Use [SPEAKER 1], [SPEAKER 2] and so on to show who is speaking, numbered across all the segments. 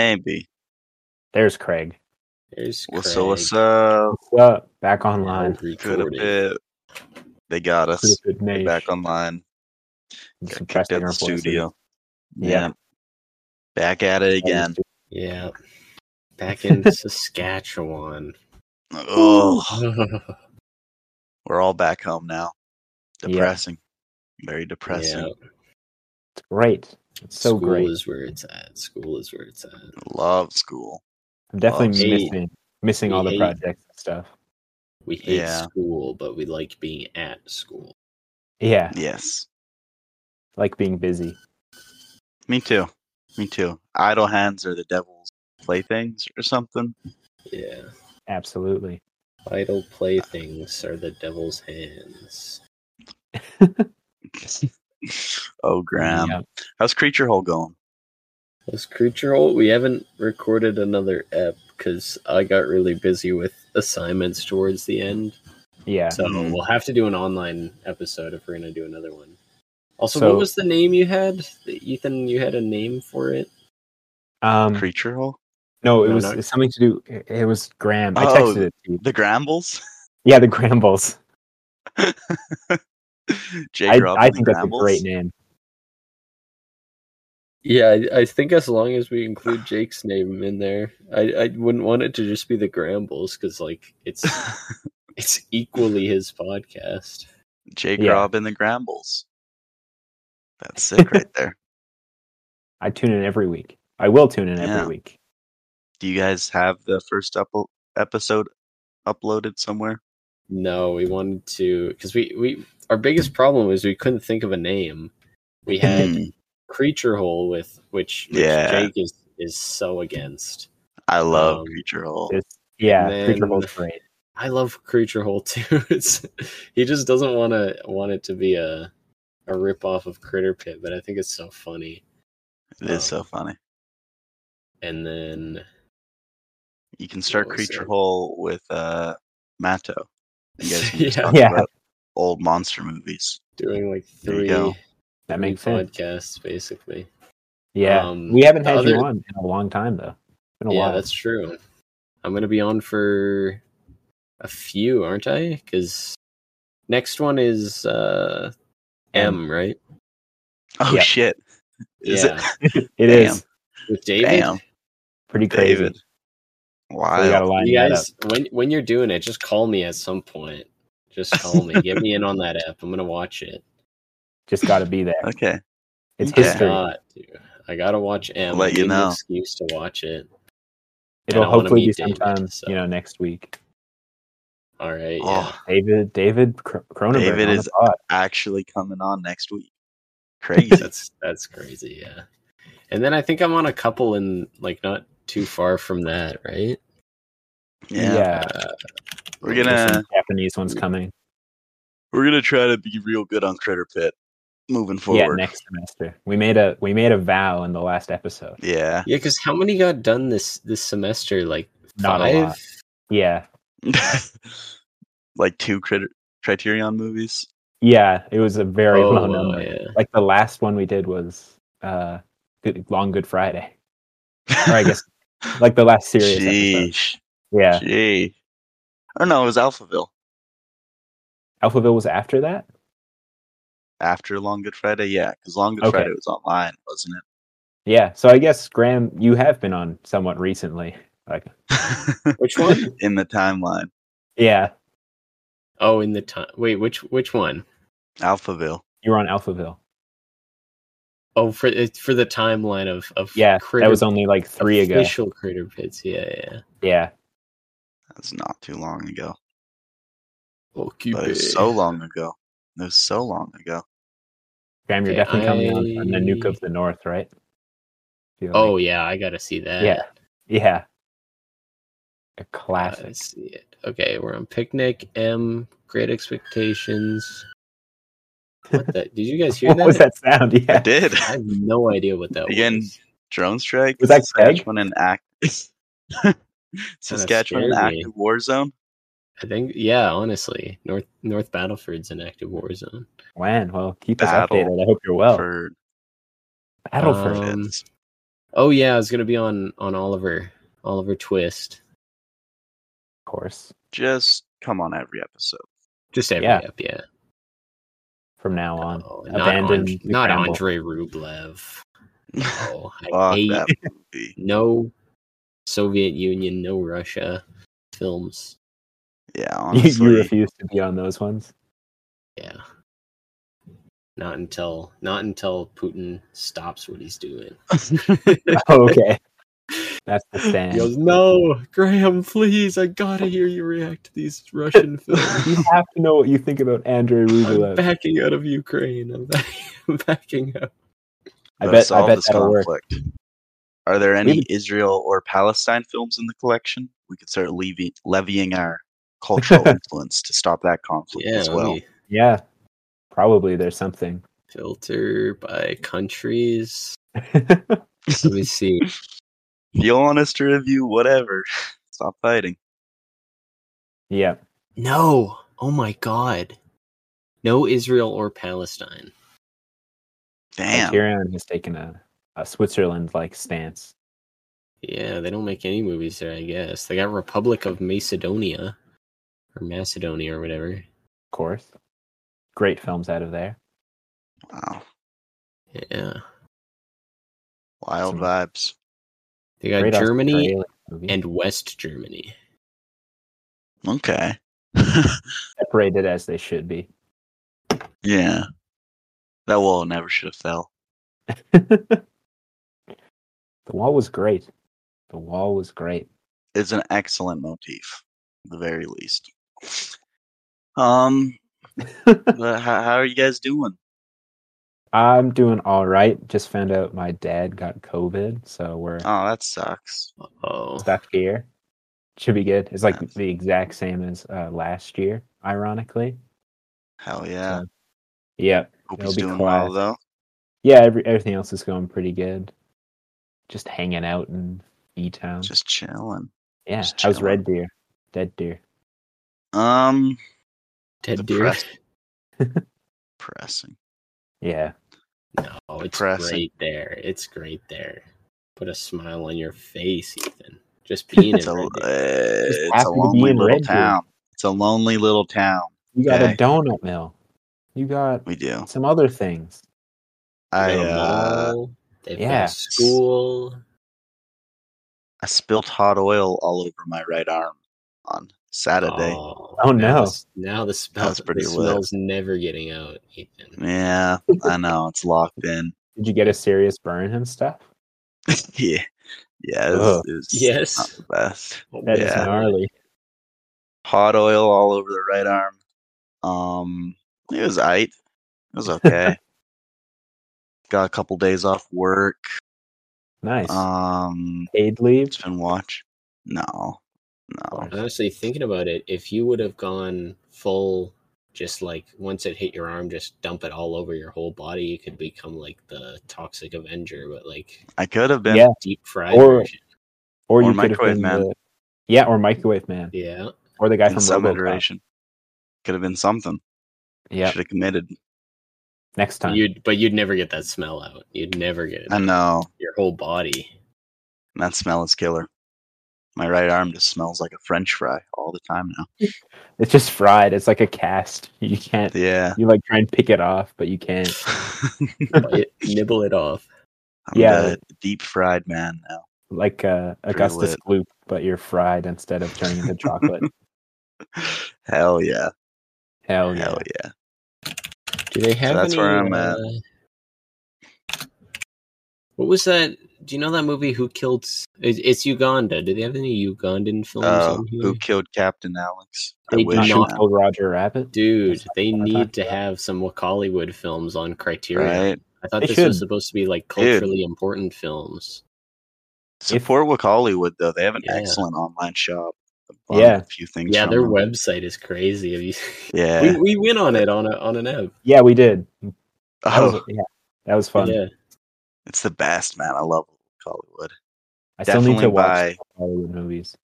[SPEAKER 1] Maybe.
[SPEAKER 2] There's Craig.
[SPEAKER 3] There's
[SPEAKER 1] What's up? What's
[SPEAKER 3] Craig.
[SPEAKER 1] up?
[SPEAKER 2] What's up? Back
[SPEAKER 3] We're
[SPEAKER 2] online.
[SPEAKER 1] Good a
[SPEAKER 3] recording.
[SPEAKER 1] bit. They got us
[SPEAKER 2] Stupid
[SPEAKER 1] We're
[SPEAKER 2] nation.
[SPEAKER 1] back online.
[SPEAKER 2] It's
[SPEAKER 1] Got kicked
[SPEAKER 2] impressive
[SPEAKER 1] out the
[SPEAKER 2] our voices.
[SPEAKER 1] studio.
[SPEAKER 2] Yeah.
[SPEAKER 1] Yeah. Back at it again.
[SPEAKER 3] Yeah. Back in Saskatchewan.
[SPEAKER 1] Oh, we're all back home now.
[SPEAKER 2] Yeah.
[SPEAKER 1] Depressing. Very depressing.
[SPEAKER 3] yeah.
[SPEAKER 2] It's great. It's so
[SPEAKER 3] School
[SPEAKER 2] great.
[SPEAKER 3] is where it's at. School is where it's at.
[SPEAKER 1] Love school.
[SPEAKER 2] I'm definitely
[SPEAKER 3] Hey.
[SPEAKER 2] missing missing all the
[SPEAKER 3] Hey.
[SPEAKER 2] projects and stuff.
[SPEAKER 3] We hate
[SPEAKER 1] Yeah.
[SPEAKER 3] school, but we like being at school.
[SPEAKER 2] Yeah,
[SPEAKER 1] Yes.
[SPEAKER 2] like being busy.
[SPEAKER 1] Me too. Me too. Idle hands are the devil's playthings or something.
[SPEAKER 3] Yeah.
[SPEAKER 2] Absolutely.
[SPEAKER 3] Idle playthings are the devil's hands.
[SPEAKER 1] oh, Graham.
[SPEAKER 2] Yeah.
[SPEAKER 1] How's Creature Hole going?
[SPEAKER 3] This creature hole, we haven't recorded another ep because I got really busy with assignments towards the end.
[SPEAKER 2] Yeah.
[SPEAKER 3] So
[SPEAKER 1] Mhm.
[SPEAKER 3] we'll have to do an online episode if we're gonna do another one. Also,
[SPEAKER 2] So-
[SPEAKER 3] what was the name you had, Ethan? You had a name for it.
[SPEAKER 2] Um
[SPEAKER 1] Creature Hole?
[SPEAKER 2] no, it
[SPEAKER 3] No,
[SPEAKER 2] was
[SPEAKER 3] no.
[SPEAKER 2] it's something to do it it was Graham. I
[SPEAKER 1] Oh.
[SPEAKER 2] texted it to you.
[SPEAKER 1] The Grambles?
[SPEAKER 2] Yeah, the Grambles.
[SPEAKER 1] Jay
[SPEAKER 2] I,
[SPEAKER 1] Grubb
[SPEAKER 2] I
[SPEAKER 1] and the
[SPEAKER 2] think that's a
[SPEAKER 1] Grambles?
[SPEAKER 2] great name.
[SPEAKER 3] Yeah, I, I think as long as we include Jake's name in there, I, I wouldn't want it to just be the Grambles because like it's it's equally his podcast.
[SPEAKER 1] Jake
[SPEAKER 2] Yeah.
[SPEAKER 1] Robb and the Grambles. That's sick right there.
[SPEAKER 2] I tune in every week. I will tune in every
[SPEAKER 1] Yeah.
[SPEAKER 2] week.
[SPEAKER 1] Do you guys have the first up- episode uploaded somewhere?
[SPEAKER 3] No, we wanted to because we we our biggest problem is we couldn't think of a name. We had creature hole with which, which
[SPEAKER 1] Yeah.
[SPEAKER 3] Jake is is so against.
[SPEAKER 1] I love
[SPEAKER 3] Um,
[SPEAKER 1] Creature Hole.
[SPEAKER 2] It's, yeah,
[SPEAKER 3] And
[SPEAKER 2] Creature
[SPEAKER 3] then-
[SPEAKER 2] Hole's great.
[SPEAKER 3] I love Creature Hole too. It's, he just doesn't want to want it to be a a rip off of Critter Pit, but I think it's so funny.
[SPEAKER 1] It is so funny.
[SPEAKER 3] And then
[SPEAKER 1] You can start
[SPEAKER 3] what was
[SPEAKER 1] Creature
[SPEAKER 3] it?
[SPEAKER 1] Hole with uh, Matto. You guys can just
[SPEAKER 3] Yeah.
[SPEAKER 1] talk
[SPEAKER 2] Yeah.
[SPEAKER 1] about old monster movies.
[SPEAKER 3] doing like
[SPEAKER 1] There you
[SPEAKER 3] three,
[SPEAKER 1] go.
[SPEAKER 2] That
[SPEAKER 3] three
[SPEAKER 2] makes sense.
[SPEAKER 3] podcasts basically.
[SPEAKER 2] Yeah.
[SPEAKER 3] um,
[SPEAKER 2] we haven't
[SPEAKER 3] the
[SPEAKER 2] had you
[SPEAKER 3] other-
[SPEAKER 2] on in a long time though. Been a
[SPEAKER 3] yeah,
[SPEAKER 2] while.
[SPEAKER 3] that's true. I'm gonna be on for a few, aren't I? Because next one is uh M, right?
[SPEAKER 1] Oh,
[SPEAKER 2] Yeah.
[SPEAKER 1] shit. Is
[SPEAKER 3] yeah,
[SPEAKER 1] it
[SPEAKER 2] It
[SPEAKER 1] Damn.
[SPEAKER 2] is
[SPEAKER 3] with David.
[SPEAKER 1] Damn.
[SPEAKER 2] pretty crazy.
[SPEAKER 1] David?
[SPEAKER 2] So we
[SPEAKER 1] Wow.
[SPEAKER 2] gotta line
[SPEAKER 3] you
[SPEAKER 2] that up.
[SPEAKER 3] guys when when you're doing it just call me at some point just call me get me in on that app i'm gonna watch it
[SPEAKER 2] Just gotta be there.
[SPEAKER 1] Okay.
[SPEAKER 2] It's
[SPEAKER 1] Yeah.
[SPEAKER 2] history.
[SPEAKER 3] God, dude. i gotta watch m
[SPEAKER 1] I'll let
[SPEAKER 3] Give
[SPEAKER 1] you
[SPEAKER 3] me an
[SPEAKER 1] know.
[SPEAKER 3] excuse to watch it
[SPEAKER 2] It'll
[SPEAKER 3] I wanna
[SPEAKER 2] hopefully be
[SPEAKER 3] meet David,
[SPEAKER 2] sometime,
[SPEAKER 3] so-
[SPEAKER 2] you know, next week.
[SPEAKER 3] all right yeah
[SPEAKER 1] Oh,
[SPEAKER 2] David, David Cro- Cronenberg.
[SPEAKER 1] David
[SPEAKER 2] on the
[SPEAKER 1] is-
[SPEAKER 2] pod.
[SPEAKER 1] actually coming on next week. Crazy.
[SPEAKER 3] that's that's crazy yeah and then i think i'm on a couple in like not too far from that right
[SPEAKER 1] Yeah.
[SPEAKER 3] uh,
[SPEAKER 1] We're
[SPEAKER 2] There's
[SPEAKER 1] gonna
[SPEAKER 2] some Japanese one's coming.
[SPEAKER 1] we're gonna try to be real good on Critter Pit moving
[SPEAKER 2] Yeah,
[SPEAKER 1] forward.
[SPEAKER 2] next semester. We made a we made a vow in the last episode.
[SPEAKER 1] Yeah.
[SPEAKER 3] yeah because how many got done this this semester like
[SPEAKER 2] Not a
[SPEAKER 3] five
[SPEAKER 2] lot. Yeah,
[SPEAKER 1] like two critter Criterion movies.
[SPEAKER 2] yeah. It was a very
[SPEAKER 3] Oh,
[SPEAKER 2] low
[SPEAKER 3] wow,
[SPEAKER 2] number.
[SPEAKER 3] yeah
[SPEAKER 2] Like the last one we did was uh, good, long Good Friday, or I guess like the last serious episode.
[SPEAKER 1] Sheesh.
[SPEAKER 2] Yeah,
[SPEAKER 1] Gee. Or no, it was Alphaville.
[SPEAKER 2] Alphaville was after that.
[SPEAKER 1] After Long Good Friday, yeah, because Long Good
[SPEAKER 2] Okay.
[SPEAKER 1] Friday was online, wasn't
[SPEAKER 2] Yeah, so I guess Graham, you have been on somewhat recently. Like,
[SPEAKER 1] it?
[SPEAKER 3] which one?
[SPEAKER 1] In the timeline,
[SPEAKER 2] yeah,
[SPEAKER 3] Oh, in the time wait which which one
[SPEAKER 1] Alphaville.
[SPEAKER 2] you were on Alphaville.
[SPEAKER 3] Oh, for it's for the timeline of of
[SPEAKER 2] Yeah,
[SPEAKER 3] critter,
[SPEAKER 2] that was only like three ago.
[SPEAKER 3] official critter pits. Yeah, yeah.
[SPEAKER 2] Yeah,
[SPEAKER 1] That's not too long ago,
[SPEAKER 3] Oh,
[SPEAKER 1] but it was so long ago. It was so long ago.
[SPEAKER 2] Graham, you're
[SPEAKER 3] Okay,
[SPEAKER 2] definitely coming on for
[SPEAKER 3] I-
[SPEAKER 2] the Nuke of the North, right? Feel
[SPEAKER 3] Oh
[SPEAKER 2] like-
[SPEAKER 3] yeah, I gotta see that.
[SPEAKER 2] Yeah, yeah, a
[SPEAKER 3] I
[SPEAKER 2] classic.
[SPEAKER 3] see it. Okay, we're on picnic. M. Great expectations. What the? Did you guys hear
[SPEAKER 2] What
[SPEAKER 3] that?
[SPEAKER 2] was that sound?
[SPEAKER 1] I
[SPEAKER 2] Yeah,
[SPEAKER 1] did
[SPEAKER 3] I have no idea what that
[SPEAKER 1] Again,
[SPEAKER 3] was.
[SPEAKER 1] drone strike.
[SPEAKER 2] Was that Craig?
[SPEAKER 1] Saskatchewan and act? Saskatchewan and
[SPEAKER 3] scared
[SPEAKER 1] active
[SPEAKER 3] me.
[SPEAKER 1] war zone.
[SPEAKER 3] I think yeah. Honestly, North North Battleford's an active war zone.
[SPEAKER 2] when? Well, keep us
[SPEAKER 1] Battle
[SPEAKER 2] Oh. updated. I hope you're well.
[SPEAKER 1] for
[SPEAKER 2] Battleford.
[SPEAKER 3] Um,
[SPEAKER 1] kids.
[SPEAKER 3] Oh yeah, it's gonna be on on Oliver Oliver Twist.
[SPEAKER 2] Of course.
[SPEAKER 1] Just come on every episode.
[SPEAKER 3] Just every
[SPEAKER 2] Yeah.
[SPEAKER 3] up, yeah.
[SPEAKER 2] From now on,
[SPEAKER 3] Oh, not
[SPEAKER 2] abandon
[SPEAKER 3] Andre,
[SPEAKER 2] the
[SPEAKER 3] not
[SPEAKER 2] Gramble.
[SPEAKER 3] Andre Rublev. Oh, I
[SPEAKER 1] Fuck
[SPEAKER 3] hate
[SPEAKER 1] that movie.
[SPEAKER 3] no Soviet Union, no Russia films.
[SPEAKER 1] Yeah,
[SPEAKER 2] You-
[SPEAKER 1] honestly.
[SPEAKER 2] you refuse to be on those ones.
[SPEAKER 3] Yeah. Not until not until Putin stops what he's doing.
[SPEAKER 2] Oh, okay, that's the stand.
[SPEAKER 3] He goes, No, Graham, please, I gotta hear you react to these Russian films.
[SPEAKER 2] you have to know what you think about Andrei
[SPEAKER 3] I'm
[SPEAKER 2] Rublev.
[SPEAKER 3] backing out of Ukraine. I'm, back, I'm backing out.
[SPEAKER 2] I
[SPEAKER 1] Gotta
[SPEAKER 2] bet. I
[SPEAKER 1] solve
[SPEAKER 2] bet
[SPEAKER 1] this
[SPEAKER 2] that'll work.
[SPEAKER 1] Are there any
[SPEAKER 2] Maybe-
[SPEAKER 1] Israel or Palestine films in the collection? We could start levy, levying our cultural influence to stop that conflict
[SPEAKER 3] Yeah,
[SPEAKER 1] as
[SPEAKER 3] let
[SPEAKER 1] well.
[SPEAKER 3] me
[SPEAKER 2] Yeah, probably there's something.
[SPEAKER 3] filter by countries. Let me see.
[SPEAKER 1] Feel honest to review, whatever. Stop fighting.
[SPEAKER 2] yeah,
[SPEAKER 3] No. Oh my god. No Israel or Palestine.
[SPEAKER 1] Damn.
[SPEAKER 2] Kieran has taken a, a Switzerland-like stance.
[SPEAKER 3] Yeah, they don't make any movies there, I guess. They got Republic of Macedonia or Macedonia or whatever.
[SPEAKER 2] Of course, great films out of there.
[SPEAKER 1] Wow.
[SPEAKER 3] Yeah.
[SPEAKER 1] Wild
[SPEAKER 2] Some-
[SPEAKER 1] vibes.
[SPEAKER 3] They got
[SPEAKER 2] Great Oscar
[SPEAKER 3] Germany
[SPEAKER 2] for Alien movie.
[SPEAKER 3] and West Germany.
[SPEAKER 1] Okay.
[SPEAKER 2] separated as they should be.
[SPEAKER 1] yeah. That wall never should have fell.
[SPEAKER 2] the wall was great. The wall was great.
[SPEAKER 1] It's an excellent motif, at the very least. Um, but Uh, how, how are you guys doing?
[SPEAKER 2] I'm doing all right. Just found out my dad got COVID, so we're
[SPEAKER 1] Oh, that sucks.
[SPEAKER 3] Oh.
[SPEAKER 2] stuck here. Should be good. It's like
[SPEAKER 1] Nice.
[SPEAKER 2] the exact same as uh, last year, ironically.
[SPEAKER 1] Hell yeah.
[SPEAKER 2] So, Yeah,
[SPEAKER 1] Hope
[SPEAKER 2] it'll
[SPEAKER 1] he's
[SPEAKER 2] be
[SPEAKER 1] doing well
[SPEAKER 2] class.
[SPEAKER 1] though.
[SPEAKER 2] yeah. Every, everything else is going pretty good. Just hanging out in E Town.
[SPEAKER 1] Just chilling.
[SPEAKER 2] Yeah,
[SPEAKER 1] just
[SPEAKER 2] how's
[SPEAKER 1] chilling.
[SPEAKER 2] Red Deer? Dead Deer.
[SPEAKER 1] Um,
[SPEAKER 3] Ted Deer.
[SPEAKER 1] depressing. depressing.
[SPEAKER 2] Yeah,
[SPEAKER 3] Oh, it's
[SPEAKER 1] Depressing.
[SPEAKER 3] great there. It's great there. Put a smile on your face, Ethan. Just being in
[SPEAKER 1] It's a,
[SPEAKER 3] Red
[SPEAKER 1] uh,
[SPEAKER 3] Deer.
[SPEAKER 1] it's
[SPEAKER 2] happy
[SPEAKER 1] a
[SPEAKER 2] to be
[SPEAKER 1] lonely
[SPEAKER 2] in
[SPEAKER 1] little
[SPEAKER 2] Redwood.
[SPEAKER 1] town. It's a lonely little town.
[SPEAKER 2] you got
[SPEAKER 1] Okay.
[SPEAKER 2] a donut mill. You got
[SPEAKER 1] We do.
[SPEAKER 2] some other things.
[SPEAKER 1] I
[SPEAKER 3] They've got a
[SPEAKER 1] uh,
[SPEAKER 3] mall. They've got
[SPEAKER 2] yeah.
[SPEAKER 3] a school.
[SPEAKER 1] I spilt hot oil all over my right arm on Saturday.
[SPEAKER 3] Oh,
[SPEAKER 2] Oh,
[SPEAKER 3] now
[SPEAKER 2] no.
[SPEAKER 3] the s- now the smell.
[SPEAKER 1] That's pretty
[SPEAKER 3] the
[SPEAKER 1] lit.
[SPEAKER 3] smell's never getting out, Ethan.
[SPEAKER 1] Yeah, I know it's locked in.
[SPEAKER 2] Did you get a serious burn and stuff?
[SPEAKER 1] yeah, yeah, it was,
[SPEAKER 2] Ugh.
[SPEAKER 1] it was not
[SPEAKER 3] Yes. Oh,
[SPEAKER 1] the best.
[SPEAKER 2] That is
[SPEAKER 1] Yeah.
[SPEAKER 2] gnarly.
[SPEAKER 1] Hot oil all over the right arm. Um, it was aight. It was okay. Got a couple days off work.
[SPEAKER 2] Nice.
[SPEAKER 1] Um,
[SPEAKER 2] Paid leave.
[SPEAKER 1] it's been watch. No, no.
[SPEAKER 3] Honestly, thinking about it, if you would have gone full, just like once it hit your arm, just dump it all over your whole body, you could become like the Toxic Avenger, but like
[SPEAKER 1] I could have been.
[SPEAKER 2] Yeah.
[SPEAKER 3] deep fried
[SPEAKER 2] Or-
[SPEAKER 3] version.
[SPEAKER 1] Or
[SPEAKER 2] Or, you could have
[SPEAKER 1] Microwave
[SPEAKER 2] been
[SPEAKER 1] Man.
[SPEAKER 2] the yeah, or microwave man,
[SPEAKER 3] Yeah.
[SPEAKER 2] or the guy
[SPEAKER 1] in
[SPEAKER 2] from
[SPEAKER 1] some
[SPEAKER 2] RoboCop.
[SPEAKER 1] iteration. Could have been something.
[SPEAKER 2] Yeah,
[SPEAKER 1] Should have committed.
[SPEAKER 2] next time.
[SPEAKER 3] You'd but you'd never get that smell out. You'd never get it.
[SPEAKER 1] I
[SPEAKER 3] out.
[SPEAKER 1] know.
[SPEAKER 3] Your whole body.
[SPEAKER 1] That smell is killer. My right arm just smells like a French fry all the time now.
[SPEAKER 2] It's just fried. It's like a cast. You can't.
[SPEAKER 1] Yeah.
[SPEAKER 2] You like try and pick it off, but you can't.
[SPEAKER 3] Bite- nibble it off.
[SPEAKER 1] I'm
[SPEAKER 2] Yeah.
[SPEAKER 1] the deep fried man now.
[SPEAKER 2] Like uh, Augustus Gloop, but you're fried instead of turning into chocolate.
[SPEAKER 1] Hell yeah.
[SPEAKER 2] Hell yeah!
[SPEAKER 1] Hell yeah.
[SPEAKER 3] Do they have
[SPEAKER 1] that's
[SPEAKER 3] any,
[SPEAKER 1] where I'm at.
[SPEAKER 3] uh, What was that? Do you know that movie? Who killed? S- It's, it's Uganda. Do they have any Ugandan films?
[SPEAKER 1] Oh,
[SPEAKER 3] on here?
[SPEAKER 1] who killed Captain Alex? I
[SPEAKER 3] They did
[SPEAKER 1] wish.
[SPEAKER 2] Not
[SPEAKER 3] not-
[SPEAKER 1] man.
[SPEAKER 2] told Roger Rabbit.
[SPEAKER 3] Dude,
[SPEAKER 2] That's not
[SPEAKER 3] they
[SPEAKER 2] what I
[SPEAKER 3] need
[SPEAKER 2] thought.
[SPEAKER 3] to have some Hollywood films on Criterion.
[SPEAKER 1] Right.
[SPEAKER 3] I thought
[SPEAKER 2] They
[SPEAKER 3] this
[SPEAKER 2] should.
[SPEAKER 3] was supposed to be like
[SPEAKER 1] Dude.
[SPEAKER 3] culturally important films.
[SPEAKER 1] Support Wick Hollywood though. They have an
[SPEAKER 3] Yeah.
[SPEAKER 1] excellent online shop. Bought
[SPEAKER 2] Yeah.
[SPEAKER 1] A few things.
[SPEAKER 3] Yeah,
[SPEAKER 1] from
[SPEAKER 3] their
[SPEAKER 1] them.
[SPEAKER 3] website is crazy. Have you-
[SPEAKER 1] Yeah.
[SPEAKER 3] we, we went on it on a, on an app.
[SPEAKER 2] Yeah, we did. That
[SPEAKER 1] oh,
[SPEAKER 2] was, yeah, that was fun.
[SPEAKER 3] Yeah,
[SPEAKER 1] it's the best, man. I love Hollywood.
[SPEAKER 2] I still need
[SPEAKER 1] Definitely
[SPEAKER 2] to watch
[SPEAKER 1] buy-
[SPEAKER 2] Hollywood movies.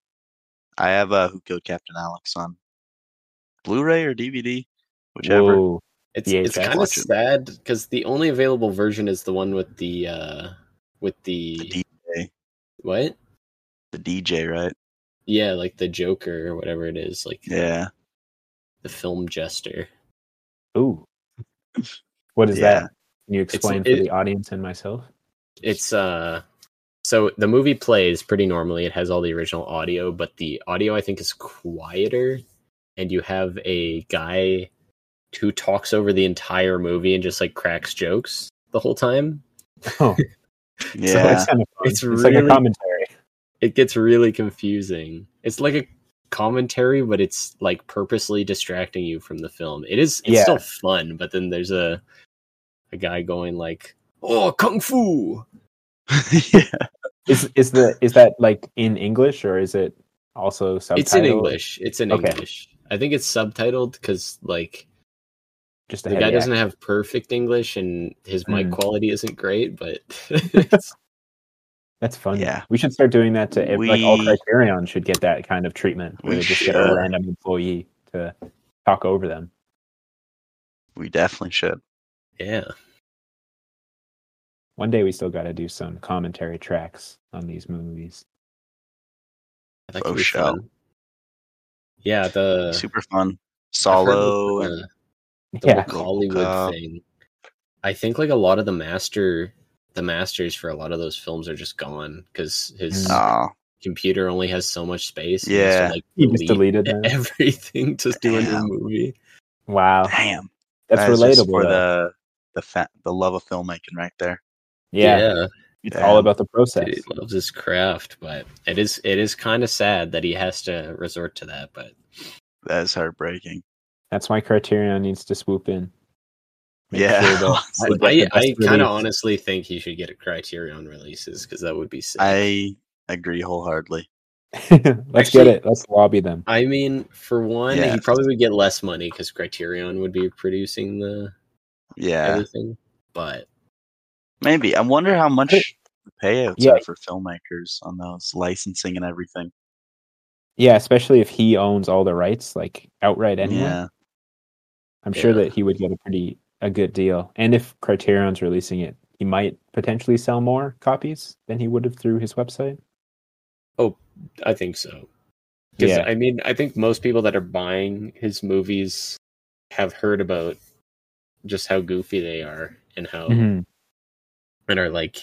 [SPEAKER 1] I have uh, Who Killed Captain Alex on Blu-ray or DVD, whichever.
[SPEAKER 2] Whoa.
[SPEAKER 3] it's
[SPEAKER 2] Yeah,
[SPEAKER 3] it's
[SPEAKER 2] exactly.
[SPEAKER 3] kind of
[SPEAKER 1] Watch it.
[SPEAKER 3] sad because the only available version is the one with the uh with the
[SPEAKER 1] The
[SPEAKER 3] What?
[SPEAKER 1] The DJ, right?
[SPEAKER 3] Yeah, like the Joker or whatever it is, like
[SPEAKER 1] Yeah.
[SPEAKER 3] the film jester.
[SPEAKER 2] Ooh. What is
[SPEAKER 1] Yeah.
[SPEAKER 2] that? Can you explain for
[SPEAKER 3] it-
[SPEAKER 2] the audience and myself?
[SPEAKER 3] It's uh so the movie plays pretty normally. It has all the original audio, but the audio I think is quieter and you have a guy who talks over the entire movie and just like cracks jokes the whole time.
[SPEAKER 2] Oh, so
[SPEAKER 1] Yeah.
[SPEAKER 2] it's kind of fun. It's,
[SPEAKER 3] It's
[SPEAKER 2] like a
[SPEAKER 3] really-
[SPEAKER 2] commentary.
[SPEAKER 3] it gets really confusing. It's like a commentary, but it's like purposely distracting you from the film. It is it's
[SPEAKER 2] Yeah.
[SPEAKER 3] still fun, but then there's a a guy going like, "Oh, kung fu!"
[SPEAKER 1] yeah.
[SPEAKER 2] Is is the is that like in English or is it also subtitled?
[SPEAKER 3] It's in English. It's in
[SPEAKER 2] Okay.
[SPEAKER 3] English. I think it's subtitled because like
[SPEAKER 2] Just
[SPEAKER 3] the
[SPEAKER 2] ahead.
[SPEAKER 3] guy doesn't have perfect English and his mic
[SPEAKER 2] Mm.
[SPEAKER 3] quality isn't great, but it's-
[SPEAKER 2] That's fun.
[SPEAKER 1] Yeah.
[SPEAKER 2] we should start doing that to ev- like all
[SPEAKER 1] We-
[SPEAKER 2] Criterion should get that kind of treatment where
[SPEAKER 1] We
[SPEAKER 2] they just get a
[SPEAKER 1] should.
[SPEAKER 2] random employee to talk over them.
[SPEAKER 1] We definitely should.
[SPEAKER 3] yeah.
[SPEAKER 2] One day we still got to do some commentary tracks on these movies.
[SPEAKER 3] That
[SPEAKER 1] Oh,
[SPEAKER 3] could be
[SPEAKER 1] shit.
[SPEAKER 3] fun. Yeah, the
[SPEAKER 1] Super fun.
[SPEAKER 3] I've heard
[SPEAKER 1] Solo
[SPEAKER 3] the-
[SPEAKER 1] and
[SPEAKER 3] the
[SPEAKER 2] yeah,
[SPEAKER 3] whole Hollywood
[SPEAKER 1] Uh,
[SPEAKER 3] thing. I think like a lot of the master, the masters for a lot of those films are just gone because his
[SPEAKER 2] Mm.
[SPEAKER 1] oh,
[SPEAKER 3] computer only has so much space. and
[SPEAKER 1] Yeah.
[SPEAKER 2] he
[SPEAKER 3] he has
[SPEAKER 2] just
[SPEAKER 3] to, like,
[SPEAKER 2] deleted
[SPEAKER 3] delete
[SPEAKER 2] them.
[SPEAKER 3] everything to do a new
[SPEAKER 1] Damn.
[SPEAKER 3] movie.
[SPEAKER 2] Wow,
[SPEAKER 1] damn.
[SPEAKER 2] that's
[SPEAKER 1] That is just
[SPEAKER 2] relatable.
[SPEAKER 1] for
[SPEAKER 2] though.
[SPEAKER 1] the the fa- the love of filmmaking right there.
[SPEAKER 2] yeah, it's all
[SPEAKER 1] Damn.
[SPEAKER 2] about the process.
[SPEAKER 3] dude, he loves his craft, but it is it is kind of sad that he has to resort to that. But
[SPEAKER 1] That is heartbreaking.
[SPEAKER 2] That's why Criterion needs to swoop in. Make
[SPEAKER 1] yeah.
[SPEAKER 2] sure that-
[SPEAKER 3] I,
[SPEAKER 2] Like,
[SPEAKER 3] I,
[SPEAKER 2] that's the best
[SPEAKER 3] I kind
[SPEAKER 2] release.
[SPEAKER 3] of honestly think he should get a Criterion releases because that would be sick.
[SPEAKER 1] I agree wholeheartedly.
[SPEAKER 2] Let's get
[SPEAKER 3] Actually-
[SPEAKER 2] it. Let's lobby them.
[SPEAKER 3] I mean, for one,
[SPEAKER 1] Yeah.
[SPEAKER 3] he probably would get less money because Criterion would be producing the
[SPEAKER 1] Yeah.
[SPEAKER 3] everything. But
[SPEAKER 1] Maybe. I wonder how much the payouts
[SPEAKER 2] Yeah.
[SPEAKER 1] are for filmmakers on those licensing and everything.
[SPEAKER 2] Yeah, especially if he owns all the rights, like outright anyway.
[SPEAKER 1] Yeah.
[SPEAKER 2] I'm sure
[SPEAKER 3] Yeah.
[SPEAKER 2] that he would get a pretty a good deal. And if Criterion's releasing it, he might potentially sell more copies than he would have through his website.
[SPEAKER 3] I think so. Because
[SPEAKER 2] Yeah.
[SPEAKER 3] I mean, I think most people that are buying his movies have heard about just how goofy they are and how
[SPEAKER 2] Mm-hmm.
[SPEAKER 3] and are like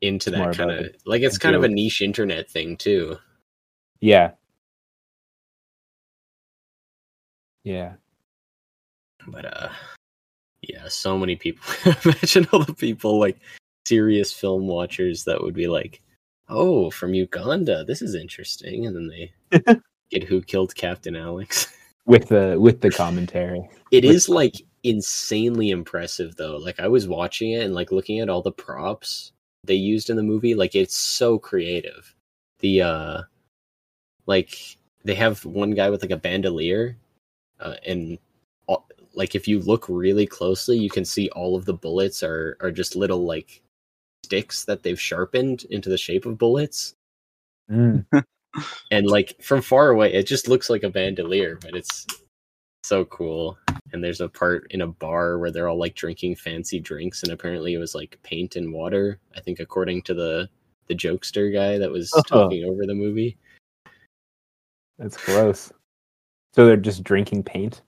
[SPEAKER 3] into
[SPEAKER 2] It's more
[SPEAKER 3] that
[SPEAKER 2] about
[SPEAKER 3] kind of like it's
[SPEAKER 2] the
[SPEAKER 3] kind of a
[SPEAKER 2] joke.
[SPEAKER 3] niche internet thing too.
[SPEAKER 2] Yeah. Yeah.
[SPEAKER 3] But uh yeah, so many people imagine all the people like serious film watchers that would be like, "Oh, from Uganda. This is interesting." And then they get who killed Captain Alex.
[SPEAKER 2] With the with the commentary.
[SPEAKER 3] It
[SPEAKER 2] Like-
[SPEAKER 3] is like insanely impressive though. Like I was watching it and like looking at all the props they used in the movie, like it's so creative. The uh like they have one guy with like a bandolier uh, and all, like if you look really closely, you can see all of the bullets are are just little like sticks that they've sharpened into the shape of bullets.
[SPEAKER 2] Mm.
[SPEAKER 3] And like from far away, it just looks like a bandolier, but it's so cool. And there's a part in a bar where they're all like drinking fancy drinks, and apparently it was like paint and water. I think according to the the jokester guy that was talking over the movie.
[SPEAKER 2] That's gross. So they're just drinking paint.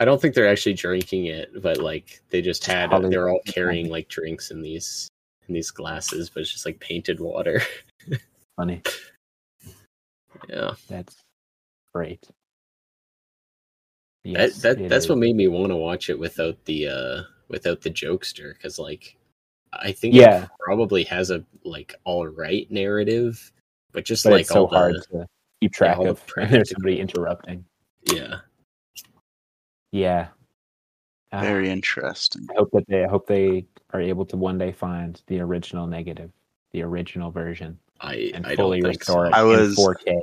[SPEAKER 3] I don't think they're actually drinking it, but like they just had
[SPEAKER 2] Probably-
[SPEAKER 3] they're all carrying like drinks in these in these glasses, but it's just like painted water.
[SPEAKER 2] Funny.
[SPEAKER 3] yeah,
[SPEAKER 2] That's great.
[SPEAKER 3] that,
[SPEAKER 2] Yes,
[SPEAKER 3] that
[SPEAKER 2] it
[SPEAKER 3] that's
[SPEAKER 2] is.
[SPEAKER 3] what made me want to watch it without the uh without the jokester because like I think it
[SPEAKER 2] Yeah,
[SPEAKER 3] probably has a like all right narrative, but just
[SPEAKER 2] but
[SPEAKER 3] like
[SPEAKER 2] it's so
[SPEAKER 3] all the
[SPEAKER 2] hard to keep track
[SPEAKER 3] all the
[SPEAKER 2] of. And there's somebody
[SPEAKER 3] practical-
[SPEAKER 2] interrupting.
[SPEAKER 3] yeah.
[SPEAKER 2] Yeah. Ah,
[SPEAKER 1] Very interesting.
[SPEAKER 2] I hope that they I hope they are able to one day find the original negative, the original version,
[SPEAKER 3] I
[SPEAKER 2] and
[SPEAKER 3] I
[SPEAKER 2] fully
[SPEAKER 3] don't think
[SPEAKER 2] restore
[SPEAKER 3] so.
[SPEAKER 2] it
[SPEAKER 1] I
[SPEAKER 2] in
[SPEAKER 1] was-
[SPEAKER 2] 4K.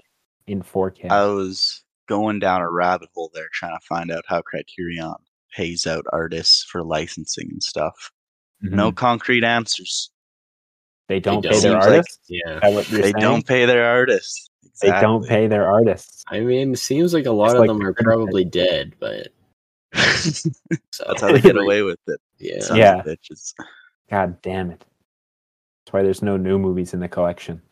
[SPEAKER 2] In 4K.
[SPEAKER 1] I was going down a rabbit hole there trying to find out how Criterion pays out artists for licensing and stuff.
[SPEAKER 2] Mhm.
[SPEAKER 1] No concrete answers.
[SPEAKER 2] they don't
[SPEAKER 3] don't.
[SPEAKER 2] pay their
[SPEAKER 1] Seems like-
[SPEAKER 2] artists.
[SPEAKER 3] Yeah,
[SPEAKER 2] Is that what you're
[SPEAKER 1] they
[SPEAKER 2] saying?
[SPEAKER 1] don't pay their artists.
[SPEAKER 2] They don't pay their artists.
[SPEAKER 3] I mean, it seems like a lot
[SPEAKER 2] It's
[SPEAKER 3] of
[SPEAKER 2] like
[SPEAKER 3] them
[SPEAKER 2] the
[SPEAKER 3] are
[SPEAKER 2] criminal
[SPEAKER 3] probably dead, but
[SPEAKER 1] Exactly.
[SPEAKER 3] so.
[SPEAKER 1] That's how they get away with it.
[SPEAKER 3] Yeah,
[SPEAKER 1] Sons
[SPEAKER 2] Yeah.
[SPEAKER 1] of bitches.
[SPEAKER 2] God damn it! That's why there's no new movies in the collection.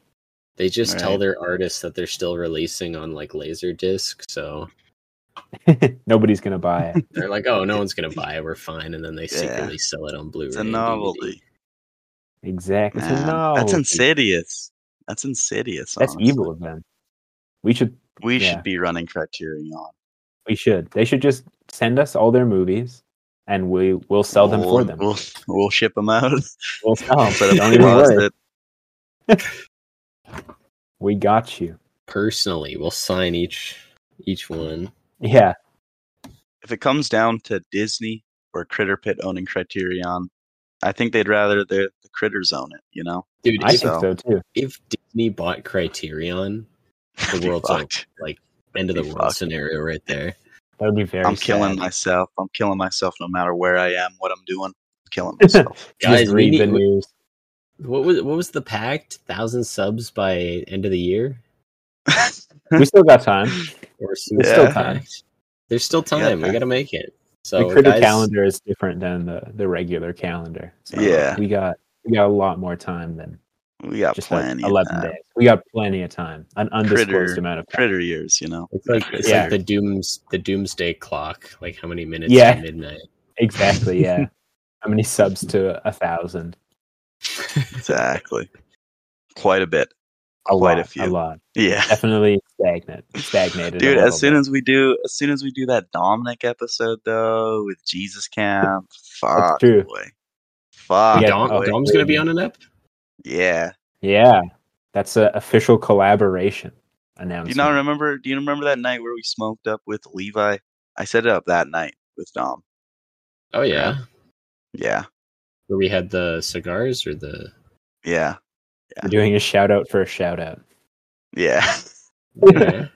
[SPEAKER 3] They just tell
[SPEAKER 1] Right.
[SPEAKER 3] their artists that they're still releasing on like Laserdisc, so
[SPEAKER 2] Nobody's gonna buy it.
[SPEAKER 3] they're like, "Oh, no one's gonna buy it. We're fine," and then they
[SPEAKER 1] Yeah.
[SPEAKER 3] secretly sell it on Blu-ray.
[SPEAKER 1] It's a
[SPEAKER 3] and DVD.
[SPEAKER 1] novelty.
[SPEAKER 2] Exactly. It's a
[SPEAKER 1] man. That's
[SPEAKER 2] novelty.
[SPEAKER 1] insidious. That's insidious.
[SPEAKER 2] That's
[SPEAKER 1] honestly.
[SPEAKER 2] evil of them. We should.
[SPEAKER 1] We
[SPEAKER 2] Yeah.
[SPEAKER 1] should be running Criterion.
[SPEAKER 2] We should. They should just send us all their movies, and we will sell them for
[SPEAKER 1] We'll-
[SPEAKER 2] them.
[SPEAKER 1] We'll, we'll ship them out.
[SPEAKER 2] We'll sell them.
[SPEAKER 1] Set up
[SPEAKER 2] Don't
[SPEAKER 1] a
[SPEAKER 2] even worry.
[SPEAKER 1] closet.
[SPEAKER 2] We got you.
[SPEAKER 3] Personally, we'll sign each each one.
[SPEAKER 2] Yeah.
[SPEAKER 1] If it comes down to Disney or Critter Pit owning Criterion, I think they'd rather the, the critters own it. You know,
[SPEAKER 3] Dude,
[SPEAKER 2] I
[SPEAKER 3] if,
[SPEAKER 1] So-
[SPEAKER 2] think so too.
[SPEAKER 3] if Disney bought Criterion, The
[SPEAKER 1] Be
[SPEAKER 3] world's
[SPEAKER 1] fucked.
[SPEAKER 3] end of the
[SPEAKER 1] Be
[SPEAKER 3] world
[SPEAKER 1] fucked.
[SPEAKER 3] scenario right there.
[SPEAKER 2] That would be very.
[SPEAKER 1] I'm killing
[SPEAKER 2] sad.
[SPEAKER 1] myself. I'm killing myself no matter where I am, what I'm doing. I'm killing myself.
[SPEAKER 3] Guys,
[SPEAKER 2] just
[SPEAKER 3] we
[SPEAKER 2] read
[SPEAKER 3] need,
[SPEAKER 2] the news.
[SPEAKER 3] what was what was the pact? Thousand subs by end of the year,
[SPEAKER 2] We still got time.
[SPEAKER 3] or
[SPEAKER 2] There's
[SPEAKER 1] Yeah.
[SPEAKER 2] still time.
[SPEAKER 3] There's still time.
[SPEAKER 1] Yeah.
[SPEAKER 3] We gotta make it.
[SPEAKER 2] The
[SPEAKER 3] So
[SPEAKER 2] critter
[SPEAKER 3] guys,
[SPEAKER 2] calendar is different than the, the regular calendar. So
[SPEAKER 1] Yeah.
[SPEAKER 2] we got we got a lot more time than
[SPEAKER 1] we got
[SPEAKER 2] just like
[SPEAKER 1] plenty. of
[SPEAKER 2] eleven
[SPEAKER 1] time.
[SPEAKER 2] days. We got plenty of time. An undisclosed
[SPEAKER 1] Critter-
[SPEAKER 2] amount of time.
[SPEAKER 1] Critter years, you know.
[SPEAKER 3] it's like it's
[SPEAKER 2] Yeah.
[SPEAKER 3] like the dooms the doomsday clock. Like how many minutes?
[SPEAKER 2] Yeah.
[SPEAKER 3] to midnight.
[SPEAKER 2] Exactly. Yeah. How many subs to a thousand?
[SPEAKER 1] Exactly. Quite a bit.
[SPEAKER 2] A
[SPEAKER 1] Quite
[SPEAKER 2] lot.
[SPEAKER 1] a
[SPEAKER 2] A
[SPEAKER 1] few.
[SPEAKER 2] lot.
[SPEAKER 1] Yeah.
[SPEAKER 2] Definitely stagnant. Stagnated.
[SPEAKER 1] Dude, as soon as we do as soon as we do that Dominic episode though with Jesus Camp, fuck
[SPEAKER 2] true.
[SPEAKER 1] boy. Fuck.
[SPEAKER 2] Yeah,
[SPEAKER 3] Dom,
[SPEAKER 2] oh,
[SPEAKER 1] boy.
[SPEAKER 3] Dom's gonna be on an app.
[SPEAKER 1] Yeah.
[SPEAKER 2] yeah, that's an official collaboration announcement.
[SPEAKER 1] Do you not remember do you remember that night where we smoked up with Levi? I set it up that night with Dom.
[SPEAKER 3] Oh yeah,
[SPEAKER 1] Yeah.
[SPEAKER 3] where we had the cigars or the
[SPEAKER 1] Yeah.
[SPEAKER 2] We're doing a shout out for a shout out.
[SPEAKER 1] Yeah.
[SPEAKER 3] yeah.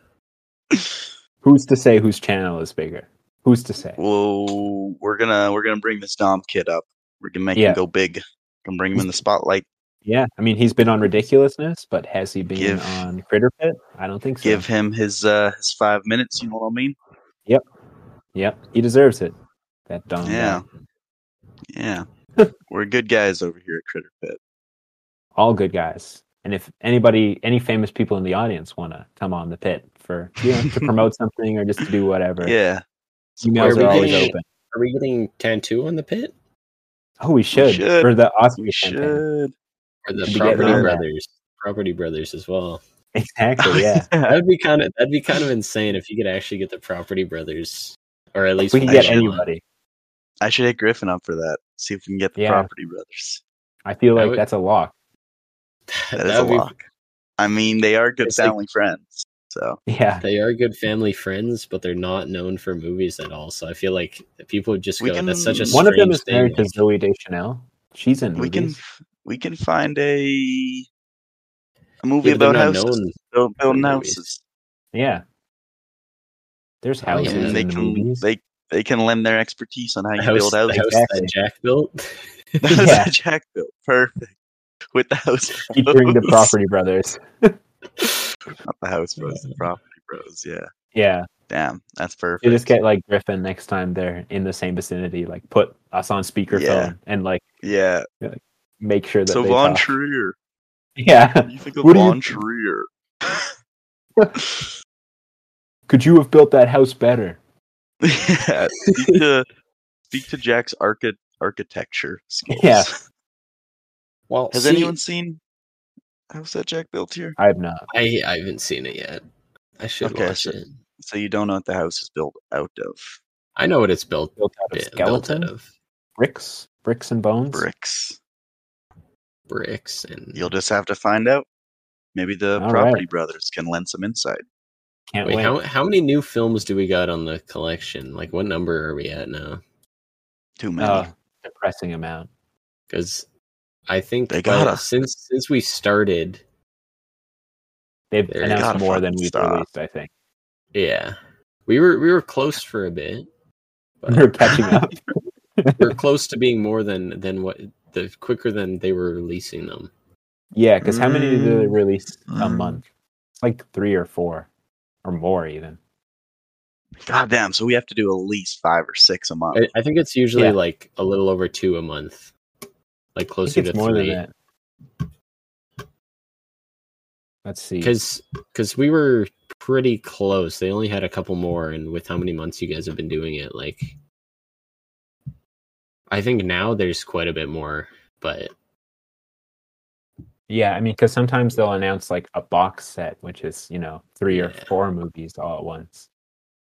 [SPEAKER 2] Who's to say whose channel is bigger? Who's to say?
[SPEAKER 1] Well we're gonna we're gonna bring this Dom kid up. We're gonna make
[SPEAKER 2] Yeah.
[SPEAKER 1] him go big. Gonna bring him in the spotlight.
[SPEAKER 2] Yeah, I mean he's been on ridiculousness, but has he been
[SPEAKER 1] Give-
[SPEAKER 2] on Critter Pit? I don't think so.
[SPEAKER 1] Give him his uh his five minutes, you know what I mean?
[SPEAKER 2] Yep, he deserves it. That dumb. uh,
[SPEAKER 1] Yeah. Yeah. We're good guys over here at Critter Pit.
[SPEAKER 2] all good guys. And if anybody, any famous people in the audience want to come on the pit for you know, to promote something or just to do whatever,
[SPEAKER 1] Yeah.
[SPEAKER 3] Where
[SPEAKER 2] emails
[SPEAKER 3] we
[SPEAKER 2] are always
[SPEAKER 3] getting-
[SPEAKER 2] open.
[SPEAKER 3] Are we getting tattoo on the pit
[SPEAKER 2] Oh, we should,
[SPEAKER 1] should.
[SPEAKER 2] for the Oscar
[SPEAKER 1] We
[SPEAKER 2] campaign.
[SPEAKER 1] should.
[SPEAKER 3] or the
[SPEAKER 2] Should
[SPEAKER 1] we get
[SPEAKER 3] Property
[SPEAKER 1] that?
[SPEAKER 3] Brothers? Property Brothers as well.
[SPEAKER 2] Exactly. Yeah.
[SPEAKER 1] yeah.
[SPEAKER 3] That'd be kind of that'd be kind of insane if you could actually get the Property Brothers, or at least
[SPEAKER 2] we can
[SPEAKER 1] I
[SPEAKER 3] one
[SPEAKER 2] get
[SPEAKER 1] should.
[SPEAKER 3] on.
[SPEAKER 2] anybody.
[SPEAKER 1] I should hit Griffin up for that. See if we can get the
[SPEAKER 2] Yeah.
[SPEAKER 1] property brothers.
[SPEAKER 2] I feel
[SPEAKER 3] That
[SPEAKER 2] like
[SPEAKER 3] would-
[SPEAKER 2] that's a lock.
[SPEAKER 1] That is a
[SPEAKER 3] would be-
[SPEAKER 1] lock. I mean, they are good
[SPEAKER 3] It's like-
[SPEAKER 1] family friends. So
[SPEAKER 2] Yeah.
[SPEAKER 3] They are good family friends, but they're not known for movies at all. So I feel like people would just
[SPEAKER 1] We
[SPEAKER 3] go, "That's such a
[SPEAKER 1] can-
[SPEAKER 2] One of them
[SPEAKER 3] strange
[SPEAKER 2] is married
[SPEAKER 3] thing."
[SPEAKER 2] to Zoe Deschanel. She's in
[SPEAKER 1] we can
[SPEAKER 2] movies.
[SPEAKER 1] we can find a a
[SPEAKER 3] Yeah,
[SPEAKER 1] movie
[SPEAKER 3] but they're
[SPEAKER 1] about
[SPEAKER 3] not
[SPEAKER 1] houses.
[SPEAKER 3] known.
[SPEAKER 1] Build, building
[SPEAKER 3] for movies.
[SPEAKER 1] houses.
[SPEAKER 2] Yeah. There's
[SPEAKER 3] Oh, yeah.
[SPEAKER 2] houses
[SPEAKER 1] And they
[SPEAKER 2] in the
[SPEAKER 1] can
[SPEAKER 2] movies.
[SPEAKER 1] they they can lend their expertise on how
[SPEAKER 3] The
[SPEAKER 1] you
[SPEAKER 3] house,
[SPEAKER 1] build
[SPEAKER 3] the house
[SPEAKER 1] houses.
[SPEAKER 3] that
[SPEAKER 2] Exactly.
[SPEAKER 3] Jack built.
[SPEAKER 1] That's
[SPEAKER 2] Yeah.
[SPEAKER 1] a Jack built. Perfect. With the house.
[SPEAKER 2] Featuring the
[SPEAKER 1] bros.
[SPEAKER 2] Property Brothers.
[SPEAKER 1] Not the house bros, the property bros. Yeah.
[SPEAKER 2] Yeah.
[SPEAKER 1] Damn. That's perfect.
[SPEAKER 2] You just get like Griffin next time they're in the same vicinity. Like put us on speakerphone
[SPEAKER 1] Yeah.
[SPEAKER 2] and like
[SPEAKER 1] yeah.
[SPEAKER 2] make sure that
[SPEAKER 1] So
[SPEAKER 2] they
[SPEAKER 1] Von
[SPEAKER 2] talk.
[SPEAKER 1] Trier.
[SPEAKER 2] Yeah.
[SPEAKER 1] You think of
[SPEAKER 2] What do you
[SPEAKER 1] Von
[SPEAKER 2] think?
[SPEAKER 1] Trier.
[SPEAKER 2] Could you have built that house better?
[SPEAKER 1] yeah, speak to speak to Jack's archi- architecture skills.
[SPEAKER 2] Yeah.
[SPEAKER 3] well,
[SPEAKER 1] Has
[SPEAKER 3] see,
[SPEAKER 1] anyone seen How's that Jack built here?
[SPEAKER 2] I have not.
[SPEAKER 3] I I haven't seen it yet. I should
[SPEAKER 1] Okay,
[SPEAKER 3] watch
[SPEAKER 1] so-
[SPEAKER 3] it.
[SPEAKER 1] So you don't know what the house is built out of
[SPEAKER 3] I know what it's built
[SPEAKER 2] Built out of
[SPEAKER 3] built
[SPEAKER 2] skeleton
[SPEAKER 3] out of
[SPEAKER 2] bricks, bricks and bones.
[SPEAKER 1] bricks.
[SPEAKER 3] bricks and
[SPEAKER 1] You'll just have to find out. Maybe the
[SPEAKER 2] All
[SPEAKER 1] Property Brothers can lend some insight.
[SPEAKER 2] Can't
[SPEAKER 3] Wait,
[SPEAKER 2] wait.
[SPEAKER 3] how how many new films do we got on the collection? Like, what number are we at now?
[SPEAKER 1] Too many.
[SPEAKER 2] Oh, depressing amount.
[SPEAKER 3] Because I think
[SPEAKER 1] They
[SPEAKER 3] by-
[SPEAKER 1] gotta.
[SPEAKER 3] since since we started,
[SPEAKER 2] They've
[SPEAKER 3] There you
[SPEAKER 1] gotta
[SPEAKER 2] announced more than
[SPEAKER 1] fucking
[SPEAKER 2] we've
[SPEAKER 1] stop.
[SPEAKER 2] released, I think.
[SPEAKER 3] yeah, we were we were close for a bit. but-
[SPEAKER 2] We're catching up.
[SPEAKER 3] we're close to being more than than what the quicker than they were releasing them.
[SPEAKER 2] Yeah, because how many do they
[SPEAKER 1] Mm.
[SPEAKER 2] release a
[SPEAKER 1] Mm.
[SPEAKER 2] month? It's like three or four or more, even.
[SPEAKER 1] God damn, so we have to do at least five or six a month.
[SPEAKER 3] I, I think it's usually
[SPEAKER 2] Yeah.
[SPEAKER 3] like a little over two a month, like
[SPEAKER 2] I think
[SPEAKER 3] closer
[SPEAKER 2] it's
[SPEAKER 3] to
[SPEAKER 2] more
[SPEAKER 3] three.
[SPEAKER 2] than that. Let's see.
[SPEAKER 3] because because we were pretty close. They only had a couple more, and with how many months you guys have been doing it, like I think now there's quite a bit more. But
[SPEAKER 2] Yeah, I mean, because sometimes they'll announce like a box set, which is you know three or
[SPEAKER 3] Yeah.
[SPEAKER 2] four movies all at once.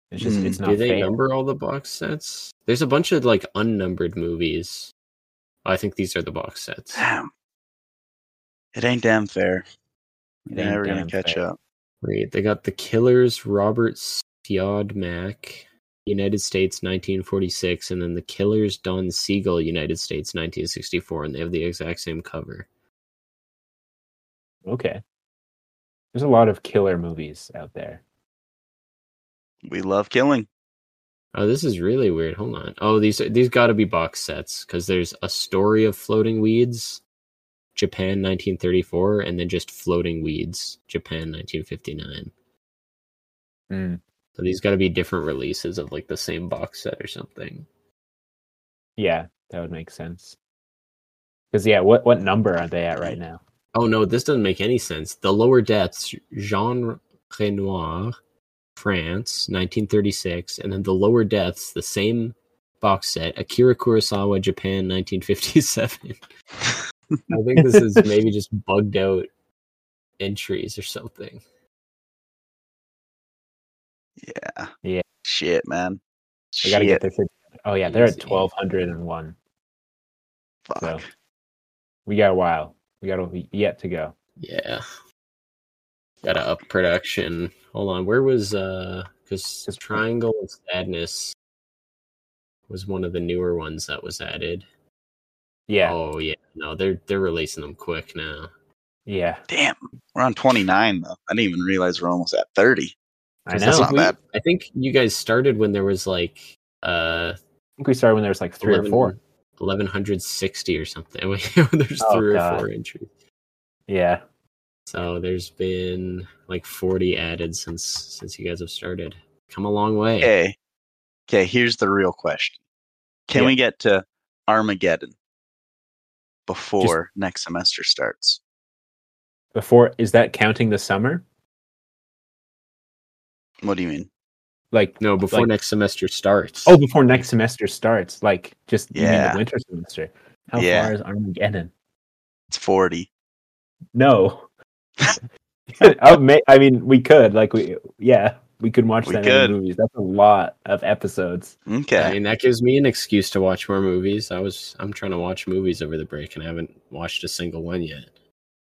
[SPEAKER 2] It's just it's
[SPEAKER 1] Mm.
[SPEAKER 2] not
[SPEAKER 3] do they
[SPEAKER 2] fair.
[SPEAKER 3] number all the box sets? There's a bunch of like unnumbered movies. I think these are the box sets.
[SPEAKER 1] Damn. It ain't damn fair.
[SPEAKER 2] It
[SPEAKER 1] You're
[SPEAKER 2] ain't
[SPEAKER 1] never gonna
[SPEAKER 2] damn
[SPEAKER 1] catch
[SPEAKER 2] fair.
[SPEAKER 1] up.
[SPEAKER 3] Wait, they got the Killers, Robert Siod Mack, United States, 1946, and then the Killers, Don Siegel, United States, 1964, and they have the exact same cover.
[SPEAKER 2] Okay. There's a lot of killer movies out there.
[SPEAKER 1] We love killing.
[SPEAKER 3] Oh, this is really weird. Hold on. Oh, these these got to be box sets because there's a story of floating weeds, Japan 1934, and then just floating weeds, Japan 1959.
[SPEAKER 2] Mm.
[SPEAKER 3] So these got to be different releases of like the same box set or something.
[SPEAKER 2] Yeah, that would make sense. Because yeah, what what number are they at right now?
[SPEAKER 3] Oh no, this doesn't make any sense. The Lower Depths, Jean Renoir, France, 1936, and then The Lower Depths, the same box set, Akira Kurosawa, Japan, 1957. I think this is maybe just bugged out entries or something.
[SPEAKER 1] Yeah.
[SPEAKER 2] Yeah.
[SPEAKER 1] Shit, man.
[SPEAKER 2] They gotta
[SPEAKER 1] Shit,
[SPEAKER 2] get their shit. Oh yeah, they're at
[SPEAKER 3] Easy.
[SPEAKER 2] twelve hundred and one.
[SPEAKER 1] fuck.
[SPEAKER 2] So we got a while. We got a yet to go.
[SPEAKER 3] Yeah. Gotta up production. Hold on, where was uh because
[SPEAKER 2] Just-
[SPEAKER 3] Triangle of Sadness was one of the newer ones that was added.
[SPEAKER 2] Yeah,
[SPEAKER 3] Oh yeah, no, they're they're releasing them quick now.
[SPEAKER 2] yeah.
[SPEAKER 1] Damn. We're on 29 though. I didn't even realize we're almost at 30.
[SPEAKER 2] I know.
[SPEAKER 1] That's
[SPEAKER 2] I
[SPEAKER 1] not
[SPEAKER 3] We-
[SPEAKER 1] bad.
[SPEAKER 3] I think you guys started when there was like uh
[SPEAKER 2] think we started when there was like three or four.
[SPEAKER 3] 1160 or something. there's
[SPEAKER 2] Oh,
[SPEAKER 3] three or
[SPEAKER 2] God.
[SPEAKER 3] four entries.
[SPEAKER 2] Yeah,
[SPEAKER 3] So there's been like 40 added since since you guys have started. Come a long way.
[SPEAKER 1] Okay. Okay, here's the real question. Can
[SPEAKER 2] Yeah.
[SPEAKER 1] we get to Armageddon before next semester starts?
[SPEAKER 2] before is that counting the summer?
[SPEAKER 1] What do you mean?
[SPEAKER 2] Like
[SPEAKER 3] No, before
[SPEAKER 2] Like-
[SPEAKER 3] next semester starts.
[SPEAKER 2] Oh, before next semester starts, like just you mean
[SPEAKER 1] Yeah.
[SPEAKER 2] the winter semester. How
[SPEAKER 1] Yeah.
[SPEAKER 2] far is Armageddon?
[SPEAKER 1] It's 40.
[SPEAKER 2] No. I may- I mean, we could like we yeah we could watch
[SPEAKER 1] We
[SPEAKER 2] that many
[SPEAKER 1] could.
[SPEAKER 2] movies. That's a lot of episodes.
[SPEAKER 1] Okay.
[SPEAKER 3] I mean, that gives me an excuse to watch more movies. I was I'm trying to watch movies over the break and I haven't watched a single one yet.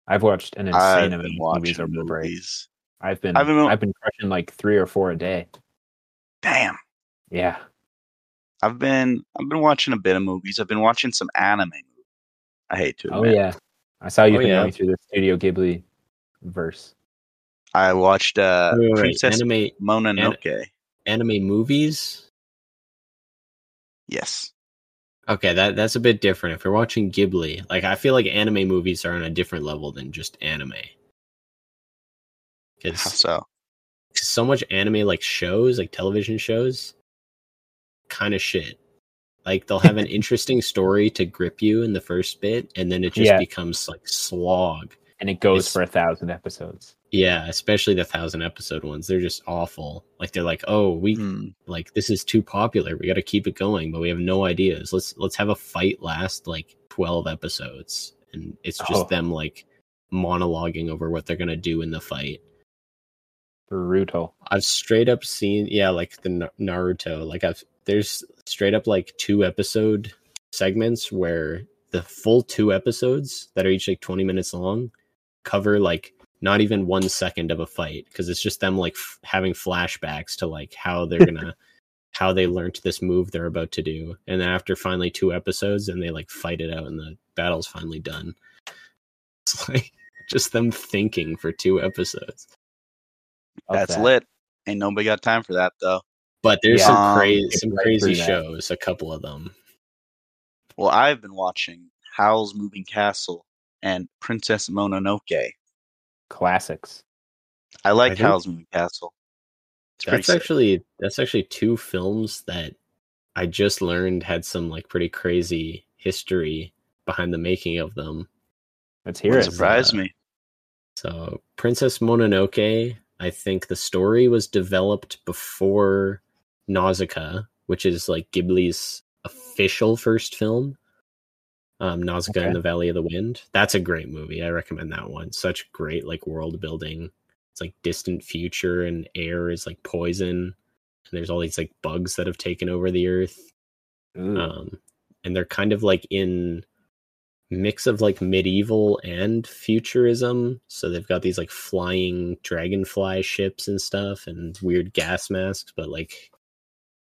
[SPEAKER 2] I've watched an
[SPEAKER 1] I've
[SPEAKER 2] insane amount
[SPEAKER 1] been
[SPEAKER 2] of movies
[SPEAKER 1] watching
[SPEAKER 2] over the break.
[SPEAKER 1] movies.
[SPEAKER 2] I've been
[SPEAKER 1] I've
[SPEAKER 2] I've
[SPEAKER 1] been-
[SPEAKER 2] been, crushing like three or four a day.
[SPEAKER 1] Damn.
[SPEAKER 2] Yeah,
[SPEAKER 1] I've been I've been watching a bit of movies. I've been watching some anime. I hate to
[SPEAKER 2] oh
[SPEAKER 1] admit.
[SPEAKER 2] yeah. I saw you've
[SPEAKER 3] Oh,
[SPEAKER 2] been
[SPEAKER 3] yeah.
[SPEAKER 2] going through the Studio Ghibli verse.
[SPEAKER 1] I watched uh,
[SPEAKER 3] Wait, wait, wait,
[SPEAKER 1] Princess
[SPEAKER 3] Anime
[SPEAKER 1] Mononoke.
[SPEAKER 3] anime movies?
[SPEAKER 1] yes.
[SPEAKER 3] Okay, that that's a bit different. If you're watching Ghibli, like I feel like anime movies are on a different level than just anime.
[SPEAKER 1] How
[SPEAKER 3] Because
[SPEAKER 1] so?
[SPEAKER 3] so much anime like shows, like television shows, kind of shit. Like they'll have an interesting story to grip you in the first bit, and then it just
[SPEAKER 2] Yeah.
[SPEAKER 3] becomes like slog.
[SPEAKER 2] And it goes
[SPEAKER 3] It's-
[SPEAKER 2] for a thousand episodes.
[SPEAKER 3] Yeah, especially the thousand episode ones. They're just awful. Like they're like, oh, we
[SPEAKER 1] Hmm.
[SPEAKER 3] like this is too popular. We got to keep it going, but we have no ideas. Let's let's have a fight last like 12 episodes and it's just
[SPEAKER 2] Oh.
[SPEAKER 3] them like monologuing over what they're going to do in the fight.
[SPEAKER 2] Brutal.
[SPEAKER 3] I've straight up seen yeah, like the Na- Naruto, like I've there's straight up like two episode segments where the full two episodes that are each like 20 minutes long cover like not even 1 second of a fight because it's just them like f- having flashbacks to like how they're going to how they learnt this move they're about to do and then after finally two episodes and they like fight it out and the battle's finally done. It's like just them thinking for two episodes.
[SPEAKER 2] Love
[SPEAKER 1] That's
[SPEAKER 2] that.
[SPEAKER 1] lit. Ain't nobody got time for that though.
[SPEAKER 3] But there's
[SPEAKER 2] Yeah.
[SPEAKER 1] Um,
[SPEAKER 3] some crazy some
[SPEAKER 2] right
[SPEAKER 3] crazy
[SPEAKER 2] through that.
[SPEAKER 3] shows, a couple of them.
[SPEAKER 1] Well, I've been watching Howl's Moving Castle and Princess Mononoke.
[SPEAKER 2] Classics.
[SPEAKER 1] I like
[SPEAKER 3] think-
[SPEAKER 1] Howl's Moving Castle. It's pretty
[SPEAKER 3] That's
[SPEAKER 1] sick.
[SPEAKER 3] actually that's actually two films that I just learned had some like pretty crazy history behind the making of them.
[SPEAKER 2] Let's hear
[SPEAKER 1] Wouldn't
[SPEAKER 2] it.
[SPEAKER 3] is,
[SPEAKER 1] surprise
[SPEAKER 3] uh,
[SPEAKER 1] me.
[SPEAKER 3] So, Princess Mononoke, I think the story was developed before Nausicaa, which is like Ghibli's official first film. Um, Nausicaa
[SPEAKER 2] Okay.
[SPEAKER 3] and the Valley of the Wind. That's a great movie. I recommend that one. Such great like world building. It's like distant future and air is like poison. And there's all these like bugs that have taken over the earth
[SPEAKER 1] uh,
[SPEAKER 2] Ooh.
[SPEAKER 3] um, and they're kind of like in mix of like medieval and futurism so they've got these like flying dragonfly ships and stuff and weird gas masks but like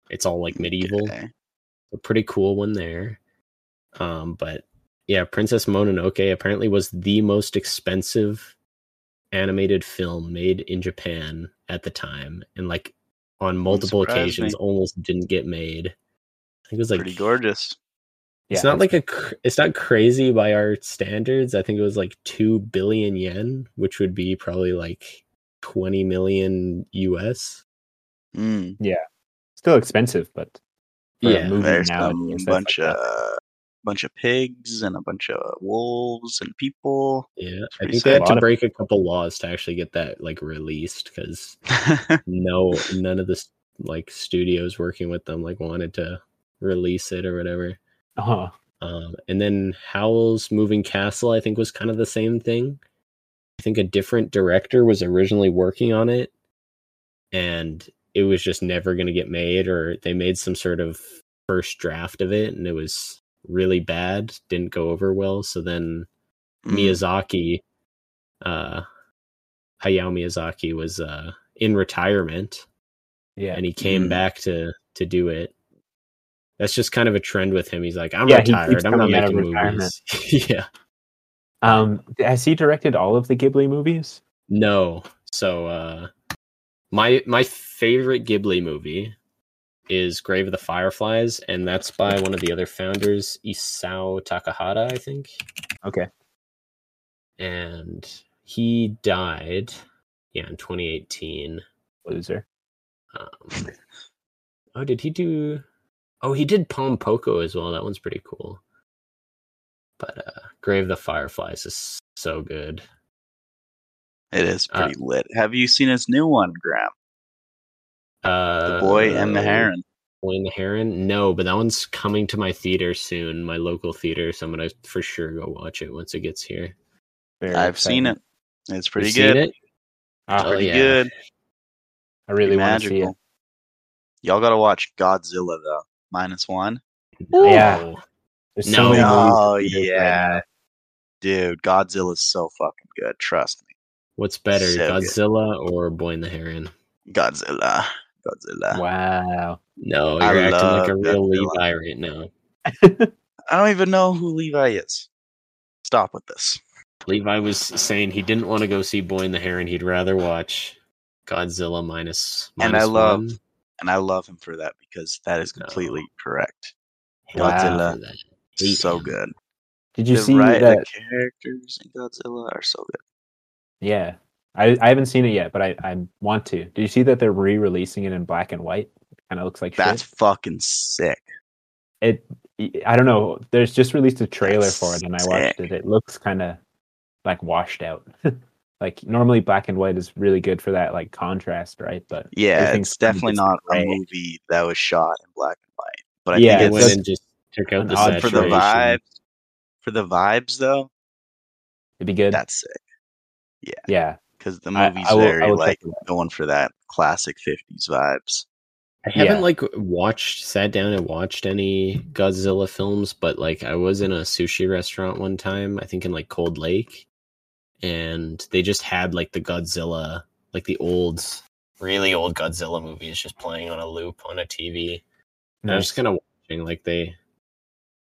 [SPEAKER 3] it's all like medieval
[SPEAKER 1] Okay.
[SPEAKER 3] a pretty cool one there um but yeah princess mononoke apparently was the most expensive animated film made in japan at the time and like on multiple
[SPEAKER 1] surprise
[SPEAKER 3] occasions
[SPEAKER 1] me.
[SPEAKER 3] almost didn't get made i think it was like
[SPEAKER 1] Pretty gorgeous.
[SPEAKER 2] Yeah,
[SPEAKER 3] it's not
[SPEAKER 2] that's-
[SPEAKER 3] like a cr- it's not crazy by our standards. I think it was like 2 billion yen, which would be probably like 20 million US.
[SPEAKER 1] Mm.
[SPEAKER 2] still expensive, but for
[SPEAKER 3] Yeah,
[SPEAKER 2] a movie
[SPEAKER 1] There's
[SPEAKER 2] now,
[SPEAKER 1] some bunch of bunch of pigs and a bunch of wolves and people.
[SPEAKER 3] Yeah. I
[SPEAKER 1] pretty
[SPEAKER 3] think they
[SPEAKER 1] sad.
[SPEAKER 3] had to
[SPEAKER 2] Lot of-
[SPEAKER 3] break a couple laws to actually get that like released cuz no none of the s- like studios working with them like wanted to release it or whatever.
[SPEAKER 2] uh
[SPEAKER 3] Um, and then Howl's Moving Castle, I think, was kind of the same thing. I think a different director was originally working on it, and it was just never going to get made, or they made some sort of first draft of it, and it was really bad, didn't go over well. So then
[SPEAKER 1] Mm.
[SPEAKER 3] Miyazaki, uh, Hayao Miyazaki, was uh, in retirement,
[SPEAKER 2] yeah,
[SPEAKER 3] and he came
[SPEAKER 1] Mm.
[SPEAKER 3] back to to do it. That's just kind of a trend with him. He's like, I'm
[SPEAKER 2] Yeah, he keeps
[SPEAKER 3] retired. I'm not
[SPEAKER 2] coming out of
[SPEAKER 3] making
[SPEAKER 2] retirement.
[SPEAKER 3] movies. yeah.
[SPEAKER 2] Um, has he directed all of the Ghibli movies?
[SPEAKER 3] No. So uh my my favorite Ghibli movie is Grave of the Fireflies, and that's by one of the other founders, Isao Takahata, I think.
[SPEAKER 2] Okay.
[SPEAKER 3] And he died, yeah, in 2018.
[SPEAKER 2] Loser.
[SPEAKER 3] Um, oh, did he do? Oh, he did Palm Poco as well. That one's pretty cool. But uh, Grave of the Fireflies is so good.
[SPEAKER 1] It is
[SPEAKER 3] uh,
[SPEAKER 1] pretty lit. Have you seen his new one, Graham?
[SPEAKER 3] Uh,
[SPEAKER 1] The Boy and the Heron.
[SPEAKER 3] Boy and the Heron. No, but that one's coming to my theater soon, my local theater. So I'm gonna for sure go watch it once it gets here.
[SPEAKER 2] Very
[SPEAKER 1] I've seen it.
[SPEAKER 2] exciting.
[SPEAKER 1] It's pretty
[SPEAKER 3] You've
[SPEAKER 1] good.
[SPEAKER 3] Seen it?
[SPEAKER 2] Ah,
[SPEAKER 3] Oh,
[SPEAKER 1] Pretty
[SPEAKER 3] yeah.
[SPEAKER 1] good.
[SPEAKER 2] I really want to see
[SPEAKER 1] magical.
[SPEAKER 2] it.
[SPEAKER 1] Y'all gotta watch Godzilla though. Minus one.
[SPEAKER 2] Yeah.
[SPEAKER 3] No.
[SPEAKER 2] There's
[SPEAKER 3] No.
[SPEAKER 2] so many
[SPEAKER 1] Oh
[SPEAKER 2] movies in theaters
[SPEAKER 1] yeah,
[SPEAKER 2] right
[SPEAKER 1] dude. Godzilla's so fucking good. Trust
[SPEAKER 3] What's better,
[SPEAKER 1] So good.
[SPEAKER 3] Godzilla or Boy and the Heron?
[SPEAKER 1] me. Godzilla. Godzilla.
[SPEAKER 2] now. Wow.
[SPEAKER 3] No,
[SPEAKER 1] I
[SPEAKER 3] you're acting like a
[SPEAKER 1] love
[SPEAKER 3] real
[SPEAKER 1] Godzilla.
[SPEAKER 3] Levi right now.
[SPEAKER 1] I don't even know who Levi is. Stop with this.
[SPEAKER 3] Levi was saying he didn't want to go see Boy and the Heron. He'd rather watch Godzilla minus.
[SPEAKER 1] And
[SPEAKER 3] minus
[SPEAKER 1] I love
[SPEAKER 3] one.
[SPEAKER 1] And I love him for that because that is completely correct.
[SPEAKER 2] Wow.
[SPEAKER 1] Godzilla.
[SPEAKER 3] For that. Hate
[SPEAKER 1] So
[SPEAKER 3] him.
[SPEAKER 1] good.
[SPEAKER 2] Did you
[SPEAKER 1] the
[SPEAKER 2] see
[SPEAKER 1] right
[SPEAKER 2] that?
[SPEAKER 1] the characters in Godzilla are so good.
[SPEAKER 2] Yeah. I, I haven't seen it yet, but I, I want to. Did you see that they're re-releasing it in black and white? Kind of looks like
[SPEAKER 1] That's
[SPEAKER 2] shit.
[SPEAKER 1] fucking sick.
[SPEAKER 2] I don't know. There's just released a trailer
[SPEAKER 1] That's
[SPEAKER 2] for it, and I watched
[SPEAKER 1] sick.
[SPEAKER 2] it. It looks kind of like washed out. like normally, black and white is really good for that like contrast, right? But
[SPEAKER 1] Yeah,
[SPEAKER 2] Everything's
[SPEAKER 1] it's
[SPEAKER 2] kinda
[SPEAKER 1] definitely
[SPEAKER 2] just
[SPEAKER 1] not a
[SPEAKER 2] gray.
[SPEAKER 1] movie that was shot in black and white. But I
[SPEAKER 2] Yeah,
[SPEAKER 3] They
[SPEAKER 1] think
[SPEAKER 3] went
[SPEAKER 1] it's
[SPEAKER 2] that's-
[SPEAKER 3] and just took out
[SPEAKER 2] an
[SPEAKER 3] the
[SPEAKER 2] odd
[SPEAKER 1] for the
[SPEAKER 3] saturation.
[SPEAKER 1] vibes. For the vibes though,
[SPEAKER 2] it'd be good.
[SPEAKER 1] that's sick.
[SPEAKER 2] yeah,
[SPEAKER 1] Because the
[SPEAKER 2] I-
[SPEAKER 1] movie's
[SPEAKER 2] I will- I
[SPEAKER 1] very
[SPEAKER 2] will check
[SPEAKER 1] like
[SPEAKER 2] it
[SPEAKER 1] going for that classic fifties vibes.
[SPEAKER 3] I haven't
[SPEAKER 2] Yeah.
[SPEAKER 3] like watched, sat down and watched any Godzilla films, but like I was in a sushi restaurant one time, I think in like Cold Lake, and they just had like the Godzilla, like the old, really old Godzilla movies just playing on a loop on a TV. And I was
[SPEAKER 2] Nice.
[SPEAKER 3] just kind of watching, like they,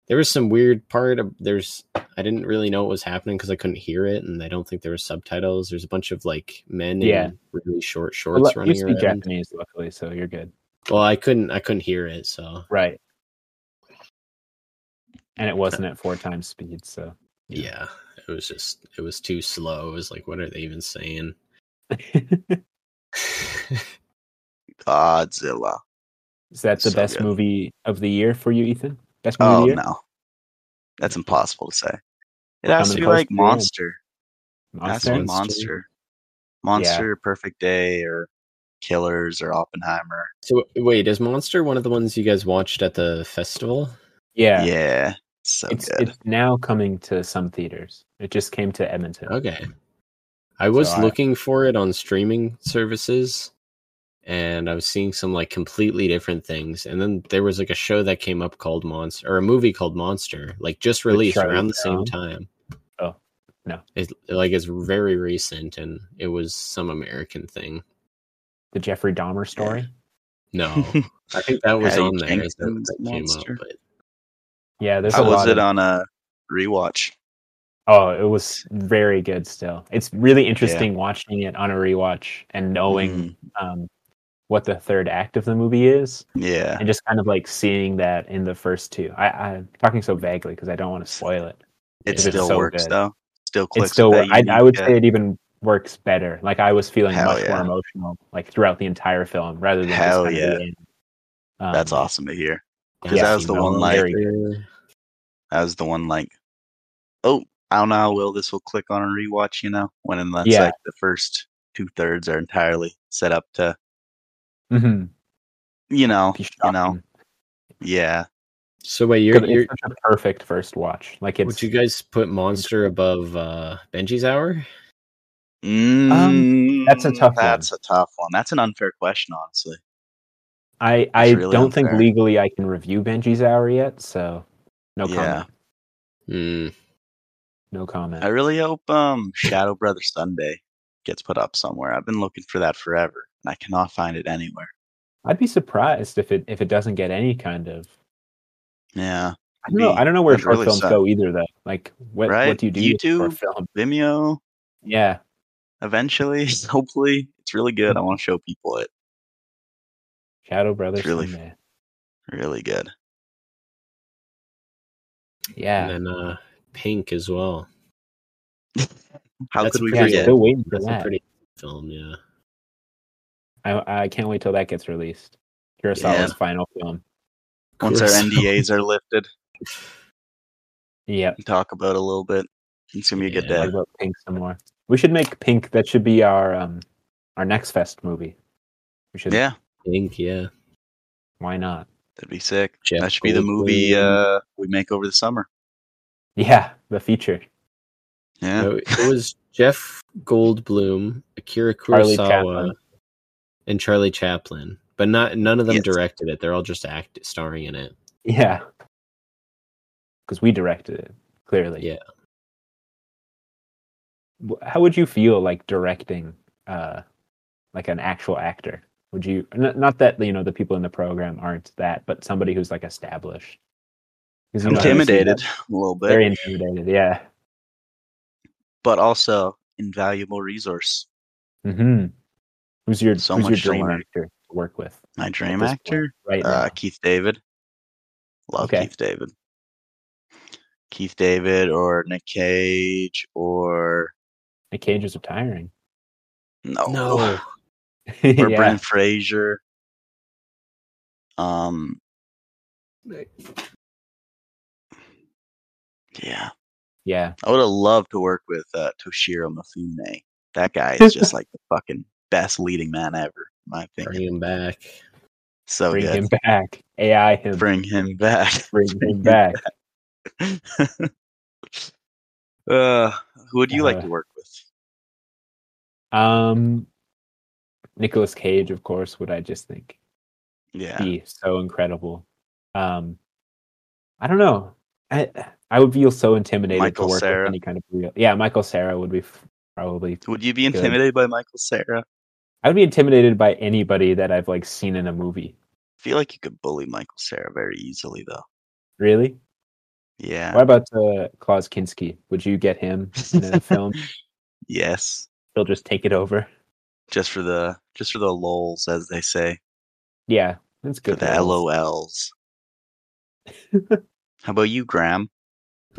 [SPEAKER 3] there was some weird part of there's, I didn't really know what was happening because I couldn't hear it, and I don't think there were subtitles. There's a bunch of like men
[SPEAKER 2] Yeah.
[SPEAKER 3] in really short
[SPEAKER 2] Well,
[SPEAKER 3] shorts
[SPEAKER 2] look, you
[SPEAKER 3] running
[SPEAKER 2] speak
[SPEAKER 3] around.
[SPEAKER 2] Japanese, luckily, so you're good.
[SPEAKER 3] Well, I couldn't, I couldn't hear it, so.
[SPEAKER 2] Right. And it wasn't at four times speed, so
[SPEAKER 3] yeah it was just it was too slow it was like what are they even saying
[SPEAKER 1] Godzilla.
[SPEAKER 2] is that the
[SPEAKER 1] So
[SPEAKER 2] best
[SPEAKER 1] good.
[SPEAKER 2] movie of the year for you, Ethan? Best movie of
[SPEAKER 1] Oh
[SPEAKER 2] the year?
[SPEAKER 1] no. That's impossible to say. It
[SPEAKER 2] Well,
[SPEAKER 1] has
[SPEAKER 2] how
[SPEAKER 1] to
[SPEAKER 2] many
[SPEAKER 1] be
[SPEAKER 2] close
[SPEAKER 1] like
[SPEAKER 2] do you have?
[SPEAKER 1] monster. That's
[SPEAKER 2] Monster.
[SPEAKER 1] a
[SPEAKER 3] Monster?
[SPEAKER 1] monster. Monster, Perfect Day, or Killers, or Oppenheimer.
[SPEAKER 3] So wait, is Monster one of the ones you guys watched at the festival?
[SPEAKER 2] Yeah,
[SPEAKER 1] Yeah, so
[SPEAKER 2] it's
[SPEAKER 1] good.
[SPEAKER 2] it's now coming to some theaters. It just came to Edmonton.
[SPEAKER 3] Okay. I was
[SPEAKER 2] I-
[SPEAKER 3] looking for it on streaming services and I was seeing some like completely different things. And then there was like a show that came up called Monster or a movie called Monster, like just released
[SPEAKER 2] Charlize
[SPEAKER 3] around the
[SPEAKER 2] Theron?
[SPEAKER 3] same time.
[SPEAKER 2] Oh, no.
[SPEAKER 3] It's like it's very recent and it was some American thing.
[SPEAKER 2] The Jeffrey Dahmer story.
[SPEAKER 3] No.
[SPEAKER 2] oh,
[SPEAKER 3] I think that was
[SPEAKER 1] Patty
[SPEAKER 3] on there. as that-
[SPEAKER 1] Jenkins'
[SPEAKER 3] that came up,
[SPEAKER 1] Monster.
[SPEAKER 3] but-
[SPEAKER 2] Yeah, there's a
[SPEAKER 1] How was
[SPEAKER 2] lot.
[SPEAKER 1] it
[SPEAKER 2] of,
[SPEAKER 1] on a rewatch?
[SPEAKER 2] oh, it was very good. Still, it's really interesting watching it on a rewatch and knowing
[SPEAKER 1] Mhm.
[SPEAKER 2] um, what the third act of the movie is,
[SPEAKER 1] Yeah,
[SPEAKER 2] and just kind of like seeing that in the first two. I, I'm talking so vaguely because I don't want to spoil it.
[SPEAKER 1] it
[SPEAKER 2] it's
[SPEAKER 1] still
[SPEAKER 2] so
[SPEAKER 1] works
[SPEAKER 2] good.
[SPEAKER 1] though. Still clicks.
[SPEAKER 2] it still
[SPEAKER 1] with
[SPEAKER 2] wor-
[SPEAKER 1] that
[SPEAKER 2] I, I would
[SPEAKER 1] unique, uh,
[SPEAKER 2] say it even works better like i was feeling
[SPEAKER 1] Hell
[SPEAKER 2] much
[SPEAKER 1] yeah.
[SPEAKER 2] more emotional like throughout the entire film rather than
[SPEAKER 1] Hell
[SPEAKER 2] just kind
[SPEAKER 1] yeah.
[SPEAKER 2] of the end. Um,
[SPEAKER 1] that's awesome to hear. 'Cause
[SPEAKER 2] Yeah,
[SPEAKER 1] that was the
[SPEAKER 2] no,
[SPEAKER 1] one like
[SPEAKER 2] very good.
[SPEAKER 1] that was the one like, oh, I don't know how well this will click on a rewatch. You know, when and that's
[SPEAKER 2] Yeah.
[SPEAKER 1] like the first two thirds are entirely set up to
[SPEAKER 2] Mhm.
[SPEAKER 1] you know
[SPEAKER 2] Be
[SPEAKER 1] you know
[SPEAKER 2] shocking.
[SPEAKER 1] yeah
[SPEAKER 3] So wait, you're,
[SPEAKER 2] 'Cause
[SPEAKER 3] you're
[SPEAKER 2] it's such a perfect first watch like it's
[SPEAKER 3] would you guys put Monster above uh Benji's hour?
[SPEAKER 2] Um, that's a
[SPEAKER 1] Mm,
[SPEAKER 2] tough one.
[SPEAKER 1] That's a tough one. That's an unfair question, honestly.
[SPEAKER 2] i i
[SPEAKER 1] really
[SPEAKER 2] don't think
[SPEAKER 1] unfair.
[SPEAKER 2] legally i can review benji's hour yet so no
[SPEAKER 1] Yeah.
[SPEAKER 2] comment
[SPEAKER 3] Hmm.
[SPEAKER 2] no comment
[SPEAKER 1] I really hope um Shadow Brother Sunday gets put up somewhere. I've been looking for that forever, and I cannot find it anywhere.
[SPEAKER 2] i'd be surprised if it if it doesn't get any kind of
[SPEAKER 1] Yeah,
[SPEAKER 2] i don't know
[SPEAKER 1] Be-
[SPEAKER 2] i don't know where
[SPEAKER 1] that'd
[SPEAKER 2] short
[SPEAKER 1] really
[SPEAKER 2] films
[SPEAKER 1] suck.
[SPEAKER 2] go either though like what
[SPEAKER 1] Right?
[SPEAKER 2] what do you do with a short
[SPEAKER 1] YouTube?
[SPEAKER 2] film
[SPEAKER 1] Vimeo.
[SPEAKER 2] yeah
[SPEAKER 1] Eventually, hopefully, it's really
[SPEAKER 2] Mm.
[SPEAKER 1] good. I want to show people it.
[SPEAKER 2] shadow brothers
[SPEAKER 1] really-
[SPEAKER 2] Sunday.
[SPEAKER 1] Really good.
[SPEAKER 2] yeah
[SPEAKER 3] and then uh, Pink as well.
[SPEAKER 1] How
[SPEAKER 3] That's
[SPEAKER 1] could we
[SPEAKER 3] pretty
[SPEAKER 2] Yeah,
[SPEAKER 3] Yeah.
[SPEAKER 1] forget?
[SPEAKER 2] still waiting for
[SPEAKER 3] That's
[SPEAKER 2] that.
[SPEAKER 3] a pretty film, yeah.
[SPEAKER 2] I, I can't wait till that gets released. Kurosawa's final film.
[SPEAKER 1] Once our
[SPEAKER 3] Kurosawa.
[SPEAKER 1] NDAs are lifted,
[SPEAKER 2] Yep.
[SPEAKER 1] we talk about it a little bit. It's gonna be a good
[SPEAKER 3] Yeah.
[SPEAKER 2] Talk
[SPEAKER 1] day.
[SPEAKER 2] about Pink some more. We should make Pink. That should be our um our next fest movie. We should.
[SPEAKER 1] Yeah,
[SPEAKER 3] Pink, yeah.
[SPEAKER 2] Why not?
[SPEAKER 1] that'd be sick.
[SPEAKER 3] Jeff
[SPEAKER 1] that should be the movie
[SPEAKER 3] Goldblum.
[SPEAKER 1] uh, we make over the summer.
[SPEAKER 2] Yeah, the feature.
[SPEAKER 1] Yeah,
[SPEAKER 3] No, Oh, it was Jeff Goldblum, Akira
[SPEAKER 2] Charlie
[SPEAKER 3] Kurosawa,
[SPEAKER 2] Chaplin.
[SPEAKER 3] and Charlie Chaplin. But not none of them
[SPEAKER 1] Yes.
[SPEAKER 3] directed it. They're all just act starring in it.
[SPEAKER 2] Yeah. Because we directed it clearly.
[SPEAKER 3] Yeah.
[SPEAKER 2] W- How would you feel like directing, uh, like an actual actor? Would you n- not that you know the people in the program aren't that, but somebody who's like established? 'Cause, you know, obviously
[SPEAKER 1] intimidated a little bit.
[SPEAKER 2] very intimidated yeah
[SPEAKER 1] but also invaluable resource.
[SPEAKER 2] hmm who's your
[SPEAKER 1] So
[SPEAKER 2] who's your
[SPEAKER 1] much to
[SPEAKER 2] dream
[SPEAKER 1] learn.
[SPEAKER 2] actor to work with
[SPEAKER 1] My dream
[SPEAKER 2] this
[SPEAKER 1] actor,
[SPEAKER 2] right
[SPEAKER 1] uh,
[SPEAKER 2] now
[SPEAKER 1] Keith David. Love
[SPEAKER 2] Okay.
[SPEAKER 1] Keith David. Keith David or Nick Cage or
[SPEAKER 2] Nick Cage is retiring
[SPEAKER 1] no,
[SPEAKER 3] No.
[SPEAKER 1] oh, or
[SPEAKER 2] yeah
[SPEAKER 1] Brent Fraser. Um, yeah,
[SPEAKER 2] yeah
[SPEAKER 1] I would have loved to work with uh, Toshiro Mifune. That guy is just like the fucking best leading man ever, in my
[SPEAKER 3] Bring
[SPEAKER 1] opinion.
[SPEAKER 3] him back.
[SPEAKER 1] So
[SPEAKER 2] bring
[SPEAKER 1] good.
[SPEAKER 2] him back AI him bring,
[SPEAKER 1] Bring him back.
[SPEAKER 2] him back
[SPEAKER 1] uh, who would you like
[SPEAKER 2] Uh,
[SPEAKER 1] to work with?
[SPEAKER 2] um Nicolas Cage of course would I just think
[SPEAKER 1] Yeah.
[SPEAKER 2] be so incredible um I don't know I I would feel so intimidated
[SPEAKER 1] Michael
[SPEAKER 2] to work
[SPEAKER 1] Cera.
[SPEAKER 2] with any kind of real yeah Michael Sarah would be f- probably
[SPEAKER 1] Would you be
[SPEAKER 2] Good.
[SPEAKER 1] intimidated by Michael Sarah? I
[SPEAKER 2] I would be intimidated by anybody that I've like seen in a movie
[SPEAKER 1] feel like you could bully Michael Sarah very easily, though.
[SPEAKER 2] really
[SPEAKER 1] Yeah.
[SPEAKER 2] What about uh, Klaus Kinski? Would you get him in a film?
[SPEAKER 1] Yes.
[SPEAKER 2] He'll just take it over.
[SPEAKER 1] Just for the just for the lols, as they say,
[SPEAKER 2] Yeah, that's good.
[SPEAKER 1] for the
[SPEAKER 2] roles.
[SPEAKER 1] LOLs. How about you, Graham?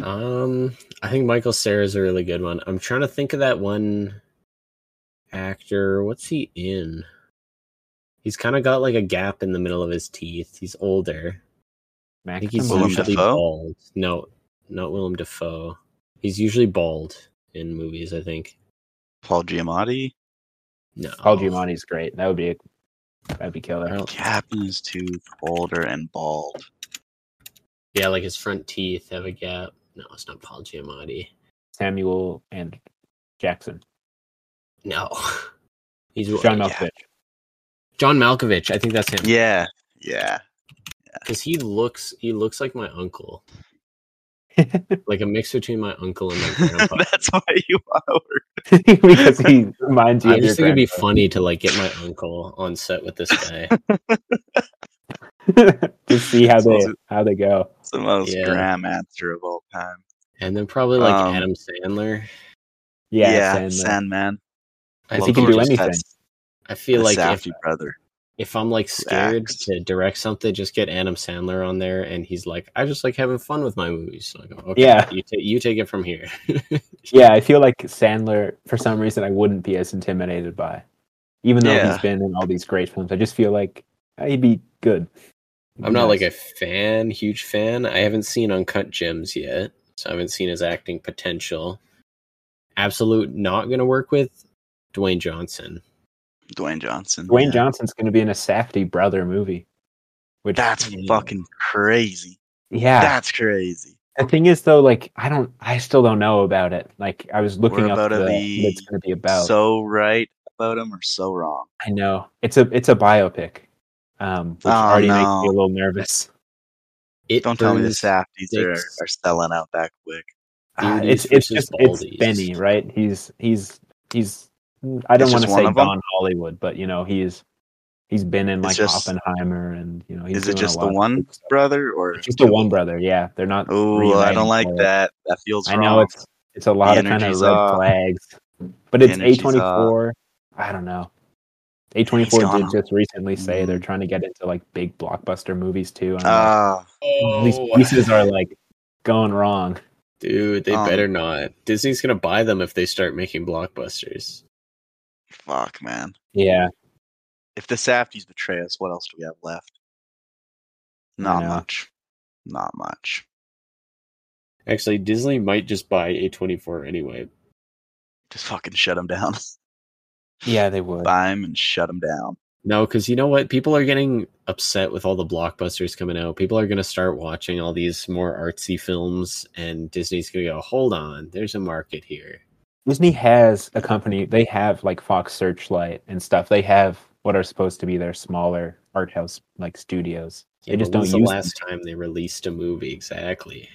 [SPEAKER 3] Um I think Michael Sarah's a really good one. I'm trying to think of that one actor. What's he in? He's kind of got like a gap in the middle of his teeth. He's older. I think he's
[SPEAKER 2] Maximum
[SPEAKER 1] Willem
[SPEAKER 3] usually
[SPEAKER 1] Dafoe?
[SPEAKER 3] bald. No, not Willem Dafoe. He's usually bald in movies, I think.
[SPEAKER 1] Paul Giamatti.
[SPEAKER 3] No.
[SPEAKER 2] Paul Giamatti's great. That would be a, that'd be
[SPEAKER 3] I
[SPEAKER 2] killer.
[SPEAKER 3] don't-
[SPEAKER 1] Captain is too older and bald.
[SPEAKER 3] Yeah, like his front teeth have a gap. No, it's not Paul Giamatti.
[SPEAKER 2] Samuel and Jackson.
[SPEAKER 3] No. He's
[SPEAKER 2] John
[SPEAKER 1] yeah.
[SPEAKER 2] Malkovich.
[SPEAKER 3] John Malkovich. I think that's him.
[SPEAKER 1] Yeah, yeah.
[SPEAKER 3] because he looks he looks like my uncle, like a mix between my uncle and my grandpa.
[SPEAKER 1] That's why you are.
[SPEAKER 2] because he reminds you.
[SPEAKER 3] I
[SPEAKER 2] of
[SPEAKER 3] just think
[SPEAKER 2] your
[SPEAKER 3] it'd be
[SPEAKER 2] grandpa.
[SPEAKER 3] funny to like get my uncle on set with this guy.
[SPEAKER 2] to see how they
[SPEAKER 1] So-
[SPEAKER 2] how they go.
[SPEAKER 1] It's the most
[SPEAKER 3] Yeah.
[SPEAKER 1] grandmaster of all time.
[SPEAKER 3] and then probably like
[SPEAKER 1] Um,
[SPEAKER 3] Adam Sandler.
[SPEAKER 2] Yeah,
[SPEAKER 1] Sandman.
[SPEAKER 2] and, uh,
[SPEAKER 3] I
[SPEAKER 2] Well,
[SPEAKER 3] think
[SPEAKER 2] he can
[SPEAKER 3] he
[SPEAKER 2] do
[SPEAKER 3] just-
[SPEAKER 2] anything.
[SPEAKER 3] I feel like if,
[SPEAKER 1] Safety brother.
[SPEAKER 3] if I'm like scared
[SPEAKER 1] Facts.
[SPEAKER 3] to direct something, just get Adam Sandler on there, and he's like, I just like having fun with my movies. So I go, okay,
[SPEAKER 2] Yeah.
[SPEAKER 3] you take you take it from here.
[SPEAKER 2] Yeah, I feel like Sandler for some reason I wouldn't be as intimidated by, even though
[SPEAKER 1] Yeah.
[SPEAKER 2] he's been in all these great films. I just feel like uh, he'd be good.
[SPEAKER 3] I'm not like a fan, huge fan. I haven't seen Uncut Gems yet, so I haven't seen his acting potential. Absolute not going to work with Dwayne Johnson.
[SPEAKER 1] Dwayne Johnson.
[SPEAKER 2] Dwayne
[SPEAKER 1] Yeah.
[SPEAKER 2] Johnson's going to be in a Safety brother movie, which
[SPEAKER 1] That's
[SPEAKER 3] Yeah.
[SPEAKER 1] fucking crazy.
[SPEAKER 2] yeah.
[SPEAKER 1] That's crazy.
[SPEAKER 2] the thing is though, like I don't, I still don't know about it. Like I was looking
[SPEAKER 1] We're
[SPEAKER 2] up
[SPEAKER 1] about to
[SPEAKER 2] the,
[SPEAKER 1] be
[SPEAKER 2] what it's going to be about.
[SPEAKER 1] So right about him or so wrong.
[SPEAKER 2] I know it's a it's a biopic, um, which
[SPEAKER 1] Oh,
[SPEAKER 2] already
[SPEAKER 1] no.
[SPEAKER 2] makes me a little nervous.
[SPEAKER 3] It
[SPEAKER 1] Don't tell me the
[SPEAKER 3] burns
[SPEAKER 1] Safties are,
[SPEAKER 3] dicks.
[SPEAKER 1] are selling out that quick.
[SPEAKER 2] Ah,
[SPEAKER 3] Beardies
[SPEAKER 2] it's it's
[SPEAKER 3] versus
[SPEAKER 2] just it's
[SPEAKER 3] Baldies.
[SPEAKER 2] Benny, right? He's he's he's. I don't
[SPEAKER 1] It's
[SPEAKER 2] want
[SPEAKER 1] just
[SPEAKER 2] to
[SPEAKER 1] one
[SPEAKER 2] say
[SPEAKER 1] of 'em?
[SPEAKER 2] Don Hollywood, but you know he's he's been in
[SPEAKER 1] It's
[SPEAKER 2] like
[SPEAKER 1] just-
[SPEAKER 2] Oppenheimer, and you know he's
[SPEAKER 1] Is it
[SPEAKER 2] doing a
[SPEAKER 1] just
[SPEAKER 2] lot
[SPEAKER 1] the
[SPEAKER 2] of
[SPEAKER 1] one
[SPEAKER 2] good stuff.
[SPEAKER 1] brother or
[SPEAKER 2] It's just the one brother. Yeah, they're not.
[SPEAKER 1] Oh, I
[SPEAKER 2] reuniting
[SPEAKER 1] don't like
[SPEAKER 2] for it.
[SPEAKER 1] that. That feels
[SPEAKER 2] I
[SPEAKER 1] wrong.
[SPEAKER 2] know it's it's a lot
[SPEAKER 1] The
[SPEAKER 2] of kind of
[SPEAKER 1] energy's
[SPEAKER 2] red
[SPEAKER 1] off.
[SPEAKER 2] flags, but
[SPEAKER 1] The
[SPEAKER 2] it's A
[SPEAKER 1] energy's
[SPEAKER 2] twenty four. I don't know. A twenty four
[SPEAKER 1] He's
[SPEAKER 2] did
[SPEAKER 1] gone.
[SPEAKER 2] just recently say they're
[SPEAKER 1] Mm.
[SPEAKER 2] trying to get into like big blockbuster movies too. and I'm
[SPEAKER 1] Ah,
[SPEAKER 2] like, these
[SPEAKER 3] Oh.
[SPEAKER 2] pieces are like going wrong.
[SPEAKER 3] Dude, they
[SPEAKER 1] Um,
[SPEAKER 3] better not. Disney's going to buy them if they start making blockbusters.
[SPEAKER 1] fuck, man.
[SPEAKER 2] Yeah,
[SPEAKER 1] If the Safties betray us, what else do we have left? Not
[SPEAKER 2] know.
[SPEAKER 1] much. Not much.
[SPEAKER 3] Actually, Disney might just buy A24 anyway.
[SPEAKER 1] Just fucking shut them down.
[SPEAKER 2] yeah, they would.
[SPEAKER 1] Buy 'em and shut them down.
[SPEAKER 3] No, because you know what? People are getting upset with all the blockbusters coming out. People are going to start watching all these more artsy films, and Disney's going to go, hold on, there's a market here.
[SPEAKER 2] Disney has a company. They have like Fox Searchlight and stuff. They have what are supposed to be their smaller art house like studios. They
[SPEAKER 3] Yeah,
[SPEAKER 2] just
[SPEAKER 3] but
[SPEAKER 2] don't use
[SPEAKER 3] when's the
[SPEAKER 2] them.
[SPEAKER 3] last time they released a movie exactly.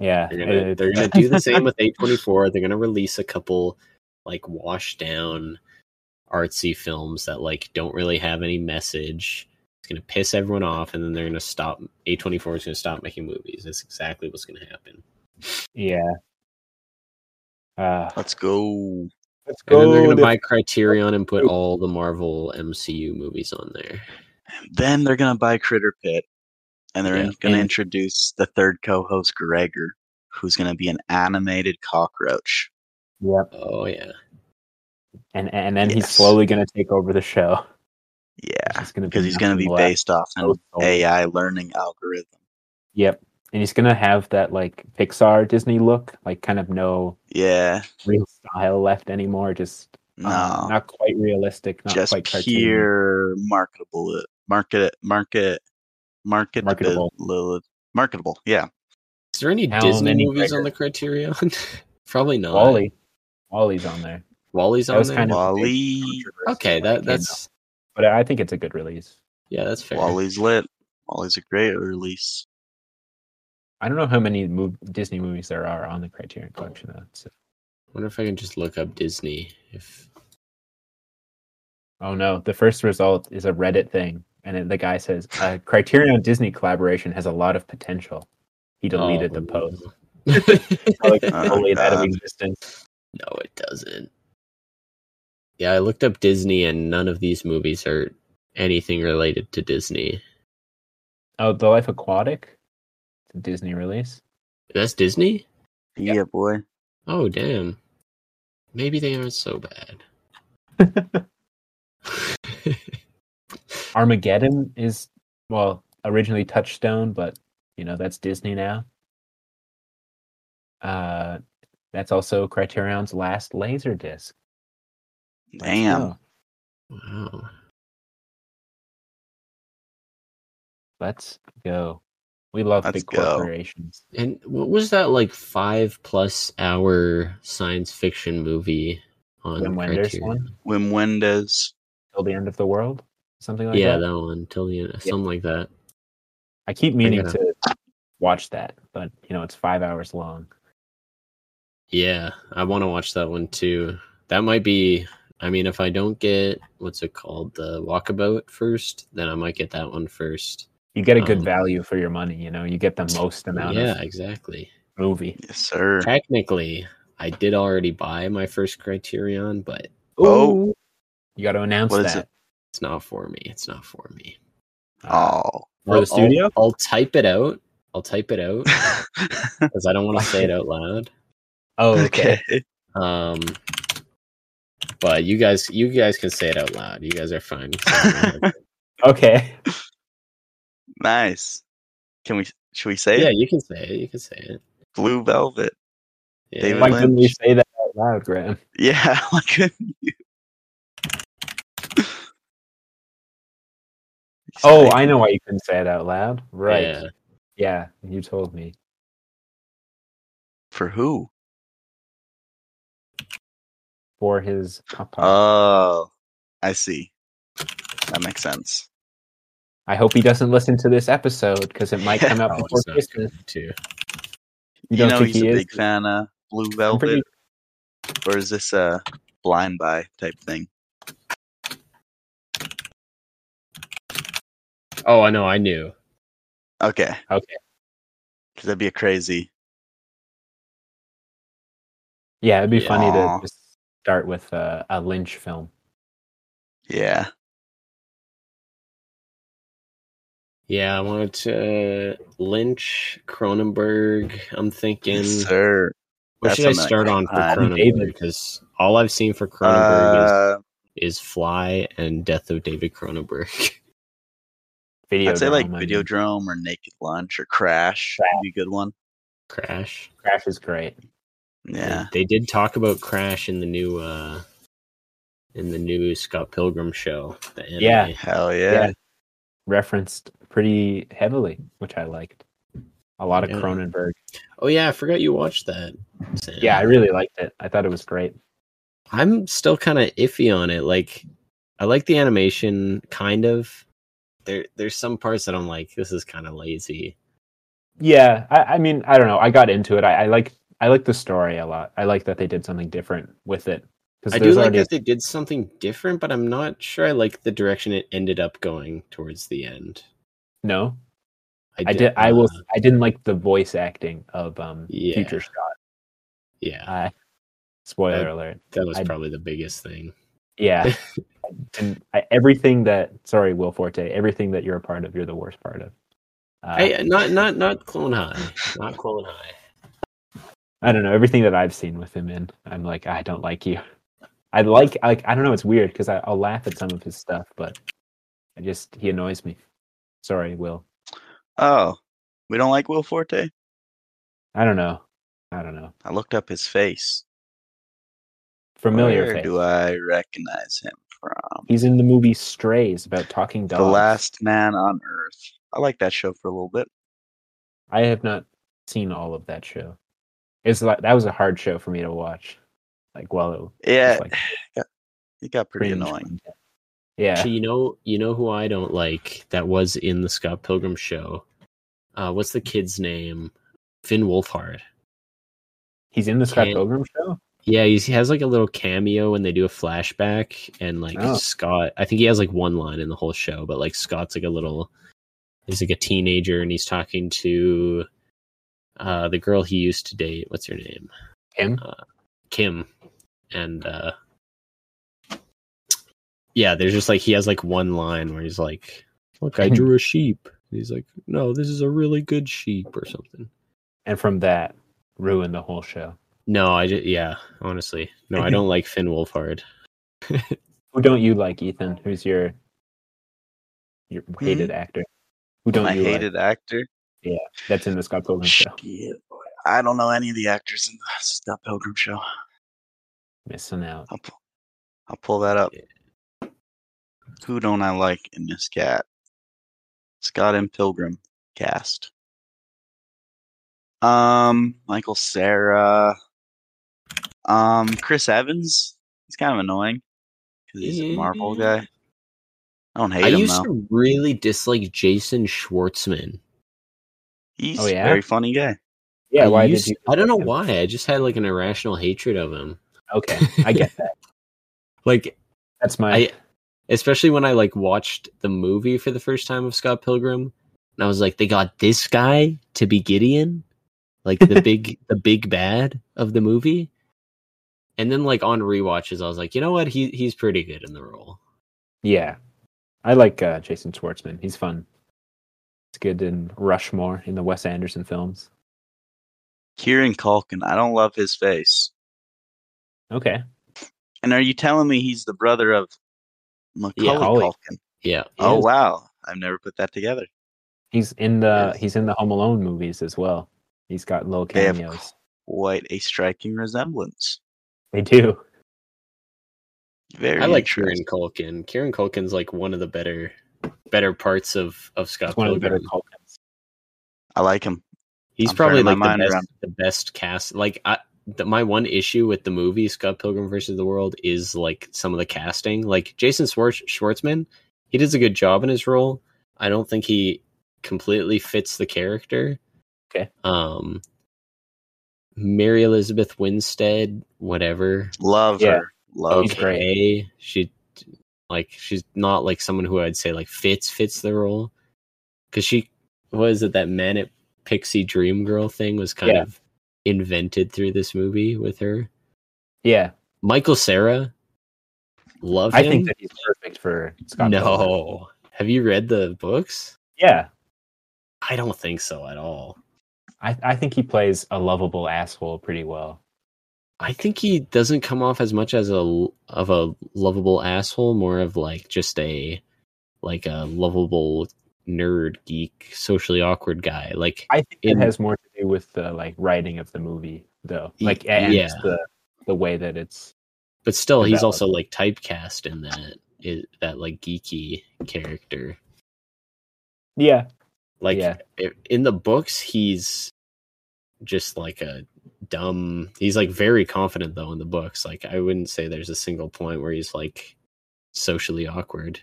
[SPEAKER 2] Yeah,
[SPEAKER 3] They're gonna,
[SPEAKER 2] it-
[SPEAKER 3] they're gonna do the same with A24. They're gonna release a couple like washed down artsy films that like don't really have any message. It's gonna piss everyone off, and then they're gonna stop. A24 is gonna stop making movies. That's exactly what's gonna happen.
[SPEAKER 2] yeah. Uh,
[SPEAKER 1] Let's go.
[SPEAKER 2] let's
[SPEAKER 3] And then they're
[SPEAKER 2] go.
[SPEAKER 3] gonna
[SPEAKER 2] to-
[SPEAKER 3] buy Criterion and put all the Marvel MCU movies on there.
[SPEAKER 1] Then they're gonna buy Critter Pit, and they're
[SPEAKER 3] Yeah,
[SPEAKER 1] gonna
[SPEAKER 3] and-
[SPEAKER 1] introduce the third co-host Gregor, who's gonna be an animated cockroach.
[SPEAKER 2] Yep.
[SPEAKER 3] Oh yeah,
[SPEAKER 2] And and then he's
[SPEAKER 1] Yes.
[SPEAKER 2] slowly gonna take over the show.
[SPEAKER 1] Yeah,
[SPEAKER 2] It's gonna
[SPEAKER 1] because he's gonna
[SPEAKER 2] nothing
[SPEAKER 1] be
[SPEAKER 2] left.
[SPEAKER 1] based off an
[SPEAKER 2] Oh, oh.
[SPEAKER 1] AI learning algorithm.
[SPEAKER 2] Yep. And he's gonna have that like Pixar Disney look, like kind of no
[SPEAKER 1] Yeah,
[SPEAKER 2] real style left anymore. Just
[SPEAKER 1] no,
[SPEAKER 2] uh, not quite realistic, not
[SPEAKER 1] just
[SPEAKER 2] quite cartoony.
[SPEAKER 1] pure marketable, market, market, market,
[SPEAKER 2] Marketable.
[SPEAKER 1] marketable. Yeah,
[SPEAKER 3] is there any
[SPEAKER 2] Alan
[SPEAKER 3] Disney
[SPEAKER 2] and
[SPEAKER 3] movies on
[SPEAKER 2] Gregor.
[SPEAKER 3] the Criterion? Probably not.
[SPEAKER 2] Wally, Wally's on there.
[SPEAKER 3] Wally's
[SPEAKER 2] That
[SPEAKER 3] on
[SPEAKER 2] was
[SPEAKER 3] there.
[SPEAKER 2] kind of a big
[SPEAKER 1] Wally.
[SPEAKER 2] controversy
[SPEAKER 3] okay,
[SPEAKER 2] when it
[SPEAKER 3] that
[SPEAKER 2] came out,
[SPEAKER 3] that's
[SPEAKER 2] But I think it's a good release.
[SPEAKER 3] yeah, that's fair.
[SPEAKER 1] Wally's lit. Wally's a great release.
[SPEAKER 2] I don't know how many mov- Disney movies there are on the
[SPEAKER 1] Oh.
[SPEAKER 2] Criterion Collection. Though. It's-
[SPEAKER 3] wonder if I can just look up Disney. If
[SPEAKER 2] oh no, the first result is a Reddit thing, and it, the guy says uh, Criterion Disney collaboration has a lot of potential. He deleted
[SPEAKER 3] oh.
[SPEAKER 2] the post.
[SPEAKER 3] no,
[SPEAKER 2] Like, uh, totally out of
[SPEAKER 1] Oh, God.
[SPEAKER 2] existence.
[SPEAKER 3] it doesn't. Yeah, I looked up Disney, and none of these movies are anything related to Disney.
[SPEAKER 2] Oh, The Life Aquatic, it's a Disney release.
[SPEAKER 3] That's Disney.
[SPEAKER 1] Yeah, boy.
[SPEAKER 3] Oh damn. Maybe they aren't so bad.
[SPEAKER 2] Armageddon is well originally Touchstone, but you know that's Disney now. Uh, that's also Criterion's last laser disc.
[SPEAKER 1] Damn.
[SPEAKER 2] Oh,
[SPEAKER 3] Wow.
[SPEAKER 2] let's go. We love
[SPEAKER 1] Let's
[SPEAKER 2] big
[SPEAKER 1] go.
[SPEAKER 2] corporations.
[SPEAKER 3] And what was that like five plus hour science fiction movie on
[SPEAKER 2] Wim Wenders
[SPEAKER 3] Criterion?
[SPEAKER 2] one?
[SPEAKER 1] Wim Wenders.
[SPEAKER 2] Till the end of the world? Something like
[SPEAKER 3] yeah,
[SPEAKER 2] that.
[SPEAKER 3] that one till the end, something like that.
[SPEAKER 2] I keep meaning
[SPEAKER 3] gotta-
[SPEAKER 2] to watch that, but you know, it's five hours long.
[SPEAKER 3] Yeah, I want to watch that one too. That might be. I mean, if I don't get what's it called, the Walkabout first, then I might get that one first.
[SPEAKER 2] You get a good
[SPEAKER 3] Um,
[SPEAKER 2] value for your money, you know, you get the most amount
[SPEAKER 3] yeah,
[SPEAKER 2] of
[SPEAKER 3] exactly.
[SPEAKER 2] movie.
[SPEAKER 1] Yes, sir.
[SPEAKER 3] Technically, I did already buy my first Criterion, but
[SPEAKER 1] Oh.
[SPEAKER 2] Ooh. you gotta announce
[SPEAKER 1] What is
[SPEAKER 2] that.
[SPEAKER 3] it's not for me. It's not for me.
[SPEAKER 2] Uh,
[SPEAKER 1] Oh.
[SPEAKER 2] For the
[SPEAKER 3] I'll-
[SPEAKER 2] studio?
[SPEAKER 3] I'll, I'll type it out. I'll type it out because I don't want to say it out loud.
[SPEAKER 2] oh, okay.
[SPEAKER 1] okay.
[SPEAKER 3] Um, but you guys, you guys can say it out loud. You guys are fine. 'cause I don't have-
[SPEAKER 2] Okay.
[SPEAKER 1] Nice. Can we? Should we say
[SPEAKER 3] yeah,
[SPEAKER 1] it?
[SPEAKER 3] you can say it. You can say it.
[SPEAKER 1] Blue Velvet.
[SPEAKER 3] Yeah.
[SPEAKER 1] David
[SPEAKER 2] Why couldn't we
[SPEAKER 1] Lynch.
[SPEAKER 2] say that out loud, Graham?
[SPEAKER 1] Yeah. Why couldn't you?
[SPEAKER 2] Oh, I know why you couldn't say it out loud. Right.
[SPEAKER 3] Yeah.
[SPEAKER 2] Yeah, you told me.
[SPEAKER 1] For who?
[SPEAKER 2] For his papa.
[SPEAKER 1] Oh, I see. That makes sense.
[SPEAKER 2] I hope he doesn't listen to this episode because it might come out
[SPEAKER 3] Oh,
[SPEAKER 2] before
[SPEAKER 3] it's not
[SPEAKER 2] Christmas.
[SPEAKER 3] good too.
[SPEAKER 2] You
[SPEAKER 1] You
[SPEAKER 2] don't
[SPEAKER 1] know
[SPEAKER 2] think
[SPEAKER 1] he's
[SPEAKER 2] he
[SPEAKER 1] a
[SPEAKER 2] is?
[SPEAKER 1] big fan of Blue
[SPEAKER 2] I'm
[SPEAKER 1] Velvet,
[SPEAKER 2] pretty-
[SPEAKER 1] or is this a blind buy type thing?
[SPEAKER 3] Oh, I know. I knew.
[SPEAKER 1] Okay.
[SPEAKER 2] Okay.
[SPEAKER 1] Because that'd be a crazy.
[SPEAKER 2] yeah, it'd be
[SPEAKER 3] Yeah.
[SPEAKER 2] funny to
[SPEAKER 1] Aw.
[SPEAKER 2] just start with uh, a Lynch film.
[SPEAKER 1] Yeah.
[SPEAKER 3] Yeah, I wanted to Lynch Cronenberg. I'm thinking.
[SPEAKER 1] Yes, sir.
[SPEAKER 3] what
[SPEAKER 1] that's
[SPEAKER 3] should I
[SPEAKER 1] something I
[SPEAKER 3] start
[SPEAKER 1] can
[SPEAKER 3] on for
[SPEAKER 1] find.
[SPEAKER 3] Cronenberg?
[SPEAKER 2] David.
[SPEAKER 3] Because all I've seen for Cronenberg is,
[SPEAKER 1] Uh,
[SPEAKER 3] is Fly and Death of David Cronenberg.
[SPEAKER 2] Video
[SPEAKER 1] I'd say like
[SPEAKER 2] drama, I mean,
[SPEAKER 1] Videodrome or Naked Lunch or Crash.
[SPEAKER 2] Crash.
[SPEAKER 1] Would be a good one.
[SPEAKER 3] Crash.
[SPEAKER 2] Crash is great.
[SPEAKER 1] Yeah.
[SPEAKER 3] They, they did talk about Crash in the new uh in the new Scott Pilgrim show. The anime.
[SPEAKER 2] Yeah.
[SPEAKER 1] Hell yeah.
[SPEAKER 2] Referenced pretty heavily, which I liked. A lot of
[SPEAKER 3] Yeah.
[SPEAKER 2] Cronenberg.
[SPEAKER 3] Oh yeah, I forgot you watched that. Sam.
[SPEAKER 2] Yeah, I really liked it. I thought it was great.
[SPEAKER 3] I'm still kind of iffy on it. Like I like the animation kind of. There there's some parts that I'm like this is kind of lazy.
[SPEAKER 2] Yeah, I, I mean, I don't know. I got into it. I, I like I like the story a lot. I like that they did something different with it because
[SPEAKER 3] I do
[SPEAKER 2] there's
[SPEAKER 3] like
[SPEAKER 2] already
[SPEAKER 3] that they did something different, but I'm not sure I like the direction it ended up going towards the end. uh,
[SPEAKER 2] no. I did. I will. I didn't like the voice acting of um
[SPEAKER 3] Yeah.
[SPEAKER 2] Future Scott.
[SPEAKER 3] Yeah,
[SPEAKER 2] I spoiler
[SPEAKER 3] I-
[SPEAKER 2] alert.
[SPEAKER 3] that was
[SPEAKER 2] I-
[SPEAKER 3] probably the biggest thing.
[SPEAKER 2] Yeah, and I, everything that sorry Will Forte, everything that you're a part of, you're the worst part of. Uh,
[SPEAKER 3] Hey, not not not Clone High, not Clone High.
[SPEAKER 2] I don't know everything that I've seen with him in. I'm like, I don't like you. I like like I don't know. It's weird because I'll laugh at some of his stuff, but I just he annoys me. Sorry, Will.
[SPEAKER 1] Oh, we don't like Will Forte.
[SPEAKER 2] I don't know. I don't know.
[SPEAKER 1] I looked up his face.
[SPEAKER 2] Familiar
[SPEAKER 1] Where
[SPEAKER 2] face.
[SPEAKER 1] do I recognize him from?
[SPEAKER 2] He's in the movie Strays about talking dogs.
[SPEAKER 1] The Last Man on Earth. I like that show for a little bit.
[SPEAKER 2] I have not seen all of that show. It's like that was a hard show for me to watch. Like, well, it was
[SPEAKER 1] Yeah,
[SPEAKER 2] like
[SPEAKER 1] it got pretty
[SPEAKER 2] cringe
[SPEAKER 1] annoying.
[SPEAKER 2] content. Yeah,
[SPEAKER 3] Actually, you know, you know who I don't like that was in the Scott Pilgrim show. Uh, what's the kid's name? Finn Wolfhard.
[SPEAKER 2] he's in the Scott
[SPEAKER 3] can't-
[SPEAKER 2] Pilgrim show.
[SPEAKER 3] Yeah, he's, he has like a little cameo when they do a flashback, and like
[SPEAKER 2] Oh.
[SPEAKER 3] Scott, I think he has like one line in the whole show, but like Scott's like a little, he's like a teenager, and he's talking to uh, the girl he used to date. What's her name?
[SPEAKER 2] Him.
[SPEAKER 3] Kim and uh yeah, there's just like he has like one line where he's like, "Look, I drew a sheep." And he's like, "No, this is a really good sheep" or something.
[SPEAKER 2] and from that ruined the whole show.
[SPEAKER 3] No, I just yeah, honestly, no, I don't like Finn Wolfhard.
[SPEAKER 2] Who don't you like, Ethan? Who's your your hated actor? Who don't
[SPEAKER 1] My
[SPEAKER 2] you
[SPEAKER 1] hated actor.
[SPEAKER 2] like? That's in the Scott Pilgrim show.
[SPEAKER 1] Shit, boy. I don't know any of the actors in the Scott Pilgrim show.
[SPEAKER 2] Missing out.
[SPEAKER 1] I'll, pu- I'll pull that up. Who don't I like in this cat? Scott and Pilgrim cast. Um, Michael Sarah. Um, Chris Evans. He's kind of annoying because he's a Marvel
[SPEAKER 2] Mm.
[SPEAKER 1] guy. I don't hate
[SPEAKER 3] I
[SPEAKER 1] him
[SPEAKER 3] used
[SPEAKER 1] though.
[SPEAKER 3] to really dislike Jason Schwartzman.
[SPEAKER 1] He's
[SPEAKER 2] Oh, yeah?
[SPEAKER 1] a very funny guy.
[SPEAKER 2] Yeah,
[SPEAKER 3] I
[SPEAKER 2] why
[SPEAKER 3] used-
[SPEAKER 2] did you?
[SPEAKER 3] I don't know why. I just had like an irrational hatred of him.
[SPEAKER 2] Okay, I get that.
[SPEAKER 3] Like
[SPEAKER 2] That's my.
[SPEAKER 3] I- especially when I like watched the movie for the first time of Scott Pilgrim, and I was like, they got this guy to be Gideon, like the big the big bad of the movie. And then like on rewatches, I was like, you know what? He he's pretty good in the role.
[SPEAKER 2] yeah, I like uh, Jason Schwartzman. He's fun. It's good in Rushmore in the Wes Anderson films.
[SPEAKER 1] Kieran Culkin. I don't love his face.
[SPEAKER 2] Okay,
[SPEAKER 1] And are you telling me he's the brother of Macaulay
[SPEAKER 3] Yeah,
[SPEAKER 2] Holly.
[SPEAKER 1] Culkin?
[SPEAKER 3] Yeah.
[SPEAKER 1] Oh
[SPEAKER 3] Yeah.
[SPEAKER 1] wow, I've never put that together.
[SPEAKER 2] he's in the
[SPEAKER 3] Yes.
[SPEAKER 2] he's in the Home Alone movies as well. He's got little
[SPEAKER 1] They have
[SPEAKER 2] cameos.
[SPEAKER 1] Quite a striking resemblance.
[SPEAKER 2] They do.
[SPEAKER 1] Very
[SPEAKER 3] I like
[SPEAKER 1] interesting.
[SPEAKER 3] Kieran Culkin. Kieran Culkin's like one of the better better parts of of Scott
[SPEAKER 2] It's one of the better
[SPEAKER 3] Pilgrim.
[SPEAKER 2] Culkins.
[SPEAKER 1] I like him.
[SPEAKER 3] He's
[SPEAKER 1] I'm
[SPEAKER 3] probably
[SPEAKER 1] turning my
[SPEAKER 3] like
[SPEAKER 1] mind
[SPEAKER 3] the best,
[SPEAKER 1] around.
[SPEAKER 3] the best cast. Like I, the, my one issue with the movie Scott Pilgrim versus the World is like some of the casting. Like Jason Schwartz, Schwartzman, he does a good job in his role. I don't think he completely fits the character.
[SPEAKER 2] Okay.
[SPEAKER 3] Um, Mary Elizabeth Winstead, whatever.
[SPEAKER 1] Love
[SPEAKER 2] Yeah.
[SPEAKER 1] her. Love
[SPEAKER 2] He's
[SPEAKER 1] her.
[SPEAKER 2] great.
[SPEAKER 3] Okay, she like she's not like someone who I'd say like fits fits the role because she was it that man at Pixie Dream Girl thing was kind
[SPEAKER 2] Yeah.
[SPEAKER 3] of invented through this movie with her.
[SPEAKER 2] Yeah,
[SPEAKER 3] Michael Sarah, love
[SPEAKER 2] I
[SPEAKER 3] him.
[SPEAKER 2] think that he's perfect for Scott. Pilgrim.
[SPEAKER 3] no, have you read the books?
[SPEAKER 2] Yeah,
[SPEAKER 3] I don't think so at all.
[SPEAKER 2] I, I think he plays a lovable asshole pretty well.
[SPEAKER 3] I think he doesn't come off as much as a of a lovable asshole, more of like just a like a lovable nerd geek, socially awkward guy. Like
[SPEAKER 2] I think
[SPEAKER 3] In-
[SPEAKER 2] it has more to do with the like writing of the movie though.
[SPEAKER 3] Y-
[SPEAKER 2] Like and
[SPEAKER 3] yeah.
[SPEAKER 2] the the way that it's
[SPEAKER 3] but still he's
[SPEAKER 2] Valid.
[SPEAKER 3] also like typecast in that i that like geeky character.
[SPEAKER 2] Yeah.
[SPEAKER 3] Like
[SPEAKER 2] Yeah.
[SPEAKER 3] i- in the books he's just like a dumb he's like very confident though in the books. Like I wouldn't say there's a single point where he's like socially awkward.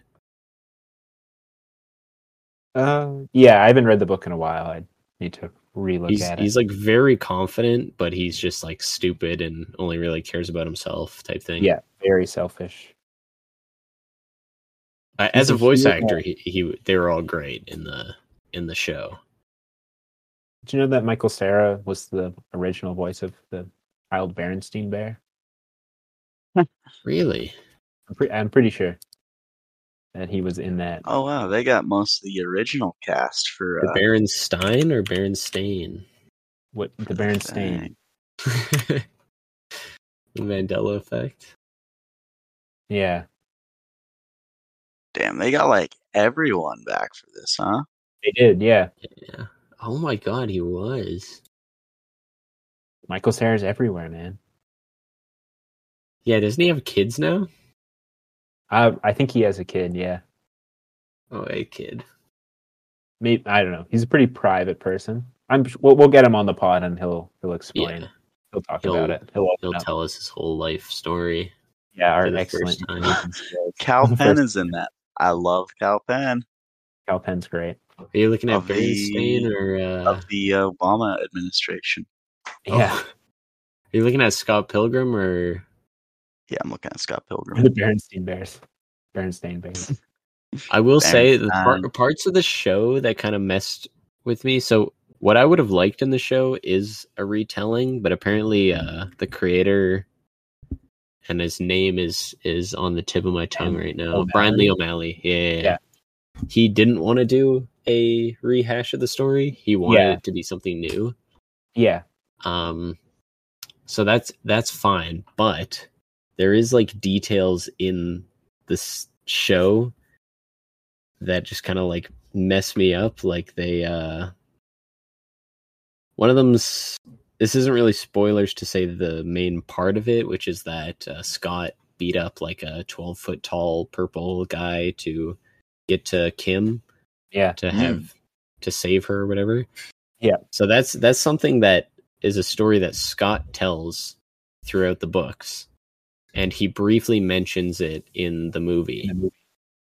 [SPEAKER 2] Uh, yeah, I haven't read the book in a while. I need to relook
[SPEAKER 3] he's,
[SPEAKER 2] at
[SPEAKER 3] he's
[SPEAKER 2] it.
[SPEAKER 3] like very confident but he's just like stupid and only really cares about himself type thing
[SPEAKER 2] yeah, very selfish.
[SPEAKER 3] I, as
[SPEAKER 2] he's
[SPEAKER 3] a
[SPEAKER 2] a
[SPEAKER 3] voice
[SPEAKER 2] hero.
[SPEAKER 3] actor he, he they were all great in the in the show
[SPEAKER 2] Did you know that Michael Sarah was the original voice of the Child Berenstein Bear?
[SPEAKER 3] really
[SPEAKER 2] I'm, pre- I'm pretty sure that he was in that.
[SPEAKER 1] Oh wow, they got most of the original cast for
[SPEAKER 3] the
[SPEAKER 1] uh,
[SPEAKER 3] baron stein or baron stain
[SPEAKER 2] What the Berenstain?
[SPEAKER 1] dang.
[SPEAKER 3] the mandela effect
[SPEAKER 2] Yeah,
[SPEAKER 1] Damn, they got like everyone back for this, huh?
[SPEAKER 2] they did. Yeah,
[SPEAKER 3] yeah oh my god he was
[SPEAKER 2] Michael Sarah's everywhere, man.
[SPEAKER 3] yeah doesn't he have kids now
[SPEAKER 2] I I think he has a kid. Yeah,
[SPEAKER 3] oh a kid
[SPEAKER 2] maybe I don't know. He's a pretty private person. I'm sh- we'll, we'll get him on the pod and he'll he'll explain.
[SPEAKER 3] Yeah.
[SPEAKER 2] He'll talk
[SPEAKER 3] He'll-
[SPEAKER 2] about it. He'll, open
[SPEAKER 3] he'll
[SPEAKER 2] up.
[SPEAKER 3] tell us his whole life story
[SPEAKER 2] yeah, our
[SPEAKER 3] for the
[SPEAKER 2] excellent
[SPEAKER 3] first time.
[SPEAKER 1] Cal
[SPEAKER 2] The
[SPEAKER 1] Penn
[SPEAKER 2] first-
[SPEAKER 1] is in that. I love Cal Penn
[SPEAKER 2] Cal Penn's great.
[SPEAKER 3] are you looking at
[SPEAKER 1] Of the-
[SPEAKER 3] baron stain or uh
[SPEAKER 1] of the Obama administration.
[SPEAKER 2] Yeah,
[SPEAKER 3] Oh. Are you looking at Scott Pilgrim or
[SPEAKER 1] Yeah, I'm looking at Scott Pilgrim.
[SPEAKER 2] the Berenstein Bears, Berenstein Bears.
[SPEAKER 3] I will
[SPEAKER 1] Fair
[SPEAKER 3] say the par-
[SPEAKER 1] time.
[SPEAKER 3] parts of the show that kind of messed with me. So what I would have liked in the show is a retelling, but apparently
[SPEAKER 2] Mm-hmm.
[SPEAKER 3] uh the creator and his name is is on the tip of my tongue right now.
[SPEAKER 2] O'Malley?
[SPEAKER 3] Brian Lee O'Malley. Yeah, yeah, yeah.
[SPEAKER 2] Yeah.
[SPEAKER 3] He didn't want to do a rehash of the story. He wanted
[SPEAKER 2] Yeah.
[SPEAKER 3] it to be something new.
[SPEAKER 2] Yeah,
[SPEAKER 3] Um, so that's that's fine, but there is like details in this show that just kind of like mess me up. Like they, uh, one of them's this isn't really spoilers to say the main part of it, which is that uh, Scott beat up like a 12 foot tall purple guy to get to Kim
[SPEAKER 2] Yeah.
[SPEAKER 3] to have to save her or whatever.
[SPEAKER 2] Yeah.
[SPEAKER 3] So that's that's something that is a story that Scott tells throughout the books. And he briefly mentions it in the movie.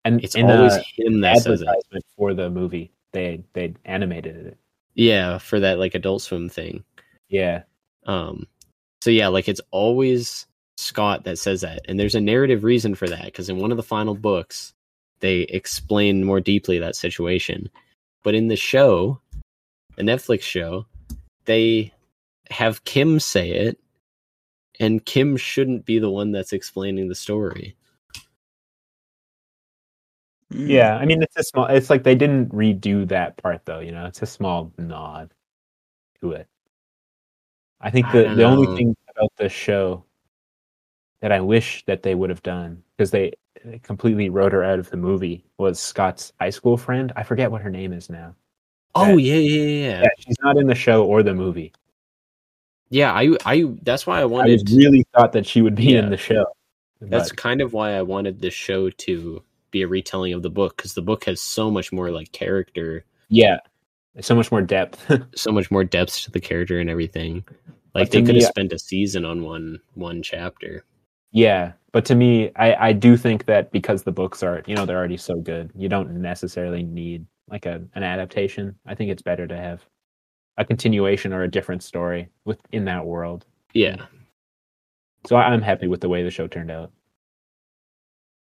[SPEAKER 2] And
[SPEAKER 3] It's
[SPEAKER 2] in the
[SPEAKER 3] always him that says it.
[SPEAKER 2] advertisement for the movie. They they animated it.
[SPEAKER 3] Yeah, for that like adult swim thing.
[SPEAKER 2] Yeah.
[SPEAKER 3] Um, so yeah, like it's always Scott that says that, and there's a narrative reason for that because in one of the final books, they explain more deeply that situation. But in the show, the Netflix show, they have Kim say it, and Kim shouldn't be the one that's explaining the story.
[SPEAKER 1] Mm.
[SPEAKER 2] Yeah. I mean it's a small it's like they didn't redo that part though, you know. It's a small nod to it. I think
[SPEAKER 3] I
[SPEAKER 2] the,
[SPEAKER 3] don't
[SPEAKER 2] the only
[SPEAKER 3] know.
[SPEAKER 2] thing about the show that I wish that they would have done because they they completely wrote her out of the movie was Scott's high school friend. I forget what her name is now.
[SPEAKER 3] Oh yeah, yeah, yeah, yeah.
[SPEAKER 2] Yeah, she's not in the show or the movie.
[SPEAKER 3] Yeah, I, I. That's why I
[SPEAKER 2] I
[SPEAKER 3] wanted.
[SPEAKER 2] just really thought that she would be
[SPEAKER 3] Yeah.
[SPEAKER 2] in the show.
[SPEAKER 3] That's
[SPEAKER 2] but-
[SPEAKER 3] kind of why I wanted this show to be a retelling of the book because the book has so much more like character,
[SPEAKER 2] yeah, There's so much more depth.
[SPEAKER 3] so much more depth to the character and everything.
[SPEAKER 2] But
[SPEAKER 3] Like
[SPEAKER 2] to
[SPEAKER 3] they could
[SPEAKER 2] me,
[SPEAKER 3] have
[SPEAKER 2] I-
[SPEAKER 3] spent a season on one one chapter.
[SPEAKER 2] yeah, but to me, I I do think that because the books are you know they're already so good, you don't necessarily need like a an adaptation. I think it's better to have a continuation or a different story within that world.
[SPEAKER 3] Yeah,
[SPEAKER 2] So I- I'm happy with the way the show turned out.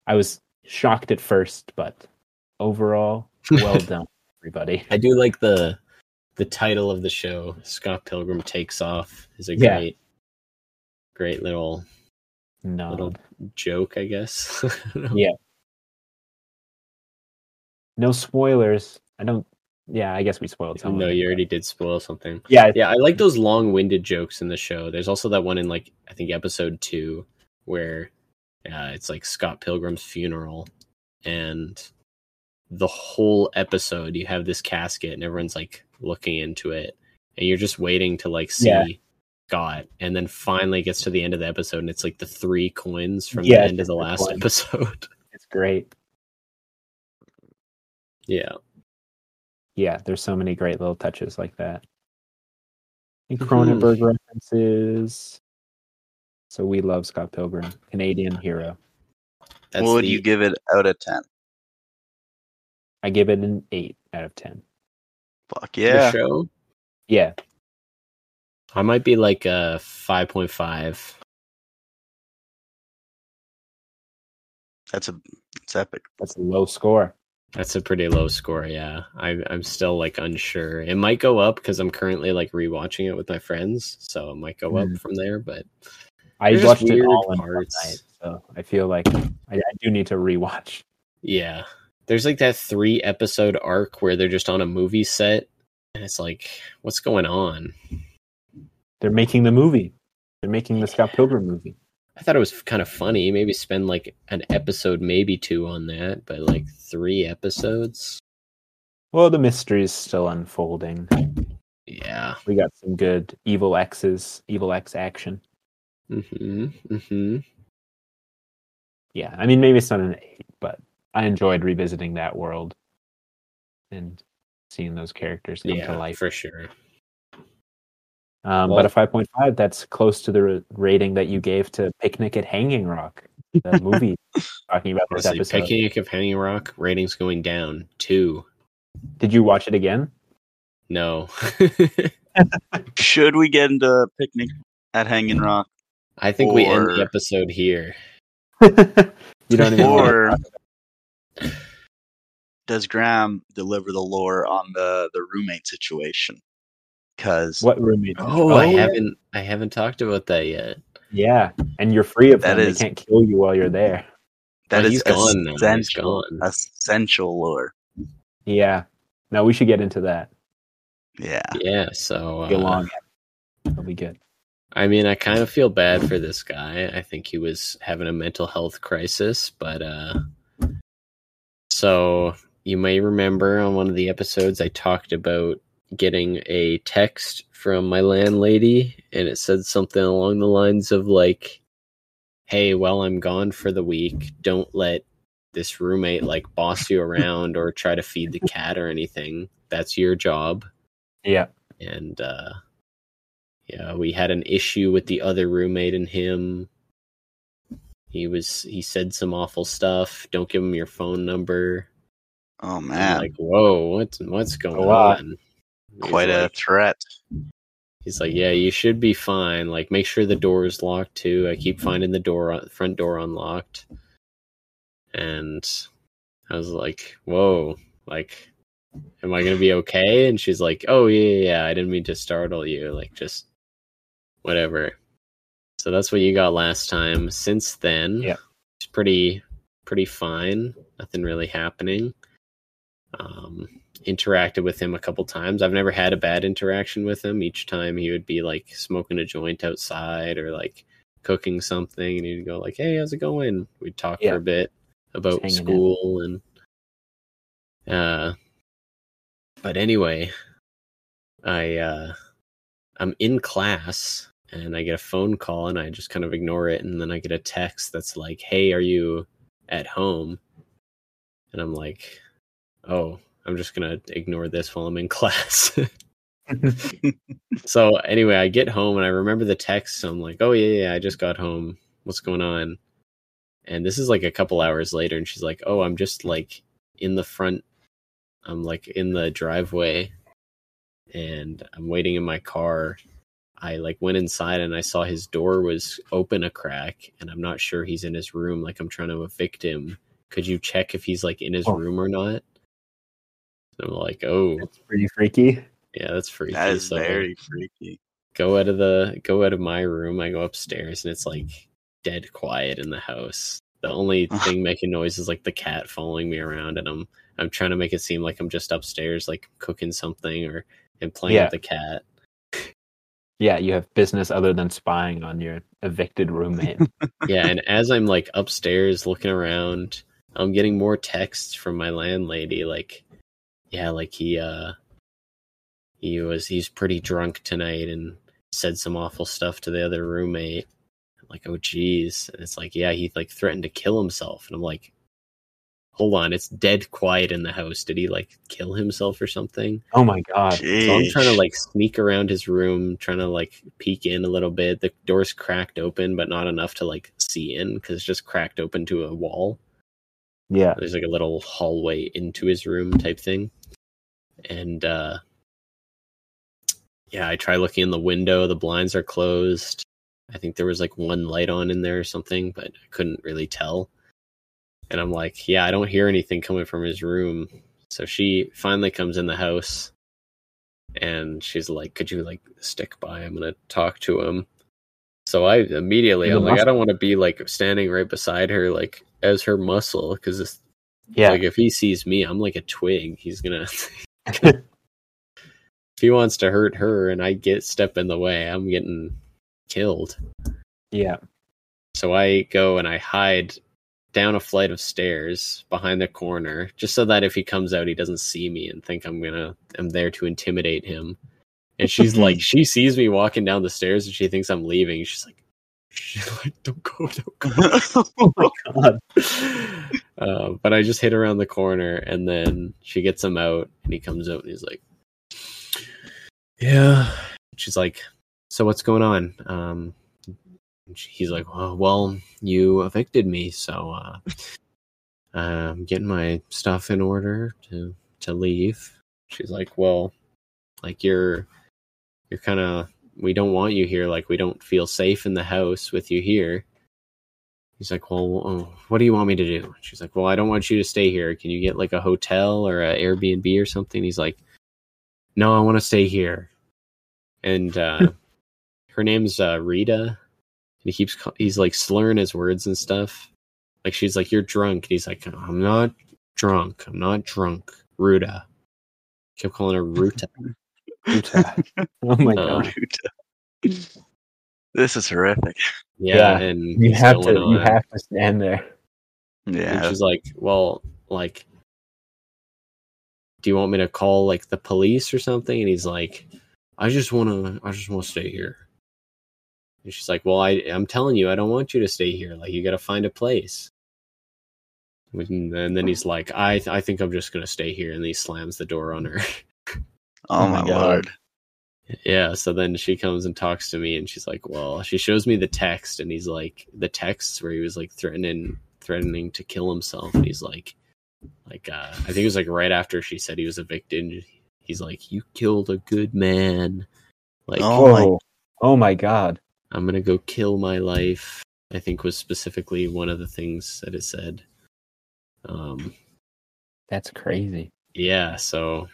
[SPEAKER 2] I was shocked at first, but overall, well done, everybody.
[SPEAKER 3] I do like the the title of the show. Scott Pilgrim takes off is a
[SPEAKER 2] Yeah.
[SPEAKER 3] great, great little
[SPEAKER 2] No.
[SPEAKER 3] Little joke, I guess. I don't know.
[SPEAKER 2] Yeah. no spoilers. I don't. Yeah, I guess we spoiled something.
[SPEAKER 3] no, you already did spoil something.
[SPEAKER 2] Yeah,
[SPEAKER 3] yeah i like those long-winded jokes in the show there's also that one in like i think episode two where uh, it's like scott pilgrim's funeral and the whole episode you have this casket and everyone's like looking into it and you're just waiting to like see
[SPEAKER 2] Yeah.
[SPEAKER 3] scott and then finally it gets to the end of the episode and it's like the three coins from
[SPEAKER 2] Yeah,
[SPEAKER 3] the
[SPEAKER 2] it's
[SPEAKER 3] end of the
[SPEAKER 2] just the
[SPEAKER 3] last
[SPEAKER 2] coin.
[SPEAKER 3] episode
[SPEAKER 2] it's great.
[SPEAKER 3] yeah
[SPEAKER 2] Yeah, there's so many great little touches like that. And
[SPEAKER 3] Mm-hmm.
[SPEAKER 2] Cronenberg references. So we love Scott Pilgrim, Canadian hero.
[SPEAKER 3] that's
[SPEAKER 1] what would
[SPEAKER 3] the-
[SPEAKER 1] you give it out of ten?
[SPEAKER 2] I give it an eight out of ten.
[SPEAKER 1] Fuck
[SPEAKER 3] the
[SPEAKER 1] yeah!
[SPEAKER 3] show
[SPEAKER 2] Yeah,
[SPEAKER 3] i might be like a 5.5
[SPEAKER 1] That's a it's epic.
[SPEAKER 2] that's a low score.
[SPEAKER 3] That's a pretty low score, yeah. I, I'm still like unsure. It might go up because I'm currently like rewatching it with my friends, so it might go
[SPEAKER 2] Hmm.
[SPEAKER 3] up from there. But
[SPEAKER 2] I
[SPEAKER 3] There's just
[SPEAKER 2] watched it
[SPEAKER 3] weird
[SPEAKER 2] all in one
[SPEAKER 3] parts.
[SPEAKER 2] night, so I feel like I, I do need to rewatch.
[SPEAKER 3] yeah, there's like that three episode arc where they're just on a movie set, and it's like, what's going on?
[SPEAKER 2] They're making the movie. They're making the Scott Pilgrim movie.
[SPEAKER 3] I thought it was kind of funny. Maybe spend like an episode, maybe two on that, but like three episodes.
[SPEAKER 2] Well, the mystery is still unfolding.
[SPEAKER 3] Yeah.
[SPEAKER 2] We got some good evil X's, evil X action.
[SPEAKER 3] Mm-hmm. Mm-hmm.
[SPEAKER 2] Yeah, I mean, maybe it's not an eight, but I enjoyed revisiting that world and seeing those characters come
[SPEAKER 3] Yeah,
[SPEAKER 2] to life.
[SPEAKER 3] for sure.
[SPEAKER 2] Um,
[SPEAKER 3] Well-
[SPEAKER 2] but a five point five, that's close to the ra- rating that you gave to Picnic at Hanging Rock, the movie talking about this
[SPEAKER 3] Honestly,
[SPEAKER 2] episode.
[SPEAKER 3] Picking of Hanging Rock ratings going down two.
[SPEAKER 2] Did you watch it again?
[SPEAKER 3] No.
[SPEAKER 1] Should we get into a picnic at
[SPEAKER 3] Mm.
[SPEAKER 1] Hanging Rock,
[SPEAKER 3] I think we end the
[SPEAKER 1] Or-
[SPEAKER 3] episode here.
[SPEAKER 2] you don't even. wanna
[SPEAKER 1] or
[SPEAKER 2] talk
[SPEAKER 1] does Graham deliver the lore on the the roommate situation? Because
[SPEAKER 2] What roommate?
[SPEAKER 3] Oh, I haven't I haven't talked about that yet.
[SPEAKER 2] Yeah, and you're free of
[SPEAKER 1] That
[SPEAKER 2] them.
[SPEAKER 1] is-
[SPEAKER 2] They can't kill you while you're there.
[SPEAKER 1] that
[SPEAKER 3] Well,
[SPEAKER 1] is
[SPEAKER 3] he's gone now. He's
[SPEAKER 1] essential,
[SPEAKER 3] gone.
[SPEAKER 1] essential lore.
[SPEAKER 2] Yeah. No, we should get into that.
[SPEAKER 1] Yeah,
[SPEAKER 3] Yeah, so
[SPEAKER 2] Get
[SPEAKER 3] uh,
[SPEAKER 2] long. It'll be good.
[SPEAKER 3] I mean, I kind of feel bad for this guy. I think he was having a mental health crisis, but uh so you may remember on one of the episodes I talked about getting a text from my landlady and it said something along the lines of like hey, while I'm gone for the week, don't let this roommate like boss you around or try to feed the cat or anything. That's your job.
[SPEAKER 2] Yeah.
[SPEAKER 3] And uh yeah, we had an issue with the other roommate and him. He was he said some awful stuff. Don't give him your phone number.
[SPEAKER 1] Oh
[SPEAKER 3] I'm
[SPEAKER 1] man,
[SPEAKER 3] like, whoa, what's what's going
[SPEAKER 2] lot.
[SPEAKER 3] on? He's
[SPEAKER 1] quite a
[SPEAKER 3] like-
[SPEAKER 1] threat.
[SPEAKER 3] He's like, yeah, you should be fine. Like, make sure the door is locked too. I keep finding the door, uh, front door unlocked. And I was like, whoa, like, am I gonna be okay? And she's like, oh yeah, yeah, yeah. I didn't mean to startle you. Like, just whatever. So that's what you got last time. Since then,
[SPEAKER 2] Yeah.
[SPEAKER 3] it's pretty, pretty fine. Nothing really happening. Um, interacted with him a couple times. I've never had a bad interaction with him. Each time he would be like smoking a joint outside or like cooking something and he'd go like, "Hey, how's it going?" We'd talk
[SPEAKER 2] Yeah.
[SPEAKER 3] for a bit about
[SPEAKER 2] Just hanging out.
[SPEAKER 3] school and uh but anyway, I uh I'm in class and I get a phone call and I just kind of ignore it and then I get a text that's like, "Hey, are you at home?" And I'm like, "Oh, I'm just going to ignore this while I'm in class." so anyway, I get home and I remember the text. So I'm like, oh yeah, yeah, I just got home. What's going on? And this is like a couple hours later, and she's like, oh, I'm just like in the front. I'm like in the driveway, and I'm waiting in my car. I like went inside and I saw his door was open a crack, and I'm not sure he's in his room. Like I'm trying to evict him. Could you check if he's like in his
[SPEAKER 2] Oh.
[SPEAKER 3] room or not? And I'm like, oh
[SPEAKER 2] That's pretty freaky.
[SPEAKER 3] yeah, that's freaky.
[SPEAKER 1] That is
[SPEAKER 3] So-
[SPEAKER 1] very freaky.
[SPEAKER 3] go out of the go out of my room i go upstairs and it's like dead quiet in the house the only thing making noise is like the cat following me around and i'm i'm trying to make it seem like i'm just upstairs like cooking something or and playing
[SPEAKER 2] Yeah.
[SPEAKER 3] with the cat
[SPEAKER 2] Yeah, you have business other than spying on your evicted roommate.
[SPEAKER 3] yeah and as i'm like upstairs looking around i'm getting more texts from my landlady like yeah like he uh he was he's pretty drunk tonight and said some awful stuff to the other roommate I'm like oh geez and it's like yeah he like threatened to kill himself and i'm like hold on it's dead quiet in the house did he like kill himself or something
[SPEAKER 2] oh my god.
[SPEAKER 3] so I'm trying
[SPEAKER 1] Jeez.
[SPEAKER 3] to like sneak around his room, trying to like peek in a little bit. The door's cracked open, but not enough to like see in because it's just cracked open to a wall.
[SPEAKER 2] Yeah.
[SPEAKER 3] There's like a little hallway into his room type thing. And uh yeah, I try looking in the window, the blinds are closed. I think there was like one light on in there or something, but I couldn't really tell. And I'm like, yeah, I don't hear anything coming from his room. So she finally comes in the house and she's like, Could you like stick by? I'm gonna talk to him. So I immediately,
[SPEAKER 2] The
[SPEAKER 3] I'm like, I
[SPEAKER 2] mus-
[SPEAKER 3] don't want to be like standing right beside her, like as her muscle, because this
[SPEAKER 2] Yeah.
[SPEAKER 3] like if he sees me, I'm like a twig. He's gonna. if he wants to hurt her and I get step in the way, I'm getting killed.
[SPEAKER 2] yeah.
[SPEAKER 3] So I go and I hide down a flight of stairs behind the corner, just so that if he comes out, he doesn't see me and think I'm gonna I'm there to intimidate him. And she's like, she sees me walking down the stairs and she thinks I'm leaving. She's like, she's like, don't go, don't go.
[SPEAKER 2] God.
[SPEAKER 3] uh, but I just hit around the corner, and then she gets him out, and he comes out, and he's like, "Yeah." She's like, "So what's going on?" Um, and she- he's like, "Oh, "Well, you evicted me, so uh, I'm getting my stuff in order to to leave." She's like, "Well, like you're you're kind of we don't want you here. Like we don't feel safe in the house with you here." He's like, "Well, oh, what do you want me to do?" She's like, "Well, I don't want you to stay here. Can you get like a hotel or a Airbnb or something?" He's like, "No, I want to stay here." And uh, her name's uh, Rita, and he keeps ca- he's like slurring his words and stuff. Like she's like, "You're drunk," and he's like, "I'm not drunk. I'm not drunk." Ruta kept calling her Ruta.
[SPEAKER 2] Oh my
[SPEAKER 3] Uh,
[SPEAKER 2] god.
[SPEAKER 1] this is horrific.
[SPEAKER 2] Yeah,
[SPEAKER 3] and
[SPEAKER 2] You
[SPEAKER 3] it's
[SPEAKER 2] have to
[SPEAKER 3] going
[SPEAKER 2] you
[SPEAKER 3] on.
[SPEAKER 2] have to stand there.
[SPEAKER 3] And
[SPEAKER 1] Yeah.
[SPEAKER 3] she's like, well, like, do you want me to call like the police or something? And he's like, I just want to, I just want to stay here. And she's like, "Well, I I'm telling you, I don't want you to stay here. Like, you got to find a place." And then, then he's like, "I I think I'm just gonna stay here," and he slams the door on her.
[SPEAKER 1] Oh,
[SPEAKER 2] Oh
[SPEAKER 1] my
[SPEAKER 2] my God.
[SPEAKER 1] lord.
[SPEAKER 3] Yeah, so then she comes and talks to me and she's like, "Well, she shows me the text and he's like the texts where he was like threatening threatening to kill himself and he's like like uh I think it was like right after she said he was evicted. He's like, "You killed a good man." Like,
[SPEAKER 1] Oh. my-
[SPEAKER 2] Whoa. Oh my god.
[SPEAKER 3] "I'm going to go kill my life." I think was specifically one of the things that it said. Um
[SPEAKER 2] That's crazy.
[SPEAKER 3] yeah so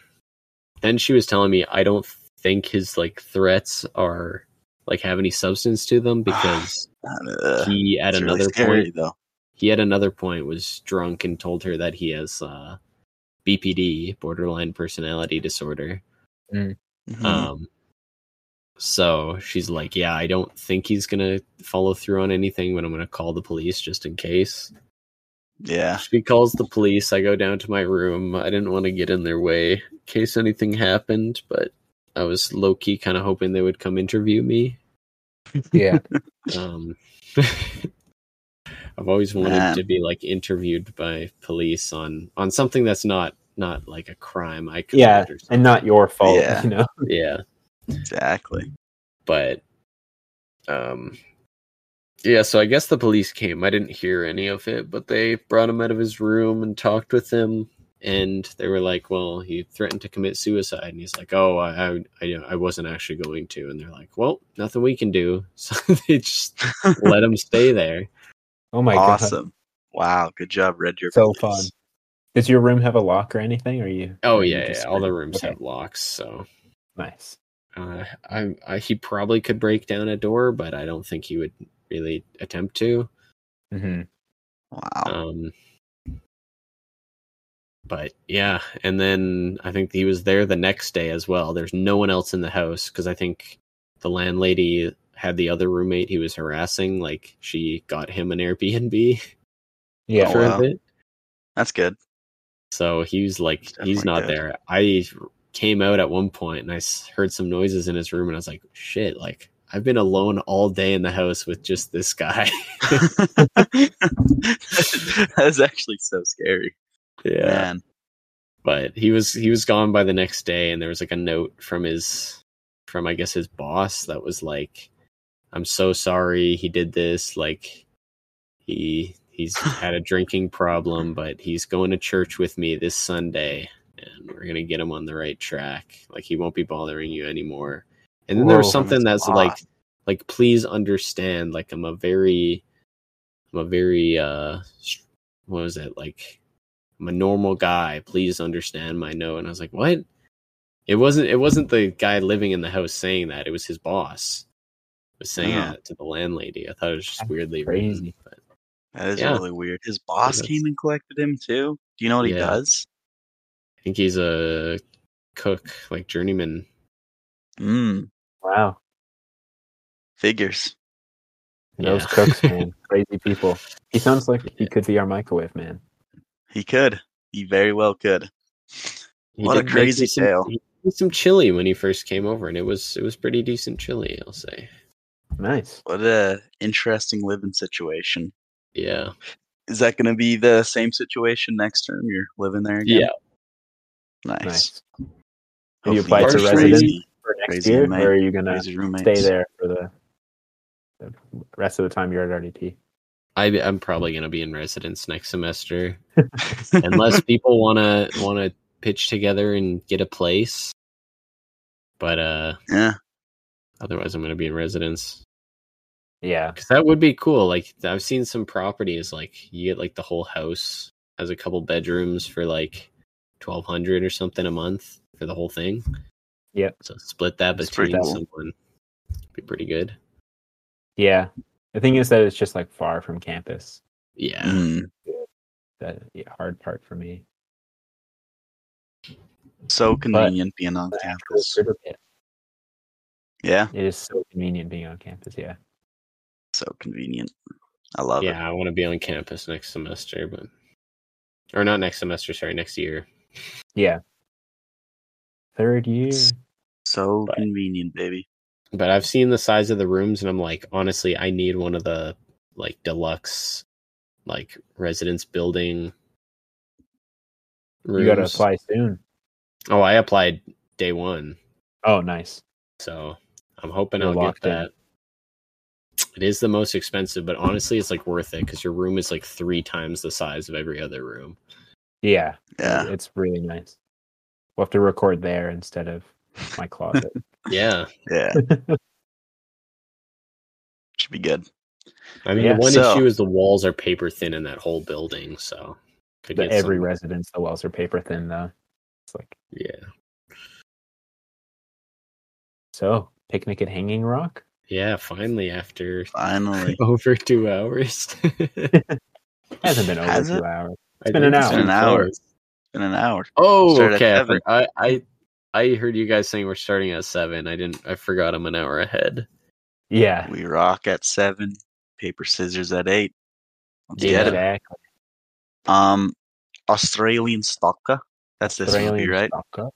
[SPEAKER 3] then she was telling me i don't think his like threats are like have any substance to them because
[SPEAKER 1] Uh,
[SPEAKER 3] he at
[SPEAKER 1] it's really
[SPEAKER 3] another
[SPEAKER 1] scary,
[SPEAKER 3] point
[SPEAKER 1] though.
[SPEAKER 3] he at another point was drunk and told her that he has uh bpd borderline personality disorder
[SPEAKER 1] Mhm.
[SPEAKER 3] um so she's like yeah i don't think he's gonna follow through on anything but i'm gonna call the police just in case
[SPEAKER 1] yeah.
[SPEAKER 3] she calls the police. I go down to my room. I didn't want to get in their way in case anything happened, but I was low key kind of hoping they would come interview me.
[SPEAKER 2] Yeah.
[SPEAKER 3] Um, I've always wanted
[SPEAKER 1] Man.
[SPEAKER 3] to be like interviewed by police on on something that's not not like a crime. I could
[SPEAKER 2] yeah. And not your fault,
[SPEAKER 1] Yeah.
[SPEAKER 2] you know.
[SPEAKER 3] yeah,
[SPEAKER 1] Exactly.
[SPEAKER 3] but um, yeah. So I guess the police came. I didn't hear any of it, but they brought him out of his room and talked with him. and they were like, "Well, he threatened to commit suicide," and he's like, "Oh, I, I, I, I wasn't actually going to," and they're like, "Well, nothing we can do," so they just let him stay there.
[SPEAKER 2] Oh my god.
[SPEAKER 1] awesome. Wow. Good job, Red Deer.
[SPEAKER 2] So
[SPEAKER 1] Police.
[SPEAKER 2] Does your room have a lock or anything? Or you?
[SPEAKER 3] Oh
[SPEAKER 2] or you
[SPEAKER 3] yeah, yeah,
[SPEAKER 2] just-
[SPEAKER 3] all the rooms
[SPEAKER 2] Okay.
[SPEAKER 3] have locks, so
[SPEAKER 2] Nice.
[SPEAKER 3] uh, I, I, he probably could break down a door, but I don't think he would really attempt to.
[SPEAKER 2] hmm
[SPEAKER 1] Wow.
[SPEAKER 3] Um, but yeah, and then I think he was there the next day as well. There's no one else in the house because I think the landlady had the other roommate he was harassing. Like she got him an Airbnb
[SPEAKER 2] Yeah.
[SPEAKER 3] for
[SPEAKER 1] wow.
[SPEAKER 3] a bit,
[SPEAKER 1] That's good.
[SPEAKER 3] so he was like,
[SPEAKER 1] Stuff
[SPEAKER 3] he's
[SPEAKER 1] like
[SPEAKER 3] not
[SPEAKER 1] that.
[SPEAKER 3] there. I came out at one point and I s- heard some noises in his room, and I was like, shit, like I've been alone all day in the house with just this guy.
[SPEAKER 1] That's actually so scary. Man.
[SPEAKER 3] but he was he was gone by the next day and there was like a note from his from i guess his boss that was like i'm so sorry he did this like he he's had a drinking problem but he's going to church with me this sunday and we're going to get him on the right track like he won't be bothering you anymore and then there was
[SPEAKER 2] Whoa,
[SPEAKER 3] something
[SPEAKER 1] that's
[SPEAKER 3] that's like
[SPEAKER 1] awesome.
[SPEAKER 3] like please understand like i'm a very i'm a very uh st- what was it like i'm a normal guy please understand my note and i was like what it wasn't it wasn't the guy living in the house saying that it was his boss was saying
[SPEAKER 1] Oh.
[SPEAKER 3] that to the landlady i thought it was just
[SPEAKER 2] That's
[SPEAKER 3] weirdly written
[SPEAKER 2] crazy.
[SPEAKER 3] but
[SPEAKER 1] That is
[SPEAKER 3] Yeah.
[SPEAKER 1] really weird. His boss
[SPEAKER 3] that's-
[SPEAKER 1] came and collected him too. Do you know what he
[SPEAKER 3] Yeah.
[SPEAKER 1] does?
[SPEAKER 3] i think he's a cook like journeyman
[SPEAKER 1] Mm,
[SPEAKER 2] Wow.
[SPEAKER 1] figures.
[SPEAKER 2] Those
[SPEAKER 3] Yeah.
[SPEAKER 2] cooks, man. Crazy people. He sounds like he could be our microwave man.
[SPEAKER 1] He could. He very well could.
[SPEAKER 3] He
[SPEAKER 1] What a
[SPEAKER 3] did make
[SPEAKER 1] crazy
[SPEAKER 3] me some-
[SPEAKER 1] tale.
[SPEAKER 3] he made some chili when he first came over and it was it was pretty decent chili i'll say
[SPEAKER 2] Nice.
[SPEAKER 1] What a interesting living situation.
[SPEAKER 3] yeah
[SPEAKER 1] Is that going to be the same situation next term? You're living there again.
[SPEAKER 3] yeah
[SPEAKER 1] Nice.
[SPEAKER 2] Nice. Have you
[SPEAKER 1] Hopefully
[SPEAKER 2] applied
[SPEAKER 1] it's
[SPEAKER 2] to
[SPEAKER 3] First
[SPEAKER 1] crazy-
[SPEAKER 2] residence for next
[SPEAKER 1] crazy
[SPEAKER 2] year,
[SPEAKER 1] mate.
[SPEAKER 2] or are you gonna
[SPEAKER 1] Crazy roommates.
[SPEAKER 2] stay there for the, the rest of the time you're at RDT?
[SPEAKER 3] I, i'm probably going to be in residence next semester unless people want to want to pitch together and get a place but uh
[SPEAKER 1] yeah.
[SPEAKER 3] otherwise i'm going to be in residence
[SPEAKER 2] Yeah.
[SPEAKER 3] because that would be cool like i've seen some properties like you get like the whole house has a couple bedrooms for like 1200 or something a month for the whole thing
[SPEAKER 2] Yep.
[SPEAKER 3] so split that
[SPEAKER 1] That's pretty
[SPEAKER 3] between
[SPEAKER 1] cool.
[SPEAKER 3] someone be pretty good
[SPEAKER 2] Yeah. The thing is that it's just like far from campus.
[SPEAKER 3] yeah
[SPEAKER 1] Mm.
[SPEAKER 2] That the hard part for me.
[SPEAKER 1] So convenient being on
[SPEAKER 2] But
[SPEAKER 1] campus.
[SPEAKER 2] It
[SPEAKER 1] Yeah.
[SPEAKER 2] is so convenient being on campus. Yeah.
[SPEAKER 1] So convenient. I love it.
[SPEAKER 3] yeah i want to be on campus next semester but or not next semester sorry next year
[SPEAKER 2] Yeah. Third year.
[SPEAKER 1] So
[SPEAKER 3] But-
[SPEAKER 1] convenient, baby.
[SPEAKER 3] But I've seen the size of the rooms and I'm like, honestly, I need one of the like deluxe like residence building
[SPEAKER 2] You got to apply soon.
[SPEAKER 3] Oh, I applied day one.
[SPEAKER 2] Oh, nice.
[SPEAKER 3] So I'm hoping
[SPEAKER 2] You're
[SPEAKER 3] I'll get
[SPEAKER 2] locked in.
[SPEAKER 3] that. It is the most expensive, but honestly, it's like worth it because your room is like three times the size of every other room.
[SPEAKER 2] Yeah,
[SPEAKER 1] Yeah.
[SPEAKER 2] it's really nice. We'll have to record there instead of my closet.
[SPEAKER 3] Yeah.
[SPEAKER 1] Yeah. Should be good.
[SPEAKER 3] I mean,
[SPEAKER 2] Yeah.
[SPEAKER 3] the one
[SPEAKER 1] So-
[SPEAKER 3] issue is the walls are paper thin in that whole building. So could
[SPEAKER 2] The-
[SPEAKER 3] get
[SPEAKER 2] every
[SPEAKER 3] some-
[SPEAKER 2] residence, the walls are paper thin though. It's like
[SPEAKER 3] Yeah.
[SPEAKER 2] so picnic at Hanging Rock.
[SPEAKER 3] Yeah. Finally, after
[SPEAKER 1] Finally.
[SPEAKER 3] over two hours.
[SPEAKER 2] Hasn't been over
[SPEAKER 1] Has
[SPEAKER 2] two
[SPEAKER 1] it?
[SPEAKER 2] hours.
[SPEAKER 3] It's
[SPEAKER 2] been an
[SPEAKER 1] It's
[SPEAKER 2] hour.
[SPEAKER 1] been an hour. In an hour.
[SPEAKER 3] Oh,
[SPEAKER 1] Started at
[SPEAKER 3] okay. I,
[SPEAKER 1] seven.
[SPEAKER 3] for- I I I heard you guys saying we're starting at seven. I didn't. I forgot I'm an hour ahead.
[SPEAKER 2] Yeah,
[SPEAKER 1] We rock at seven. Paper scissors at eight. Let's get it.
[SPEAKER 2] exactly.
[SPEAKER 1] Um, Australian Stalker. That's this movie,
[SPEAKER 2] Australian
[SPEAKER 1] right?
[SPEAKER 2] soccer.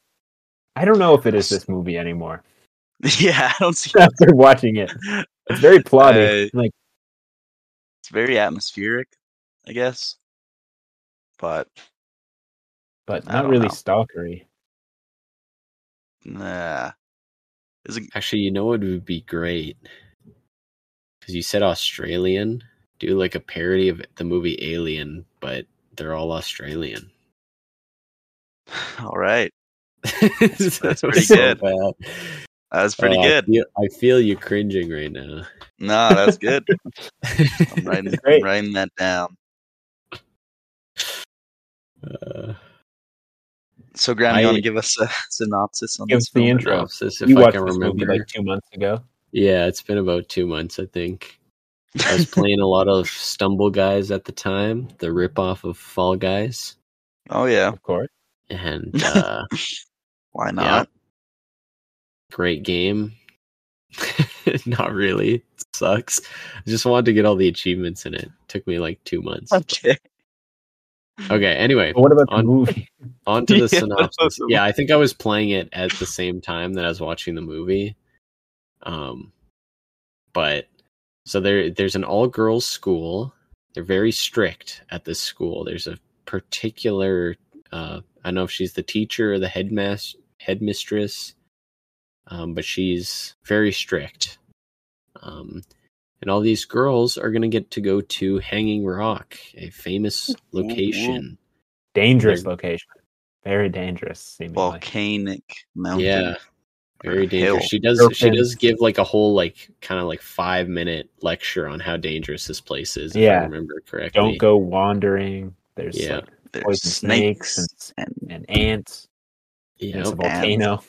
[SPEAKER 2] I don't know if it is this movie anymore.
[SPEAKER 1] Yeah, I don't see.
[SPEAKER 2] After watching it, it's very
[SPEAKER 1] Uh,
[SPEAKER 2] plotty. like
[SPEAKER 1] It's very atmospheric, I guess. But
[SPEAKER 2] but
[SPEAKER 1] I
[SPEAKER 2] not
[SPEAKER 1] don't
[SPEAKER 2] really
[SPEAKER 1] know.
[SPEAKER 2] stalkery.
[SPEAKER 1] nah, is it
[SPEAKER 3] Actually, you know what would be great? Because you said Australian. Do like a parody of the movie Alien, but they're all Australian.
[SPEAKER 1] all right?
[SPEAKER 3] That's
[SPEAKER 1] pretty good. That was pretty good.
[SPEAKER 3] Oh, I feel, I feel you cringing right now.
[SPEAKER 1] No, that's good. I'm writing, I'm
[SPEAKER 2] Great.
[SPEAKER 1] writing that down.
[SPEAKER 3] uh,
[SPEAKER 1] So, Graham, you want
[SPEAKER 3] I-
[SPEAKER 1] to give us a synopsis on
[SPEAKER 2] Give
[SPEAKER 1] this
[SPEAKER 2] us the
[SPEAKER 1] film?
[SPEAKER 2] intro.
[SPEAKER 3] synopsis, if
[SPEAKER 2] You
[SPEAKER 3] I
[SPEAKER 2] watched
[SPEAKER 3] can
[SPEAKER 2] this movie
[SPEAKER 3] remember.
[SPEAKER 2] like two months ago.
[SPEAKER 3] Yeah, it's been about two months, I think. I was playing a lot of Stumble Guys at the time, the ripoff of Fall Guys,
[SPEAKER 1] oh yeah,
[SPEAKER 2] Of course.
[SPEAKER 3] and uh,
[SPEAKER 1] why not?
[SPEAKER 3] yeah, great game. Not really, it sucks. I just wanted to get all the achievements in it. Took me like two months.
[SPEAKER 1] Okay.
[SPEAKER 3] Okay, anyway,
[SPEAKER 2] But what about the
[SPEAKER 3] On-
[SPEAKER 2] movie?
[SPEAKER 3] on to the
[SPEAKER 1] Yeah,
[SPEAKER 3] synopsis.
[SPEAKER 1] awesome.
[SPEAKER 3] Yeah, I think I was playing it at the same time that I was watching the movie. Um, but so there, there's an all girls school. They're very strict at this school. There's a particular, uh, I don't know if she's the teacher or the headmaster, headmistress, um, but she's very strict. Um, and all these girls are going to get to go to Hanging Rock, a famous
[SPEAKER 1] Mm-hmm.
[SPEAKER 3] location.
[SPEAKER 2] Dangerous
[SPEAKER 3] They're-
[SPEAKER 2] location. Very dangerous, seemingly.
[SPEAKER 1] Volcanic mountain.
[SPEAKER 3] Yeah.
[SPEAKER 1] or
[SPEAKER 3] very dangerous.
[SPEAKER 1] hill.
[SPEAKER 3] She does. She
[SPEAKER 2] Girlfriend.
[SPEAKER 3] does give like a whole like kind of like five minute lecture on how dangerous this place is. If I
[SPEAKER 2] Yeah.
[SPEAKER 3] remember correctly.
[SPEAKER 2] Don't go wandering. There's
[SPEAKER 3] Yeah.
[SPEAKER 2] like
[SPEAKER 1] There's
[SPEAKER 2] poison snakes,
[SPEAKER 1] snakes and
[SPEAKER 2] and, and ants.
[SPEAKER 3] Yeah.
[SPEAKER 2] and it's a
[SPEAKER 1] ants.
[SPEAKER 2] volcano.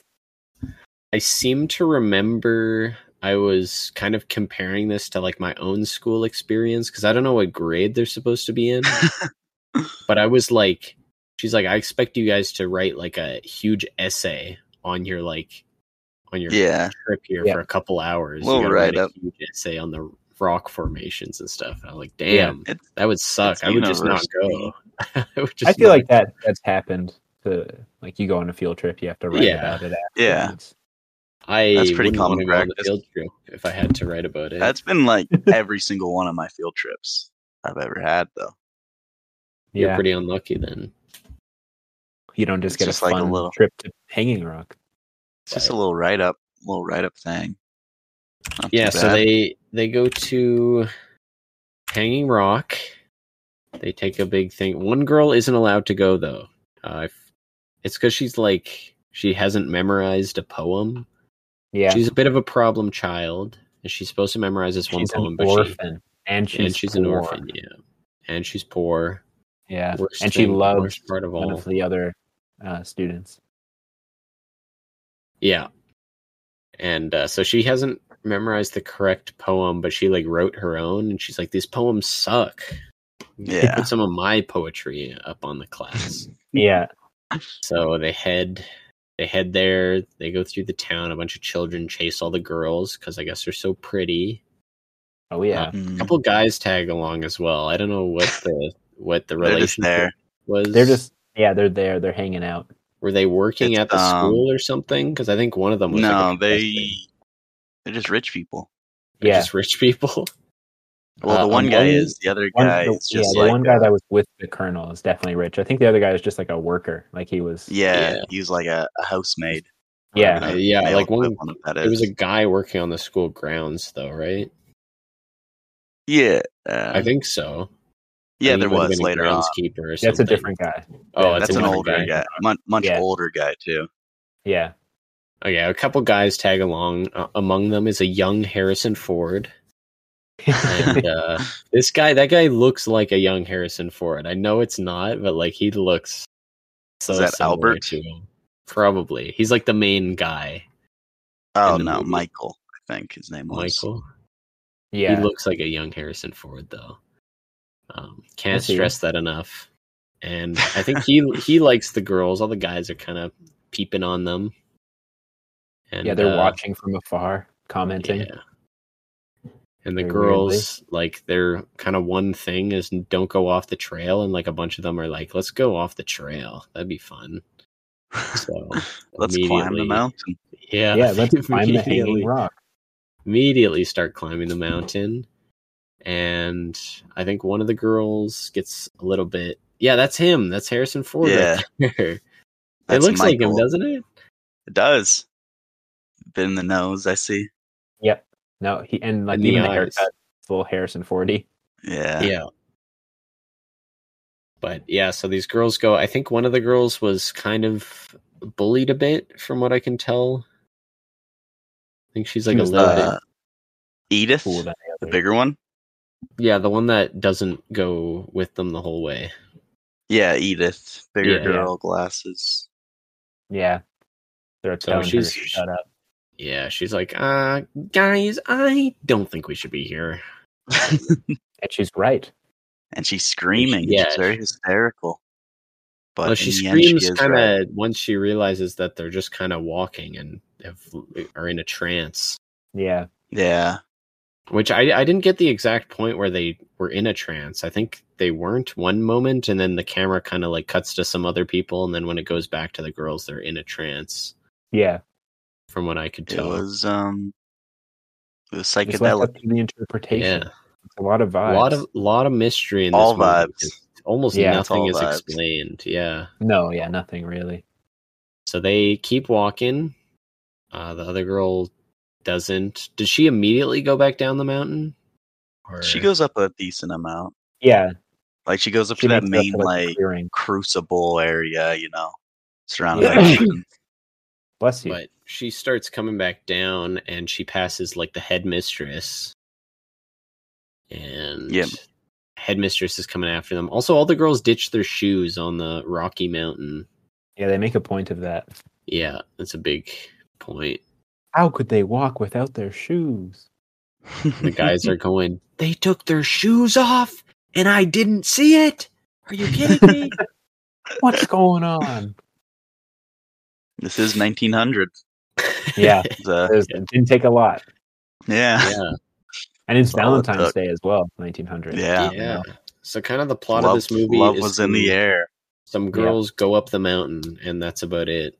[SPEAKER 3] I seem to remember I was kind of comparing this to like my own school experience because I don't know what grade they're supposed to be in, but I was like, she's like, I expect you guys to write like a huge essay on your like on your
[SPEAKER 1] yeah.
[SPEAKER 3] trip here
[SPEAKER 2] Yeah.
[SPEAKER 3] for a couple hours.
[SPEAKER 1] We'll
[SPEAKER 3] gotta
[SPEAKER 1] write
[SPEAKER 3] write a
[SPEAKER 1] up.
[SPEAKER 3] huge essay on the rock formations and stuff. And I'm like,
[SPEAKER 2] Yeah.
[SPEAKER 3] damn,
[SPEAKER 1] It-
[SPEAKER 3] that would suck.
[SPEAKER 1] it's
[SPEAKER 3] I would just not
[SPEAKER 1] universal.
[SPEAKER 3] go. I, would
[SPEAKER 2] I
[SPEAKER 3] just
[SPEAKER 2] feel
[SPEAKER 3] not-
[SPEAKER 2] like that that's happened to like you go on a field trip, you have to write
[SPEAKER 3] Yeah.
[SPEAKER 2] about it.
[SPEAKER 1] Yeah.
[SPEAKER 2] afterwards.
[SPEAKER 3] I
[SPEAKER 1] That's pretty
[SPEAKER 3] wouldn't
[SPEAKER 1] common
[SPEAKER 3] wanna go on the
[SPEAKER 1] practice.
[SPEAKER 3] field trip if I had to write about it.
[SPEAKER 1] That's been like every single one of my field trips I've ever had, though.
[SPEAKER 3] You're
[SPEAKER 2] yeah.
[SPEAKER 3] pretty unlucky then.
[SPEAKER 2] you don't just
[SPEAKER 1] it's
[SPEAKER 2] get
[SPEAKER 1] just
[SPEAKER 2] a
[SPEAKER 1] like a
[SPEAKER 2] fun
[SPEAKER 1] little-
[SPEAKER 2] trip to Hanging Rock.
[SPEAKER 1] It's just a little write up, little write up thing. Not too
[SPEAKER 3] yeah so
[SPEAKER 1] bad.
[SPEAKER 3] they they go to hanging rock they take a big thing one girl isn't allowed to go though uh, if- it's because she's like she hasn't memorized a poem
[SPEAKER 2] Yeah,
[SPEAKER 3] she's a bit of a problem child and she's supposed to memorize this one
[SPEAKER 2] She's
[SPEAKER 3] poem
[SPEAKER 2] an
[SPEAKER 3] but she,
[SPEAKER 2] orphan, and she's
[SPEAKER 3] and she's an
[SPEAKER 2] poor.
[SPEAKER 3] orphan yeah and she's poor
[SPEAKER 2] Yeah,
[SPEAKER 3] Worst
[SPEAKER 2] and she
[SPEAKER 3] thing-
[SPEAKER 2] loves
[SPEAKER 3] worst part of
[SPEAKER 2] one
[SPEAKER 3] all
[SPEAKER 2] of the other uh, students.
[SPEAKER 3] Yeah. And uh, so she hasn't memorized the correct poem, but she like wrote her own, and she's like, "These poems suck." They
[SPEAKER 1] Yeah.
[SPEAKER 3] Put some of my poetry up on the class.
[SPEAKER 2] Yeah,
[SPEAKER 3] so they head, they head there. They go through the town. A bunch of children chase all the girls because I guess they're so pretty.
[SPEAKER 2] oh yeah,
[SPEAKER 1] Mm,
[SPEAKER 3] uh, A couple guys tag along as well. I don't know what the what the
[SPEAKER 1] they're just
[SPEAKER 3] relationship
[SPEAKER 1] there.
[SPEAKER 3] was.
[SPEAKER 2] they're just yeah, they're there, they're hanging out.
[SPEAKER 3] were they working
[SPEAKER 1] It's,
[SPEAKER 3] at the
[SPEAKER 1] um,
[SPEAKER 3] school or something? Because I think one of them was like, a
[SPEAKER 1] No,
[SPEAKER 3] professor.
[SPEAKER 1] they They're just rich people.
[SPEAKER 3] They're
[SPEAKER 2] Yeah.
[SPEAKER 3] Just rich people.
[SPEAKER 1] Well,
[SPEAKER 2] Uh,
[SPEAKER 1] the one
[SPEAKER 2] um,
[SPEAKER 1] guy
[SPEAKER 2] one-
[SPEAKER 1] is. The other
[SPEAKER 2] One-
[SPEAKER 1] guy
[SPEAKER 2] the-
[SPEAKER 1] is just
[SPEAKER 2] yeah,
[SPEAKER 1] like
[SPEAKER 2] the one guy that was with the colonel is definitely rich. I think the other guy is just like a worker. Like he was.
[SPEAKER 1] yeah,
[SPEAKER 3] Yeah.
[SPEAKER 1] he was like a, a housemaid.
[SPEAKER 2] Yeah.
[SPEAKER 1] Uh,
[SPEAKER 3] Uh, yeah,
[SPEAKER 1] male
[SPEAKER 3] like one-
[SPEAKER 1] equivalent of that
[SPEAKER 3] There was
[SPEAKER 1] is.
[SPEAKER 3] a guy working on the school grounds, though, right?
[SPEAKER 1] yeah, uh,
[SPEAKER 3] I think so.
[SPEAKER 1] yeah.
[SPEAKER 3] I
[SPEAKER 1] There
[SPEAKER 3] think he might have
[SPEAKER 1] was
[SPEAKER 3] been a
[SPEAKER 1] later on.
[SPEAKER 3] groundskeeper Or
[SPEAKER 2] That's a
[SPEAKER 3] something.
[SPEAKER 2] different guy.
[SPEAKER 3] Oh,
[SPEAKER 1] That's,
[SPEAKER 3] that's, a
[SPEAKER 1] an
[SPEAKER 3] different
[SPEAKER 1] older guy, Mu- much
[SPEAKER 2] Yeah.
[SPEAKER 1] older guy too.
[SPEAKER 2] Yeah.
[SPEAKER 3] Okay, Oh, a couple guys tag along. Uh, among them is a young Harrison Ford. And uh, this guy, that guy looks like a young Harrison Ford. I know it's not, but like he looks so
[SPEAKER 1] Is that
[SPEAKER 3] similar
[SPEAKER 1] Albert?
[SPEAKER 3] to him. Probably. He's like the main guy,
[SPEAKER 1] Oh
[SPEAKER 3] the
[SPEAKER 1] no,
[SPEAKER 3] movie.
[SPEAKER 1] Michael. I think his name was.
[SPEAKER 3] Michael.
[SPEAKER 2] yeah.
[SPEAKER 3] He looks like a young Harrison Ford, though. Um, can't
[SPEAKER 2] Yes, he
[SPEAKER 3] stress that enough. And I think he he likes the girls. All the guys are kind of peeping on them. And,
[SPEAKER 2] yeah. They're
[SPEAKER 3] uh,
[SPEAKER 2] watching from afar, commenting.
[SPEAKER 3] Yeah. And the
[SPEAKER 2] Very
[SPEAKER 3] girls, like, their kind of one thing is don't go off the trail. And, like, a bunch of them are like, let's go off the trail. That'd be fun. So,
[SPEAKER 1] Let's climb the
[SPEAKER 3] immediately-
[SPEAKER 1] mountain.
[SPEAKER 3] Yeah.
[SPEAKER 2] Yeah, let's climb the
[SPEAKER 3] immediately-
[SPEAKER 2] hanging rock.
[SPEAKER 3] immediately start climbing the mountain. And I think one of the girls gets a little bit. Yeah, that's him. That's Harrison Ford. right there. it
[SPEAKER 1] That's
[SPEAKER 3] looks like him,
[SPEAKER 1] Michael.
[SPEAKER 3] doesn't it?
[SPEAKER 1] It does. Bit in the nose, I see.
[SPEAKER 2] Yep. No, he and like
[SPEAKER 3] And the
[SPEAKER 2] even the
[SPEAKER 3] eyes.
[SPEAKER 2] haircut, full Harrison Forty.
[SPEAKER 1] Yeah.
[SPEAKER 3] yeah but yeah so these girls go i think one of the girls was kind of bullied a bit from what i can tell i think she's like
[SPEAKER 2] She
[SPEAKER 3] a
[SPEAKER 2] was,
[SPEAKER 3] little
[SPEAKER 1] Uh, Edith,
[SPEAKER 2] Cool than the
[SPEAKER 1] the
[SPEAKER 2] other.
[SPEAKER 1] bigger one.
[SPEAKER 3] bit yeah the one that doesn't go with them the whole way
[SPEAKER 1] Yeah, Edith, bigger
[SPEAKER 3] Yeah.
[SPEAKER 1] girl, glasses.
[SPEAKER 2] Yeah. They're
[SPEAKER 3] So
[SPEAKER 2] telling her to
[SPEAKER 3] she's-
[SPEAKER 2] shut up.
[SPEAKER 3] yeah she's like uh guys i don't think we should be here
[SPEAKER 2] And she's right.
[SPEAKER 1] and she's screaming.
[SPEAKER 3] Yeah.
[SPEAKER 1] She's very hysterical. But
[SPEAKER 3] well,
[SPEAKER 1] in
[SPEAKER 3] she
[SPEAKER 1] the end, she
[SPEAKER 3] screams
[SPEAKER 1] is
[SPEAKER 3] kind
[SPEAKER 1] right.
[SPEAKER 3] of once she realizes that they're just kind of walking and have, are in a trance
[SPEAKER 2] Yeah.
[SPEAKER 1] Yeah.
[SPEAKER 3] which I, I didn't get the exact point where they were in a trance. I think they weren't one moment, and then the camera kind of like cuts to some other people, and then when it goes back to the girls, they're in a trance,
[SPEAKER 2] Yeah.
[SPEAKER 3] from what I could
[SPEAKER 1] It
[SPEAKER 3] tell.
[SPEAKER 1] was um it was
[SPEAKER 2] Just left
[SPEAKER 1] psychedelic.
[SPEAKER 2] up to the interpretation.
[SPEAKER 3] yeah,
[SPEAKER 2] It's a lot of
[SPEAKER 3] a
[SPEAKER 2] vibes.
[SPEAKER 3] lot of lot of mystery in
[SPEAKER 1] All
[SPEAKER 3] this movie.
[SPEAKER 1] vibes.
[SPEAKER 3] because Almost
[SPEAKER 2] Yeah, it's
[SPEAKER 3] nothing
[SPEAKER 1] all
[SPEAKER 3] is
[SPEAKER 1] vibes.
[SPEAKER 3] explained. Yeah,
[SPEAKER 2] no, yeah, nothing really.
[SPEAKER 3] so they keep walking. Uh, the other girl doesn't. Does she immediately go back down the mountain? Or...
[SPEAKER 1] She goes up a decent amount.
[SPEAKER 2] Yeah.
[SPEAKER 1] Like she goes up
[SPEAKER 2] she
[SPEAKER 1] to that
[SPEAKER 2] makes it
[SPEAKER 1] main
[SPEAKER 2] up to,
[SPEAKER 1] like
[SPEAKER 2] clearing.
[SPEAKER 1] crucible area, you know, surrounded
[SPEAKER 2] Yeah.
[SPEAKER 1] by mountains.
[SPEAKER 2] Bless you.
[SPEAKER 3] but she starts coming back down and she passes like the headmistress and
[SPEAKER 1] Yeah.
[SPEAKER 3] headmistress is coming after them also all the girls ditch their shoes on the rocky mountain
[SPEAKER 2] Yeah, they make a point of that.
[SPEAKER 3] yeah that's a big point
[SPEAKER 2] How could they walk without their shoes?
[SPEAKER 3] the guys are going they took their shoes off and i didn't see it are you kidding me
[SPEAKER 2] What's going on?
[SPEAKER 1] This is 1900.
[SPEAKER 2] Yeah,
[SPEAKER 1] The,
[SPEAKER 2] it, was- it didn't take a lot,
[SPEAKER 1] yeah,
[SPEAKER 3] yeah
[SPEAKER 2] and it's
[SPEAKER 1] That's all it
[SPEAKER 2] Valentine's
[SPEAKER 1] took.
[SPEAKER 2] Day as well, 1900.
[SPEAKER 1] yeah.
[SPEAKER 3] yeah so kind of the plot
[SPEAKER 1] love,
[SPEAKER 3] of this movie
[SPEAKER 1] love
[SPEAKER 3] is
[SPEAKER 1] was in the
[SPEAKER 3] some-
[SPEAKER 1] air.
[SPEAKER 3] some girls go up the mountain and that's about it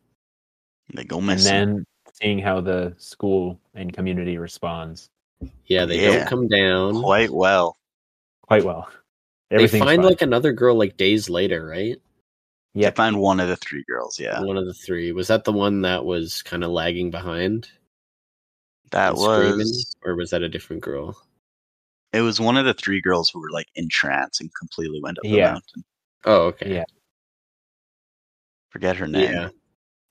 [SPEAKER 1] They go
[SPEAKER 2] and
[SPEAKER 1] missing.
[SPEAKER 2] then seeing how the school and community responds
[SPEAKER 3] yeah they
[SPEAKER 1] Yeah.
[SPEAKER 3] don't come down
[SPEAKER 1] Quite well.
[SPEAKER 2] quite well.
[SPEAKER 3] they
[SPEAKER 2] Everything's
[SPEAKER 3] find
[SPEAKER 2] fine.
[SPEAKER 3] like another girl like days later, right?
[SPEAKER 1] They
[SPEAKER 2] Yep.
[SPEAKER 1] find one of the three girls. Yeah,
[SPEAKER 3] One of the three. Was that the one that was kind of lagging behind?
[SPEAKER 1] that
[SPEAKER 3] and screaming?
[SPEAKER 1] was.
[SPEAKER 3] or was that a different girl?
[SPEAKER 1] It was one of the three girls who were like in trance and completely went up the
[SPEAKER 2] Yeah.
[SPEAKER 1] mountain.
[SPEAKER 3] Oh, okay.
[SPEAKER 2] Yeah.
[SPEAKER 1] Forget her name.
[SPEAKER 3] Yeah.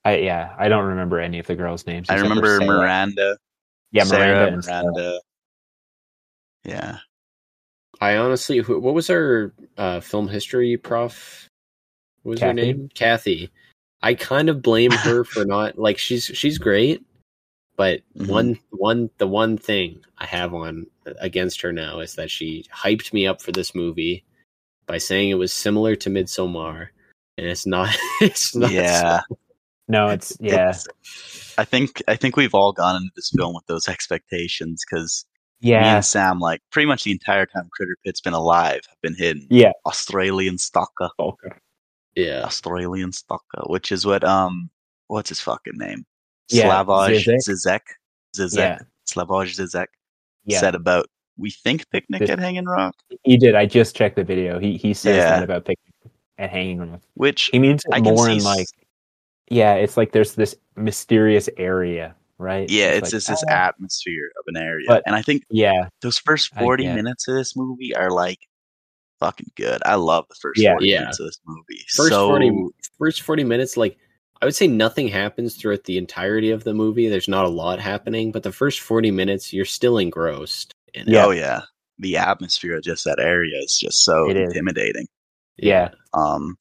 [SPEAKER 2] I, yeah, I don't remember any of the girls' names.
[SPEAKER 1] I
[SPEAKER 2] except for
[SPEAKER 1] remember
[SPEAKER 2] Sarah.
[SPEAKER 1] Miranda.
[SPEAKER 2] Yeah,
[SPEAKER 1] Sarah,
[SPEAKER 2] Miranda. and Sarah.
[SPEAKER 1] Miranda. Yeah.
[SPEAKER 3] I honestly, wh- what was our uh, film history prof? What was her
[SPEAKER 2] Kathy?
[SPEAKER 3] name? Kathy. I kind of blame her for not like she's she's great, but
[SPEAKER 1] Mhm.
[SPEAKER 3] one one the one thing I have on uh, against her now is that she hyped me up for this movie by saying it was similar to Midsommar, and it's not. It's not.
[SPEAKER 1] yeah.
[SPEAKER 2] No, it's yeah,
[SPEAKER 1] It's- I think I think we've all gone into this film with those expectations because me
[SPEAKER 2] yeah,
[SPEAKER 1] and Sam, like pretty much the entire time Critter Pit's been alive, have been hidden.
[SPEAKER 2] Yeah.
[SPEAKER 1] Australian stalker.
[SPEAKER 2] Volker.
[SPEAKER 3] Yeah.
[SPEAKER 1] Australian stalker, which is what um what's his fucking name?
[SPEAKER 2] Yeah,
[SPEAKER 1] Slavoj
[SPEAKER 2] Zizek.
[SPEAKER 1] Zizek. Zizek.
[SPEAKER 2] yeah.
[SPEAKER 1] Slavoj Zizek
[SPEAKER 2] Yeah,
[SPEAKER 1] said about we think picnic
[SPEAKER 2] This-
[SPEAKER 1] at Hanging Rock,
[SPEAKER 2] he did. I just checked the video. He he says
[SPEAKER 1] Yeah.
[SPEAKER 2] that about picking and hanging rock.
[SPEAKER 1] which
[SPEAKER 2] He means it
[SPEAKER 1] I can
[SPEAKER 2] more
[SPEAKER 1] see
[SPEAKER 2] in
[SPEAKER 1] s-
[SPEAKER 2] like, yeah, it's like there's this mysterious area, right?
[SPEAKER 1] yeah, it's
[SPEAKER 2] like,
[SPEAKER 1] just this
[SPEAKER 2] ah,
[SPEAKER 1] atmosphere of an area,
[SPEAKER 2] But-
[SPEAKER 1] and I think
[SPEAKER 2] Yeah,
[SPEAKER 1] those first
[SPEAKER 2] I
[SPEAKER 1] forty
[SPEAKER 2] get it.
[SPEAKER 1] minutes of this movie are like fucking good. I love the first
[SPEAKER 2] Yeah.
[SPEAKER 1] forty
[SPEAKER 3] Yeah.
[SPEAKER 1] minutes of this movie.
[SPEAKER 3] First
[SPEAKER 1] so
[SPEAKER 3] 40 first 40 minutes like i would say nothing happens throughout the entirety of the movie there's not a lot happening but the first 40 minutes you're still engrossed in it.
[SPEAKER 1] oh yeah, the atmosphere of just that area is just so
[SPEAKER 2] It is.
[SPEAKER 1] intimidating.
[SPEAKER 2] yeah,
[SPEAKER 1] Um,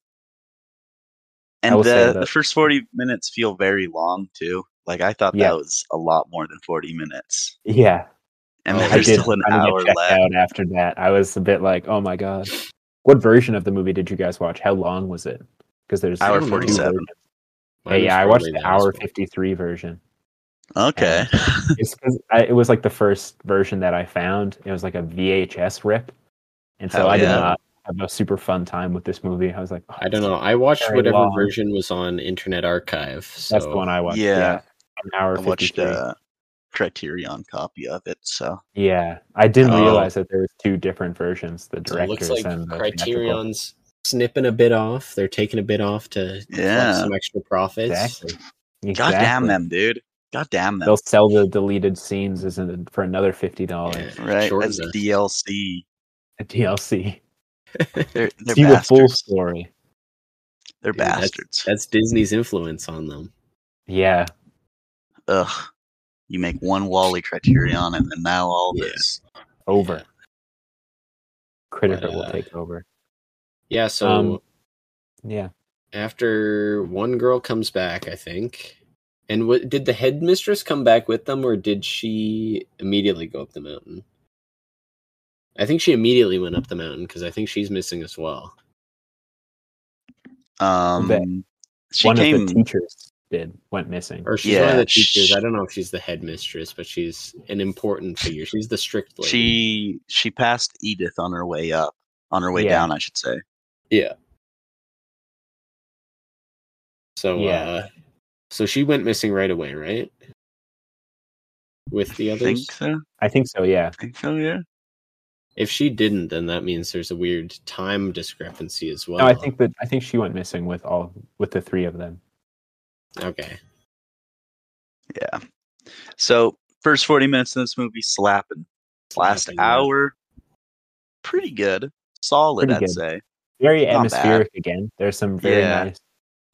[SPEAKER 2] I
[SPEAKER 1] and
[SPEAKER 2] will say
[SPEAKER 1] the, the
[SPEAKER 2] that-
[SPEAKER 1] first 40 minutes feel very long too. Like I thought
[SPEAKER 2] Yeah.
[SPEAKER 1] that was a lot more than 40 minutes.
[SPEAKER 2] yeah.
[SPEAKER 1] And
[SPEAKER 3] Oh,
[SPEAKER 1] then
[SPEAKER 3] I
[SPEAKER 2] I
[SPEAKER 1] there's
[SPEAKER 2] did
[SPEAKER 1] still an
[SPEAKER 2] kinda get
[SPEAKER 1] hour
[SPEAKER 2] checked
[SPEAKER 1] left.
[SPEAKER 2] out after that. I was a bit like, oh my god, what version of the movie did you guys watch? How long was it? Because there's
[SPEAKER 1] Hour
[SPEAKER 2] two
[SPEAKER 1] 47.
[SPEAKER 2] versions.
[SPEAKER 3] Mine
[SPEAKER 2] Hey,
[SPEAKER 3] was
[SPEAKER 2] yeah, I watched
[SPEAKER 3] probably
[SPEAKER 2] the
[SPEAKER 3] that as
[SPEAKER 2] hour
[SPEAKER 3] well.
[SPEAKER 2] fifty three version.
[SPEAKER 1] Okay.
[SPEAKER 2] It's 'cause I, it was like the first version that I found. It was like a VHS rip, and so
[SPEAKER 1] Hell
[SPEAKER 2] I did
[SPEAKER 1] yeah.
[SPEAKER 2] not have a super fun time with this movie. I was like, oh,
[SPEAKER 3] i don't know i watched
[SPEAKER 2] Very
[SPEAKER 3] whatever
[SPEAKER 2] long.
[SPEAKER 3] version was on internet archive so
[SPEAKER 2] That's the one I watched.
[SPEAKER 1] Yeah.
[SPEAKER 2] Yeah, an hour.
[SPEAKER 1] I watched
[SPEAKER 2] 53.
[SPEAKER 3] uh,
[SPEAKER 1] a Criterion copy of it. So
[SPEAKER 2] Yeah, I didn't
[SPEAKER 1] Oh.
[SPEAKER 2] realize that there was two different versions. The
[SPEAKER 3] So it looks
[SPEAKER 2] directors
[SPEAKER 3] like
[SPEAKER 2] and the theatrical.
[SPEAKER 3] criterion's snipping a bit off they're taking a bit off to collect
[SPEAKER 1] Yeah.
[SPEAKER 3] some extra profits
[SPEAKER 2] Exactly.
[SPEAKER 1] God damn
[SPEAKER 2] Exactly.
[SPEAKER 1] them, dude. God damn them.
[SPEAKER 2] They'll sell the deleted scenes as an, for another fifty dollars.
[SPEAKER 3] Yeah,
[SPEAKER 1] right.
[SPEAKER 3] shorten
[SPEAKER 1] As
[SPEAKER 3] the-
[SPEAKER 1] DLC.
[SPEAKER 2] A DLC.
[SPEAKER 1] They're, they're
[SPEAKER 2] See the full
[SPEAKER 1] bastards.
[SPEAKER 2] story.
[SPEAKER 1] They're
[SPEAKER 3] Dude, that's-
[SPEAKER 1] bastards.
[SPEAKER 3] that's disney's influence on them
[SPEAKER 2] Yeah.
[SPEAKER 1] Ugh. You make one Wally Criterion and then now all
[SPEAKER 3] Yeah.
[SPEAKER 1] this.
[SPEAKER 2] Over. Critical
[SPEAKER 3] But,
[SPEAKER 2] will
[SPEAKER 3] uh,
[SPEAKER 2] take over.
[SPEAKER 3] yeah so
[SPEAKER 2] Um, Yeah.
[SPEAKER 3] after one girl comes back, I think. And w- did the headmistress come back with them, or did she immediately go up the mountain? I think she immediately went up the mountain because I think she's missing as well.
[SPEAKER 1] Um, she
[SPEAKER 2] One
[SPEAKER 1] came.
[SPEAKER 2] of the teachers did went missing.
[SPEAKER 3] Or she's one of
[SPEAKER 1] Yeah,
[SPEAKER 3] the teachers.
[SPEAKER 1] sh-
[SPEAKER 3] I don't know if she's the headmistress, but she's an important figure. She's the strict lady.
[SPEAKER 1] she she passed Edith on her way up, on her way
[SPEAKER 2] Yeah.
[SPEAKER 1] down, I should say.
[SPEAKER 3] yeah. So
[SPEAKER 2] Yeah.
[SPEAKER 3] uh, so she went missing right away, right? With the others.
[SPEAKER 1] Think so?
[SPEAKER 2] I think so, yeah.
[SPEAKER 1] Think so? Yeah.
[SPEAKER 3] If she didn't, then that means there's a weird time discrepancy as well.
[SPEAKER 2] No, I think that I think she went missing with all with the three of them.
[SPEAKER 3] Okay.
[SPEAKER 1] Yeah. So first forty minutes of this movie slapping. Last
[SPEAKER 3] Slapping, yeah.
[SPEAKER 1] hour, pretty good, solid,
[SPEAKER 2] Pretty
[SPEAKER 1] I'd
[SPEAKER 2] good.
[SPEAKER 1] say.
[SPEAKER 2] Very
[SPEAKER 1] Not
[SPEAKER 2] atmospheric again. There's some very
[SPEAKER 1] Yeah.
[SPEAKER 2] nice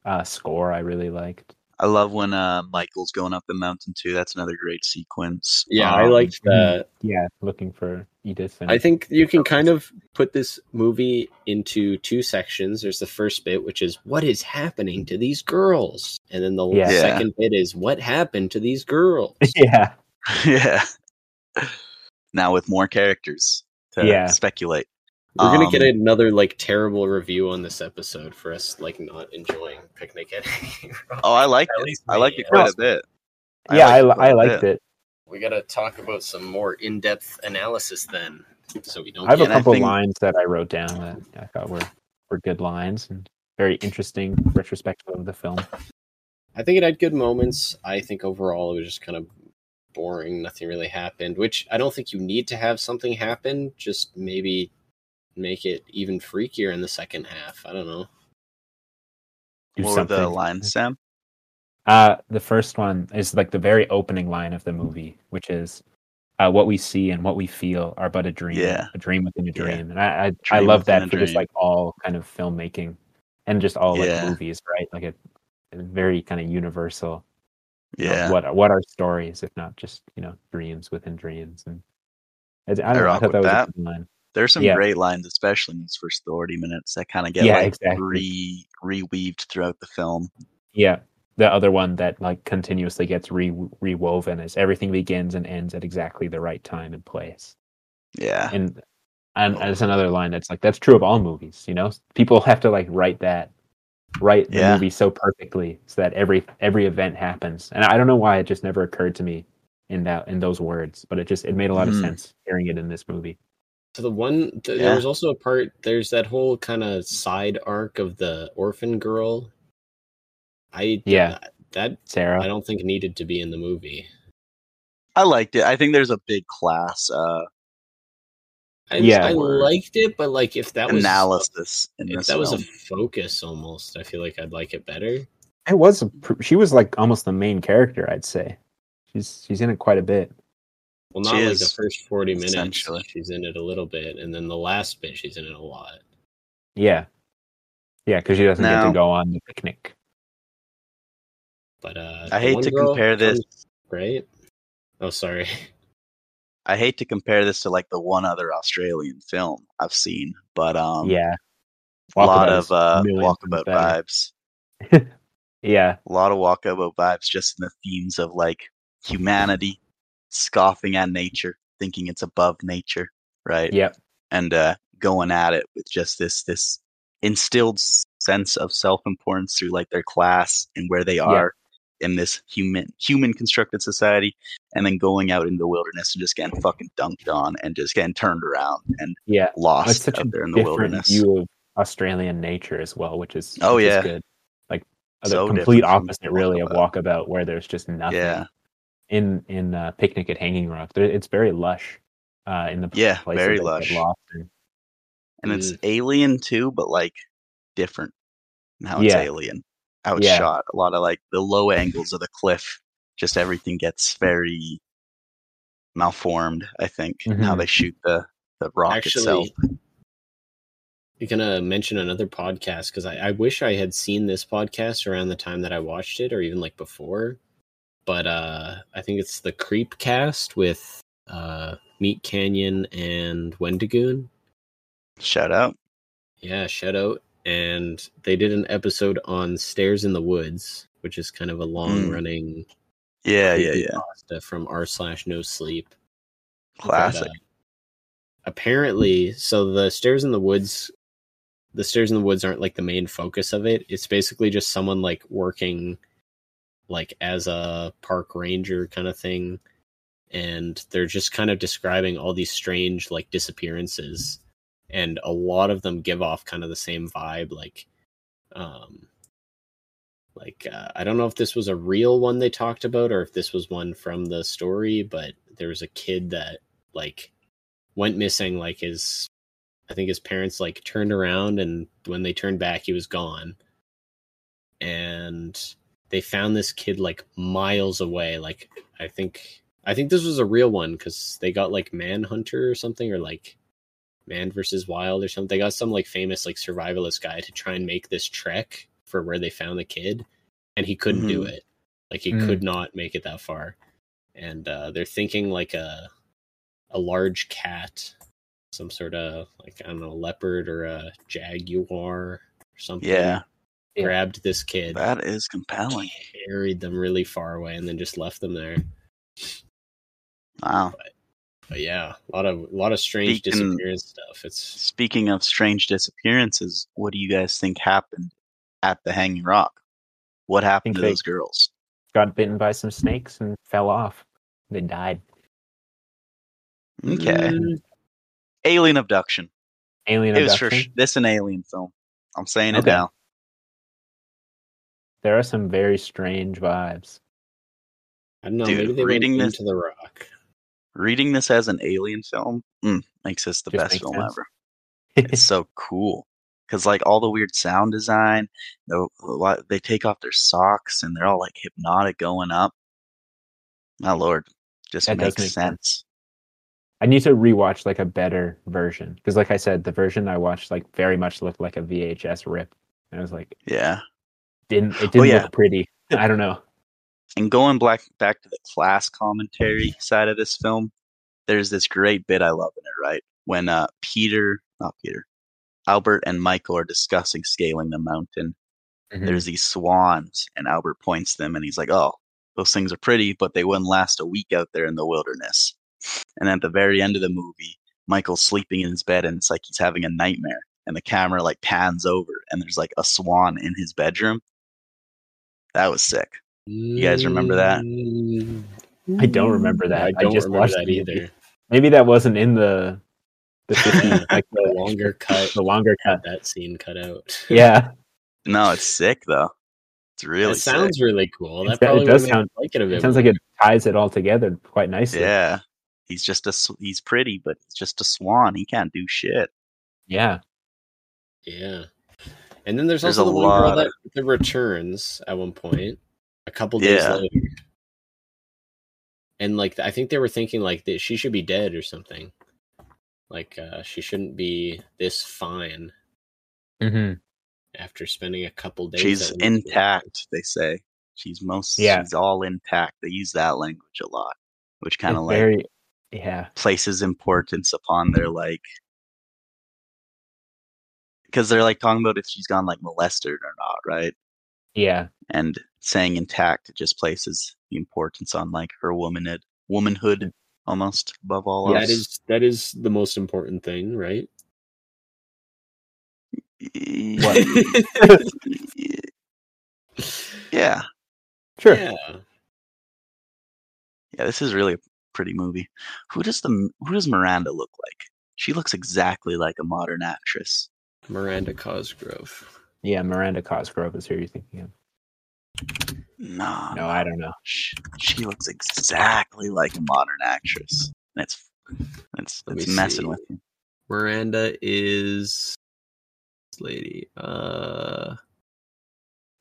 [SPEAKER 2] uh score I really liked.
[SPEAKER 1] I love when uh, Michael's going up the mountain too. That's another great sequence.
[SPEAKER 3] Yeah, I
[SPEAKER 1] Um,
[SPEAKER 3] liked that.
[SPEAKER 2] Yeah, looking for Edith and
[SPEAKER 3] I think you can kind of put this movie into two sections. There's the first bit, which is what is happening to these girls, and then the
[SPEAKER 2] Yeah.
[SPEAKER 3] second bit is what happened to these girls.
[SPEAKER 2] Yeah.
[SPEAKER 1] yeah. Now with more characters to
[SPEAKER 2] Yeah.
[SPEAKER 1] speculate.
[SPEAKER 3] We're gonna get
[SPEAKER 1] Um,
[SPEAKER 3] another like terrible review on this episode for us like not enjoying picnic at Hanging Rock.
[SPEAKER 1] Oh, I liked
[SPEAKER 3] At
[SPEAKER 1] it.
[SPEAKER 3] least
[SPEAKER 1] I
[SPEAKER 3] me,
[SPEAKER 1] liked it
[SPEAKER 3] yeah.
[SPEAKER 1] quite a bit.
[SPEAKER 2] yeah, I,
[SPEAKER 1] liked
[SPEAKER 2] li-
[SPEAKER 1] quite
[SPEAKER 2] I
[SPEAKER 1] a
[SPEAKER 2] liked
[SPEAKER 1] bit.
[SPEAKER 2] it.
[SPEAKER 3] We gotta talk about some more in-depth analysis then, so we don't.
[SPEAKER 2] I have a
[SPEAKER 1] And I
[SPEAKER 2] couple
[SPEAKER 1] think-
[SPEAKER 2] lines that I wrote down that I thought were, were good lines and very interesting retrospective of the film.
[SPEAKER 3] I think it had good moments. I think overall it was just kind of boring. Nothing really happened, which I don't think you need to have something happen. Just maybe make it even freakier in the second half. I don't know.
[SPEAKER 2] Do
[SPEAKER 1] What were
[SPEAKER 2] something.
[SPEAKER 1] the lines, Sam?
[SPEAKER 2] Uh, the first one is like the very opening line of the movie, which is uh, what we see and what we feel are but a dream,
[SPEAKER 1] Yeah.
[SPEAKER 2] a dream within a
[SPEAKER 1] Yeah.
[SPEAKER 2] dream. And I, I, I
[SPEAKER 1] Dream
[SPEAKER 2] love
[SPEAKER 1] within
[SPEAKER 2] that
[SPEAKER 1] a
[SPEAKER 2] for just
[SPEAKER 1] dream.
[SPEAKER 2] like all kind of filmmaking and just all like
[SPEAKER 1] Yeah.
[SPEAKER 2] movies, right? Like a, a very kind of universal. you know,
[SPEAKER 1] Yeah.
[SPEAKER 2] what are- what are stories if not just you know dreams within dreams? And I, I don't
[SPEAKER 1] I
[SPEAKER 2] know. I
[SPEAKER 1] rock
[SPEAKER 2] thought that
[SPEAKER 1] with
[SPEAKER 2] was a
[SPEAKER 1] that.
[SPEAKER 2] good line.
[SPEAKER 1] There's some
[SPEAKER 2] Yeah.
[SPEAKER 1] great lines, especially in these first 30 minutes, that kind of get
[SPEAKER 2] Yeah,
[SPEAKER 1] like
[SPEAKER 2] exactly.
[SPEAKER 1] re reweaved throughout the film.
[SPEAKER 2] Yeah. The other one that like continuously gets re rewoven is everything begins and ends at exactly the right time and place.
[SPEAKER 1] Yeah,
[SPEAKER 2] And
[SPEAKER 1] Oh.
[SPEAKER 2] and that's another line that's like that's true of all movies, you know? People have to like write that write the
[SPEAKER 1] Yeah.
[SPEAKER 2] movie so perfectly so that every every event happens. And I don't know why it just never occurred to me in that in those words, but it just it made a lot of
[SPEAKER 1] Mhm.
[SPEAKER 2] sense hearing it in this movie.
[SPEAKER 3] So the one th-
[SPEAKER 1] Yeah.
[SPEAKER 3] there was also a part. There's that whole kind of side arc of the orphan girl. I
[SPEAKER 2] Yeah.
[SPEAKER 3] that
[SPEAKER 2] Sarah.
[SPEAKER 3] I don't think needed to be in the movie.
[SPEAKER 1] I liked it. I think there's a big class uh,
[SPEAKER 3] I,
[SPEAKER 2] Yeah.
[SPEAKER 3] I liked it, but like if that was
[SPEAKER 1] analysis in
[SPEAKER 3] if
[SPEAKER 1] this.
[SPEAKER 3] that was a
[SPEAKER 1] film.
[SPEAKER 3] focus almost, I feel like I'd like it better.
[SPEAKER 2] It was a, pr- she was like almost the main character, I'd say. She's she's in it quite a bit.
[SPEAKER 3] Well,
[SPEAKER 1] She
[SPEAKER 3] not like
[SPEAKER 1] is,
[SPEAKER 3] the first forty minutes.
[SPEAKER 1] essentially.
[SPEAKER 3] She's in it a little bit, and then the last bit she's in it a lot.
[SPEAKER 2] Yeah, yeah, because she doesn't get
[SPEAKER 1] No.
[SPEAKER 2] to go on the picnic.
[SPEAKER 3] But uh,
[SPEAKER 1] I
[SPEAKER 3] the
[SPEAKER 1] hate
[SPEAKER 3] one
[SPEAKER 1] to
[SPEAKER 3] girl
[SPEAKER 1] compare this-
[SPEAKER 3] comes- Right? Oh, sorry.
[SPEAKER 1] I hate to compare this to like the one other Australian film I've seen, but um,
[SPEAKER 2] yeah,
[SPEAKER 1] a lot
[SPEAKER 2] Walkabout
[SPEAKER 1] of
[SPEAKER 2] is
[SPEAKER 1] uh,
[SPEAKER 2] a million times
[SPEAKER 1] walkabout
[SPEAKER 2] better.
[SPEAKER 1] vibes.
[SPEAKER 2] Yeah,
[SPEAKER 1] A lot of walkabout vibes, just in the themes of like humanity, scoffing at nature, thinking it's above nature, right?
[SPEAKER 2] yep,
[SPEAKER 1] and uh, going at it with just this this instilled s- sense of self importance through like their class and where they are in this human human constructed society, and then going out into the wilderness and just getting fucking dunked on and just getting turned around and
[SPEAKER 2] yeah. It's
[SPEAKER 1] lost
[SPEAKER 2] such a
[SPEAKER 1] out there in the
[SPEAKER 2] different
[SPEAKER 1] wilderness.
[SPEAKER 2] view of Australian nature as well, which is
[SPEAKER 1] Oh,
[SPEAKER 2] which is
[SPEAKER 1] yeah.
[SPEAKER 2] good. like the
[SPEAKER 1] So
[SPEAKER 2] complete
[SPEAKER 1] different from
[SPEAKER 2] opposite really of walkabout, where there's just nothing.
[SPEAKER 1] Yeah.
[SPEAKER 2] In in uh, picnic at Hanging Rock, there, it's very lush. Uh, in the
[SPEAKER 1] Yeah,
[SPEAKER 2] places
[SPEAKER 1] very
[SPEAKER 2] that get
[SPEAKER 1] lush.
[SPEAKER 2] lost and-
[SPEAKER 1] and it's
[SPEAKER 2] Mm-hmm.
[SPEAKER 1] alien too, but like different. And how it's
[SPEAKER 2] Yeah.
[SPEAKER 1] alien, how it's
[SPEAKER 2] Yeah.
[SPEAKER 1] shot. A lot of like the low angles of the cliff, just everything gets very malformed. I think and how
[SPEAKER 2] Mhm.
[SPEAKER 1] they shoot the the rock itself.
[SPEAKER 3] Actually, I'm gonna mention another podcast because I, I wish I had seen this podcast around the time that I watched it, or even like before. But uh, I think it's the Creep Cast with uh, Meat Canyon and Wendigoon.
[SPEAKER 1] Shout out.
[SPEAKER 3] Yeah, shout out. And they did an episode on Stairs in the Woods, which is kind of a long
[SPEAKER 1] Mm.
[SPEAKER 3] running
[SPEAKER 1] Yeah, yeah, yeah.
[SPEAKER 3] from r slash no sleep.
[SPEAKER 1] Classic.
[SPEAKER 3] But, uh, apparently, so the stairs in the woods, the stairs in the woods aren't like the main focus of it. It's basically just someone like working, like as a park ranger kind of thing, and they're just kind of describing all these strange like disappearances, and a lot of them give off kind of the same vibe, like, um. Like uh, I don't know if this was a real one they talked about or if this was one from the story, but there was a kid that like went missing like his i think his parents like turned around and when they turned back he was gone and they found this kid like miles away like i think i think this was a real one because they got like manhunter or something or like man versus wild or something they got some like famous like survivalist guy to try and make this trek for where they found the kid and he couldn't do
[SPEAKER 1] Mhm.
[SPEAKER 3] it like he
[SPEAKER 2] Mm.
[SPEAKER 3] could not make it that far and uh, they're thinking like a a large cat, some sort of like I don't know, leopard or a jaguar or something.
[SPEAKER 1] Yeah.
[SPEAKER 2] Yeah.
[SPEAKER 3] grabbed this kid,
[SPEAKER 1] That is compelling.
[SPEAKER 3] carried them really far away, and then just left them there.
[SPEAKER 1] Wow.
[SPEAKER 3] But yeah, a lot of a lot of strange
[SPEAKER 1] Beacon-
[SPEAKER 3] disappearance stuff. It's
[SPEAKER 1] Speaking of strange disappearances, what do you guys think happened at the Hanging Rock? What happened
[SPEAKER 2] think
[SPEAKER 1] to
[SPEAKER 2] they-
[SPEAKER 1] those girls?
[SPEAKER 2] got bitten by some snakes and fell off. They died.
[SPEAKER 1] Okay.
[SPEAKER 2] Mm.
[SPEAKER 1] Alien abduction.
[SPEAKER 2] Alien
[SPEAKER 1] It was
[SPEAKER 2] abduction.
[SPEAKER 1] for sh- this an alien film. I'm saying it
[SPEAKER 2] Okay.
[SPEAKER 1] now.
[SPEAKER 2] There are some very strange vibes.
[SPEAKER 3] I don't know.
[SPEAKER 1] Dude,
[SPEAKER 3] maybe they
[SPEAKER 1] reading
[SPEAKER 3] went
[SPEAKER 1] this-
[SPEAKER 3] into the rock.
[SPEAKER 1] Reading this as an alien film mm, makes this the
[SPEAKER 2] Just
[SPEAKER 1] best
[SPEAKER 2] makes
[SPEAKER 1] film
[SPEAKER 2] sense.
[SPEAKER 1] ever. It's so cool because like all the weird sound design, the, what- they take off their socks and they're all like hypnotic going up. My lord, just
[SPEAKER 2] That does
[SPEAKER 1] makes
[SPEAKER 2] make
[SPEAKER 1] sense.
[SPEAKER 2] I need to rewatch like a better version because, like I said, the version I watched like very much looked like a VHS rip, and I was like,
[SPEAKER 1] Yeah.
[SPEAKER 2] didn't it didn't
[SPEAKER 1] Oh, yeah.
[SPEAKER 2] look pretty? I don't know.
[SPEAKER 1] and going back back to the class commentary side of this film, there's this great bit I love in it, right? When uh Peter, not Peter, Albert and Michael are discussing scaling the mountain. There's these swans, and Albert points them, and he's like, "Oh, those things are pretty, but they wouldn't last a week out there in the wilderness." And at the very end of the movie, Michael's sleeping in his bed, and it's like he's having a nightmare. And the camera like pans over, and there's like a swan in his bedroom. That was sick.
[SPEAKER 3] You
[SPEAKER 1] guys remember that?
[SPEAKER 2] I don't remember that.
[SPEAKER 3] Mm, I
[SPEAKER 2] I
[SPEAKER 3] don't
[SPEAKER 2] just
[SPEAKER 3] remember
[SPEAKER 2] watched
[SPEAKER 3] that
[SPEAKER 2] the
[SPEAKER 3] either.
[SPEAKER 2] Maybe that wasn't in the the 50,
[SPEAKER 3] Yeah,
[SPEAKER 2] like
[SPEAKER 3] the
[SPEAKER 2] the,
[SPEAKER 3] longer cut,
[SPEAKER 2] the longer cut.
[SPEAKER 3] that scene cut out.
[SPEAKER 2] Yeah,
[SPEAKER 1] No, it's sick though. It's It's really
[SPEAKER 3] that sounds really cool. That
[SPEAKER 2] It- it
[SPEAKER 3] probably
[SPEAKER 2] does
[SPEAKER 3] would
[SPEAKER 2] sound-
[SPEAKER 3] like it a bit.
[SPEAKER 2] It sounds like
[SPEAKER 3] more.
[SPEAKER 2] it ties it all together quite nicely.
[SPEAKER 1] sick. Yeah. He's just a s- he's pretty, but he's just a swan. He can't do shit.
[SPEAKER 2] Yeah.
[SPEAKER 3] Yeah. And then there's,
[SPEAKER 1] There's
[SPEAKER 3] also
[SPEAKER 1] a
[SPEAKER 3] the one girl
[SPEAKER 1] lot
[SPEAKER 3] that,
[SPEAKER 1] of-
[SPEAKER 3] that returns at one point, a couple days
[SPEAKER 1] Yeah.
[SPEAKER 3] later. And like I think they were thinking like that she should be dead or something. Like uh she shouldn't be this fine
[SPEAKER 2] Mm-hmm.
[SPEAKER 3] after spending a couple days.
[SPEAKER 1] She's
[SPEAKER 3] at one-
[SPEAKER 1] intact, they say. She's most
[SPEAKER 2] Yeah.
[SPEAKER 1] she's all intact. They use that language a lot, which kind of like
[SPEAKER 2] very. Yeah.
[SPEAKER 1] places importance upon their like because they're like talking about if she's gone like molested or not, right?
[SPEAKER 2] Yeah.
[SPEAKER 1] And saying intact just places the importance on like her womanhood, womanhood almost above all
[SPEAKER 3] That
[SPEAKER 1] else.
[SPEAKER 3] is that is the most important thing, right?
[SPEAKER 1] yeah,
[SPEAKER 2] Sure.
[SPEAKER 3] Yeah.
[SPEAKER 1] yeah. This is really a pretty movie. Who does the who does Miranda look like? She looks exactly like a modern actress.
[SPEAKER 3] Miranda Cosgrove.
[SPEAKER 2] Yeah. Miranda Cosgrove is who you're thinking of.
[SPEAKER 1] Nah,
[SPEAKER 2] No, I don't know.
[SPEAKER 1] Sh- she looks exactly like a modern actress. And it's it's
[SPEAKER 3] Let
[SPEAKER 1] it's
[SPEAKER 3] me
[SPEAKER 1] messing
[SPEAKER 3] see.
[SPEAKER 1] with me.
[SPEAKER 3] Miranda is this lady. Uh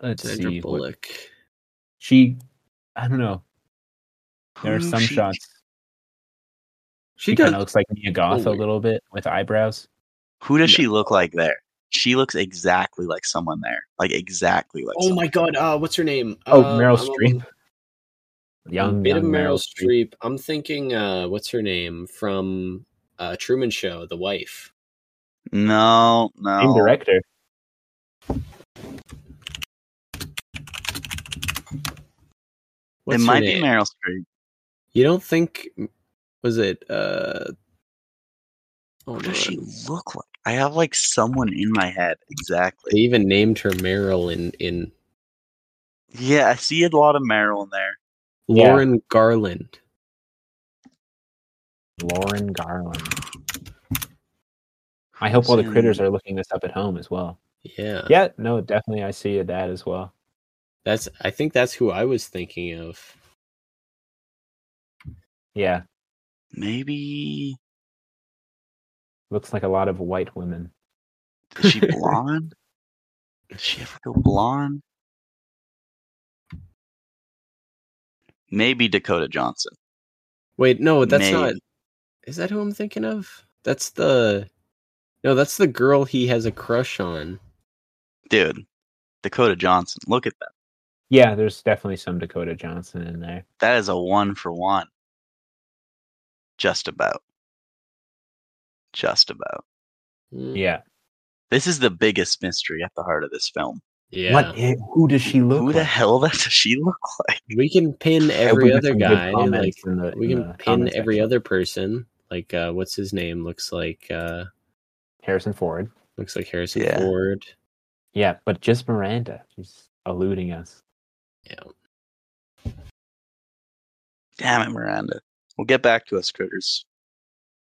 [SPEAKER 2] Let's see.
[SPEAKER 3] Sandra
[SPEAKER 2] what-
[SPEAKER 3] Bullock.
[SPEAKER 2] she. I don't know. There are
[SPEAKER 1] Who
[SPEAKER 2] some
[SPEAKER 1] she-
[SPEAKER 2] shots.
[SPEAKER 3] Mm, She,
[SPEAKER 2] She
[SPEAKER 3] does
[SPEAKER 2] kind of looks like Mia Goth a
[SPEAKER 3] weird.
[SPEAKER 2] little bit with eyebrows.
[SPEAKER 1] Who does she look like there? She looks exactly like someone there. Like exactly like.
[SPEAKER 3] Oh
[SPEAKER 1] someone.
[SPEAKER 3] my god, uh, what's her name?
[SPEAKER 2] Oh,
[SPEAKER 3] Uh,
[SPEAKER 2] Meryl
[SPEAKER 3] I'm a-
[SPEAKER 2] Streep.
[SPEAKER 3] a
[SPEAKER 2] Young,
[SPEAKER 3] bit
[SPEAKER 2] young
[SPEAKER 3] of
[SPEAKER 2] Meryl,
[SPEAKER 3] Meryl
[SPEAKER 2] Streep.
[SPEAKER 3] Streep. I'm thinking, uh, what's her name from uh, Truman Show, the wife.
[SPEAKER 1] No, no.
[SPEAKER 2] Same director.
[SPEAKER 1] It
[SPEAKER 3] What's her
[SPEAKER 1] might be
[SPEAKER 3] name?
[SPEAKER 1] Meryl Streep.
[SPEAKER 3] You don't think was it? Uh, oh,
[SPEAKER 1] Who does she
[SPEAKER 3] man.
[SPEAKER 1] look like? I have like someone in my head
[SPEAKER 3] They
[SPEAKER 1] exactly.
[SPEAKER 3] even named her Meryl in in
[SPEAKER 1] Yeah, I see a lot of Meryl in there.
[SPEAKER 2] Yeah.
[SPEAKER 3] Lauren Garland.
[SPEAKER 2] Lauren Garland. I hope all the critters are looking this up at home as well.
[SPEAKER 3] Yeah,
[SPEAKER 2] Yeah, no, definitely I see a dad as well.
[SPEAKER 3] that's. I think that's who I was thinking of.
[SPEAKER 2] Yeah,
[SPEAKER 1] Maybe
[SPEAKER 2] looks like a lot of white women.
[SPEAKER 1] is she blonde? Did she ever go blonde? Maybe Dakota Johnson.
[SPEAKER 3] Wait, no, that's
[SPEAKER 1] Maybe.
[SPEAKER 3] not. Is that who I'm thinking of? That's the. No, that's the girl he has a crush on.
[SPEAKER 1] dude, Dakota Johnson. Look at that.
[SPEAKER 2] Yeah, there's definitely some Dakota Johnson in there.
[SPEAKER 1] That is a one for one. Just about. Just about.
[SPEAKER 3] Mm.
[SPEAKER 2] Yeah.
[SPEAKER 1] This is the biggest mystery at the heart of this film.
[SPEAKER 3] Yeah.
[SPEAKER 2] What? i- Who does she look
[SPEAKER 1] Who
[SPEAKER 2] like?
[SPEAKER 1] the hell does she look like?
[SPEAKER 3] We can pin
[SPEAKER 2] I hope we
[SPEAKER 3] every
[SPEAKER 2] get
[SPEAKER 3] other
[SPEAKER 2] some good
[SPEAKER 3] guy. Like
[SPEAKER 2] comments in the-
[SPEAKER 3] we
[SPEAKER 2] in
[SPEAKER 3] can
[SPEAKER 2] the
[SPEAKER 3] pin
[SPEAKER 2] comment
[SPEAKER 3] every
[SPEAKER 2] section.
[SPEAKER 3] other person. Like uh what's his name? Looks like uh
[SPEAKER 2] Harrison Ford.
[SPEAKER 3] looks like Harrison
[SPEAKER 1] Yeah.
[SPEAKER 3] Ford.
[SPEAKER 2] Yeah, but just Miranda. She's eluding us.
[SPEAKER 3] Yeah.
[SPEAKER 1] Damn it, Miranda. We'll get back to us, critters.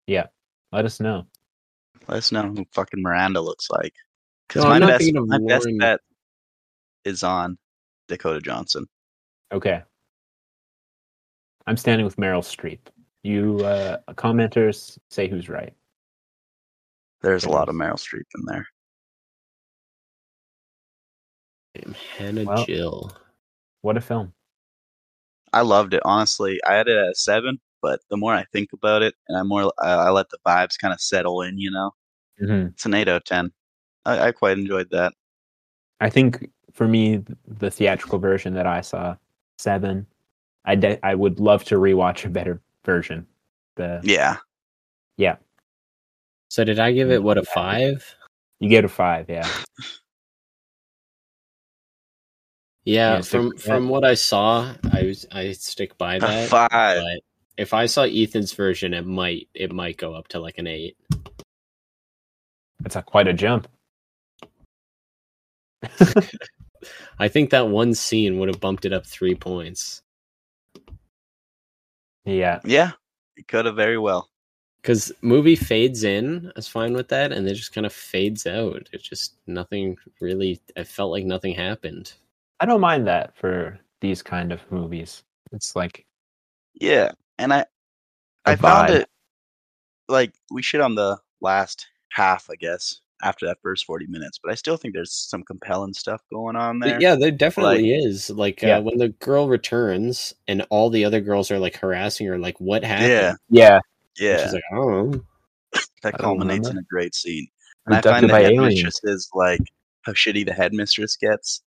[SPEAKER 2] Let us know.
[SPEAKER 1] Let us know who fucking Miranda looks like. Because
[SPEAKER 3] No,
[SPEAKER 1] my,
[SPEAKER 3] I'm not
[SPEAKER 1] best,
[SPEAKER 3] thinking of
[SPEAKER 1] my best
[SPEAKER 3] Lauren.
[SPEAKER 1] bet is on Dakota Johnson.
[SPEAKER 2] Okay. I'm standing with Meryl Streep. You uh, commenters say who's right.
[SPEAKER 1] There's a lot of
[SPEAKER 2] Yes.
[SPEAKER 1] Meryl Streep in there.
[SPEAKER 3] Hannah
[SPEAKER 2] Well.
[SPEAKER 3] Jill.
[SPEAKER 2] What a film.
[SPEAKER 1] I loved it honestly. I had it at a seven, but the more I think about it, and I more I, I let the vibes kind of settle in. You know,
[SPEAKER 2] Mm-hmm.
[SPEAKER 1] it's an eight out of ten. I, I quite enjoyed that.
[SPEAKER 2] I think for me, th- the theatrical version that I saw, seven. I de- I would love to rewatch a better version. The
[SPEAKER 1] Yeah,
[SPEAKER 3] So did I give it what a
[SPEAKER 2] mm, Yeah.
[SPEAKER 3] five?
[SPEAKER 2] you get a five, yeah.
[SPEAKER 3] Yeah,
[SPEAKER 2] Yeah, stick
[SPEAKER 3] from
[SPEAKER 2] with that.
[SPEAKER 3] from what I saw, I was I stick by
[SPEAKER 1] a
[SPEAKER 3] that.
[SPEAKER 1] five.
[SPEAKER 3] But if I saw Ethan's version, it might it might go up to like an eight.
[SPEAKER 2] That's a, quite a jump.
[SPEAKER 3] I think that one scene would have bumped it up three points.
[SPEAKER 2] Yeah,
[SPEAKER 1] Yeah, it could have very well.
[SPEAKER 3] because movie fades in i was fine with that and then just kind of fades out it just nothing really i felt like nothing happened
[SPEAKER 2] I don't mind that for these kind of movies. It's like
[SPEAKER 1] Yeah, and I
[SPEAKER 2] A
[SPEAKER 1] I found
[SPEAKER 2] vibe.
[SPEAKER 1] it like we shit on the last half, I guess, after that first forty minutes, but I still think there's some compelling stuff going on
[SPEAKER 3] But
[SPEAKER 1] there.
[SPEAKER 3] yeah, there definitely is. Like
[SPEAKER 2] Yeah.
[SPEAKER 3] uh, when the girl returns and all the other girls are like harassing her, like what happened?
[SPEAKER 1] Yeah,
[SPEAKER 2] yeah,
[SPEAKER 3] And
[SPEAKER 1] yeah.
[SPEAKER 3] She's like, oh,
[SPEAKER 1] that
[SPEAKER 2] I don't
[SPEAKER 1] culminates in
[SPEAKER 2] remember.
[SPEAKER 1] a great scene. And I find
[SPEAKER 2] abducted
[SPEAKER 1] the
[SPEAKER 2] by aliens.
[SPEAKER 1] headmistress is like how shitty the headmistress gets.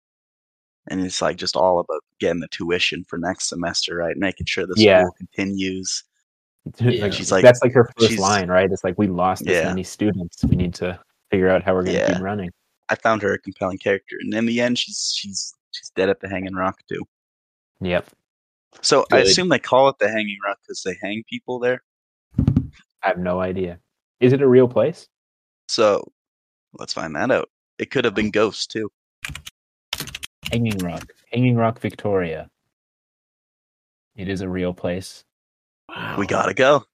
[SPEAKER 1] And it's like just all about getting the tuition for next semester, right? Making sure the
[SPEAKER 2] Yeah.
[SPEAKER 1] school continues.
[SPEAKER 3] Yeah.
[SPEAKER 1] She's like-
[SPEAKER 2] that's like her first
[SPEAKER 1] she's-
[SPEAKER 2] line, right? It's like we lost this
[SPEAKER 1] Yeah.
[SPEAKER 2] many students. We need to figure out how we're going to
[SPEAKER 1] Yeah.
[SPEAKER 2] keep running.
[SPEAKER 1] I found her a compelling character. And in the end she's she's she's dead at the hanging rock too.
[SPEAKER 2] Yep.
[SPEAKER 1] So I
[SPEAKER 3] Good.
[SPEAKER 1] assume they call it the hanging rock because they hang people there.
[SPEAKER 2] I have no idea. Is it a real place?
[SPEAKER 1] So let's find that out. It could
[SPEAKER 3] Oh.
[SPEAKER 1] have been ghosts too.
[SPEAKER 2] Hanging Rock, Hanging Rock, Victoria. It is a real place.
[SPEAKER 3] wow.
[SPEAKER 1] We gotta go.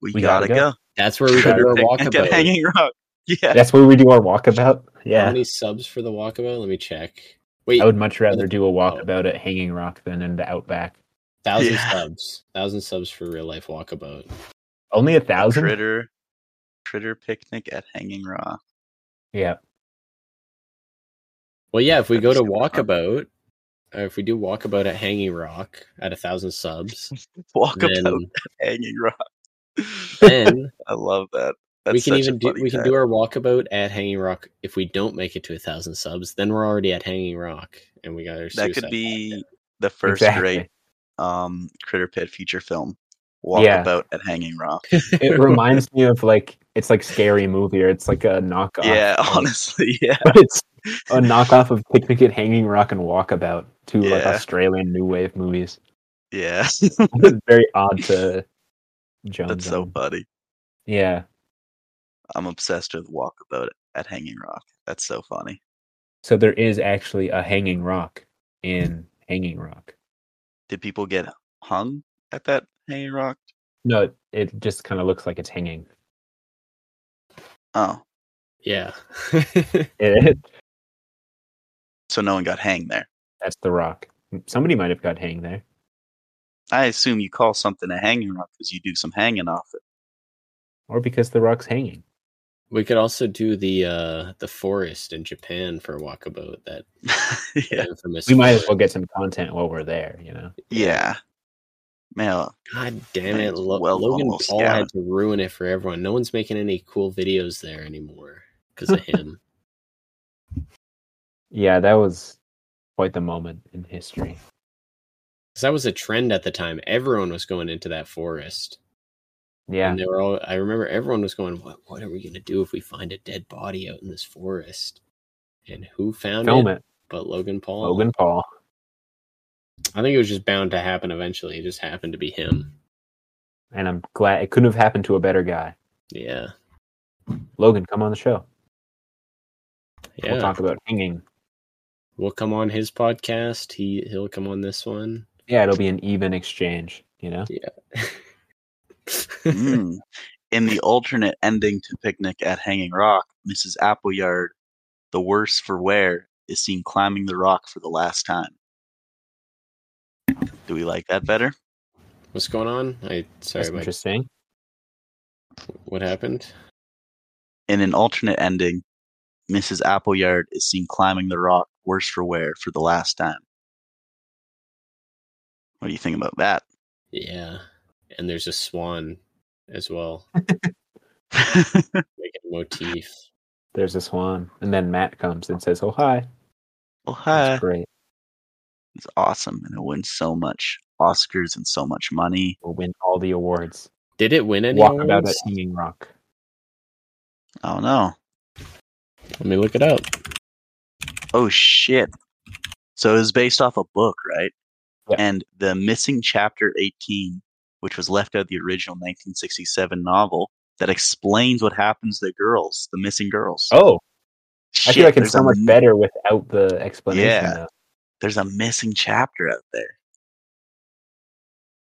[SPEAKER 1] We,
[SPEAKER 2] We
[SPEAKER 1] gotta,
[SPEAKER 2] gotta
[SPEAKER 1] go.
[SPEAKER 3] That's where we Oh. go
[SPEAKER 2] Better
[SPEAKER 3] do our
[SPEAKER 1] Picnic at
[SPEAKER 3] walkabout.
[SPEAKER 1] hanging rock. Yeah.
[SPEAKER 2] That's where we do our walkabout.
[SPEAKER 3] How
[SPEAKER 2] Yeah,
[SPEAKER 3] many subs for the walkabout? Let me check. Wait,
[SPEAKER 2] I would much rather do a walkabout at Hanging Rock than in the Outback.
[SPEAKER 3] thousand
[SPEAKER 1] Yeah.
[SPEAKER 3] subs, thousand subs for real life walkabout.
[SPEAKER 2] Only a thousand.
[SPEAKER 1] Critter Critter picnic at hanging rock.
[SPEAKER 2] Yeah,
[SPEAKER 3] Well, yeah, if we go
[SPEAKER 1] That's
[SPEAKER 3] to
[SPEAKER 1] kinda hard.
[SPEAKER 3] walkabout, or if we do walkabout at Hanging Rock at a thousand subs,
[SPEAKER 1] Walkabout
[SPEAKER 3] then,
[SPEAKER 1] hanging rock.
[SPEAKER 3] then
[SPEAKER 1] I love that. That's
[SPEAKER 3] we can
[SPEAKER 1] such a
[SPEAKER 3] even do
[SPEAKER 1] funny
[SPEAKER 3] we can
[SPEAKER 1] title.
[SPEAKER 3] do our walkabout at Hanging Rock. If we don't make it to a thousand subs, then we're already at Hanging Rock, and we got our
[SPEAKER 1] that could
[SPEAKER 3] suicide
[SPEAKER 1] be
[SPEAKER 3] pact.
[SPEAKER 1] the first
[SPEAKER 2] exactly.
[SPEAKER 1] great um critter pit feature film
[SPEAKER 2] Yeah.
[SPEAKER 1] walkabout at hanging rock
[SPEAKER 2] It reminds me of like it's like scary movie or it's like a knockoff.
[SPEAKER 1] yeah
[SPEAKER 2] of-
[SPEAKER 1] honestly yeah
[SPEAKER 2] but it's a knockoff of Picnic at Hanging Rock and Walkabout, two like
[SPEAKER 1] Yeah.
[SPEAKER 2] Australian new wave movies.
[SPEAKER 1] yeah
[SPEAKER 2] It's very odd to jump.
[SPEAKER 1] that's so funny
[SPEAKER 2] Yeah.
[SPEAKER 1] i'm obsessed with walkabout at hanging rock that's so funny
[SPEAKER 2] So there is actually a Hanging Rock in Hanging Rock.
[SPEAKER 1] did people get hung at that hanging rock
[SPEAKER 2] No, it, it just kind of looks like it's hanging.
[SPEAKER 1] oh
[SPEAKER 3] yeah.
[SPEAKER 2] It,
[SPEAKER 1] so no one got hanged there
[SPEAKER 2] that's the rock. Somebody might have got hanged there.
[SPEAKER 1] i assume you call something a hanging rock because you do some hanging off it
[SPEAKER 2] Or because the rock's hanging.
[SPEAKER 3] we could also do the uh the forest in Japan for walkabout. That
[SPEAKER 1] yeah
[SPEAKER 3] infamous.
[SPEAKER 2] We might as
[SPEAKER 3] forest.
[SPEAKER 2] well get some content while we're there, you know?
[SPEAKER 1] yeah man
[SPEAKER 3] God damn
[SPEAKER 1] Man,
[SPEAKER 3] it. Lo-
[SPEAKER 1] well,
[SPEAKER 3] Logan
[SPEAKER 1] almost
[SPEAKER 3] Paul
[SPEAKER 1] got
[SPEAKER 3] had to ruin it for everyone. No one's making any cool videos there anymore because of him.
[SPEAKER 2] Yeah, that was quite the moment in history.
[SPEAKER 3] Because that was a trend at the time. Everyone was going into that forest.
[SPEAKER 2] Yeah.
[SPEAKER 3] And they were all, I remember everyone was going, what, what are we going to do if we find a dead body out in this forest? And who found
[SPEAKER 2] Film
[SPEAKER 3] it?
[SPEAKER 2] it.
[SPEAKER 3] But Logan Paul.
[SPEAKER 2] Logan Paul.
[SPEAKER 3] I think it was just bound to happen eventually. It just happened to be him.
[SPEAKER 2] And I'm glad it couldn't have happened to a better guy.
[SPEAKER 3] Yeah.
[SPEAKER 2] Logan, come on the show.
[SPEAKER 3] Yeah.
[SPEAKER 2] We'll talk about hanging.
[SPEAKER 3] we'll come on his podcast. He, he'll come on this one.
[SPEAKER 2] Yeah, it'll be an even exchange, you know?
[SPEAKER 1] Mm. In the alternate ending to Picnic at Hanging Rock, Mrs. Appleyard, the worse for wear, is seen climbing the rock for the last time. Do we like that better?
[SPEAKER 3] What's going on? I sorry,
[SPEAKER 2] That's
[SPEAKER 3] Mike.
[SPEAKER 2] interesting.
[SPEAKER 3] What happened?
[SPEAKER 1] In an alternate ending, Mrs. Appleyard is seen climbing the rock worse for wear for the last time. What do you think about that?
[SPEAKER 3] Yeah. And there's a swan as well. Like a motif.
[SPEAKER 2] There's a swan. And then Matt comes and says, Oh, hi.
[SPEAKER 1] well, hi.
[SPEAKER 2] That's great.
[SPEAKER 1] It's awesome, and it wins so much Oscars and so much money.
[SPEAKER 2] We'll win all the awards.
[SPEAKER 3] Did it win any
[SPEAKER 2] Walk about at
[SPEAKER 3] awards?
[SPEAKER 2] Hanging Rock.
[SPEAKER 1] Oh no.
[SPEAKER 3] Let me look it up.
[SPEAKER 1] Oh shit. So it was based off a book, right?
[SPEAKER 2] Yeah.
[SPEAKER 1] And the missing chapter 18, which was left out of the original 1967 novel that explains what happens to the girls, the missing girls.
[SPEAKER 2] Oh, I
[SPEAKER 1] shit,
[SPEAKER 2] feel like it's
[SPEAKER 1] there's
[SPEAKER 2] so
[SPEAKER 1] a
[SPEAKER 2] much
[SPEAKER 1] mi-
[SPEAKER 2] better without the explanation.
[SPEAKER 1] Yeah.
[SPEAKER 2] though.
[SPEAKER 1] There's a missing chapter out there.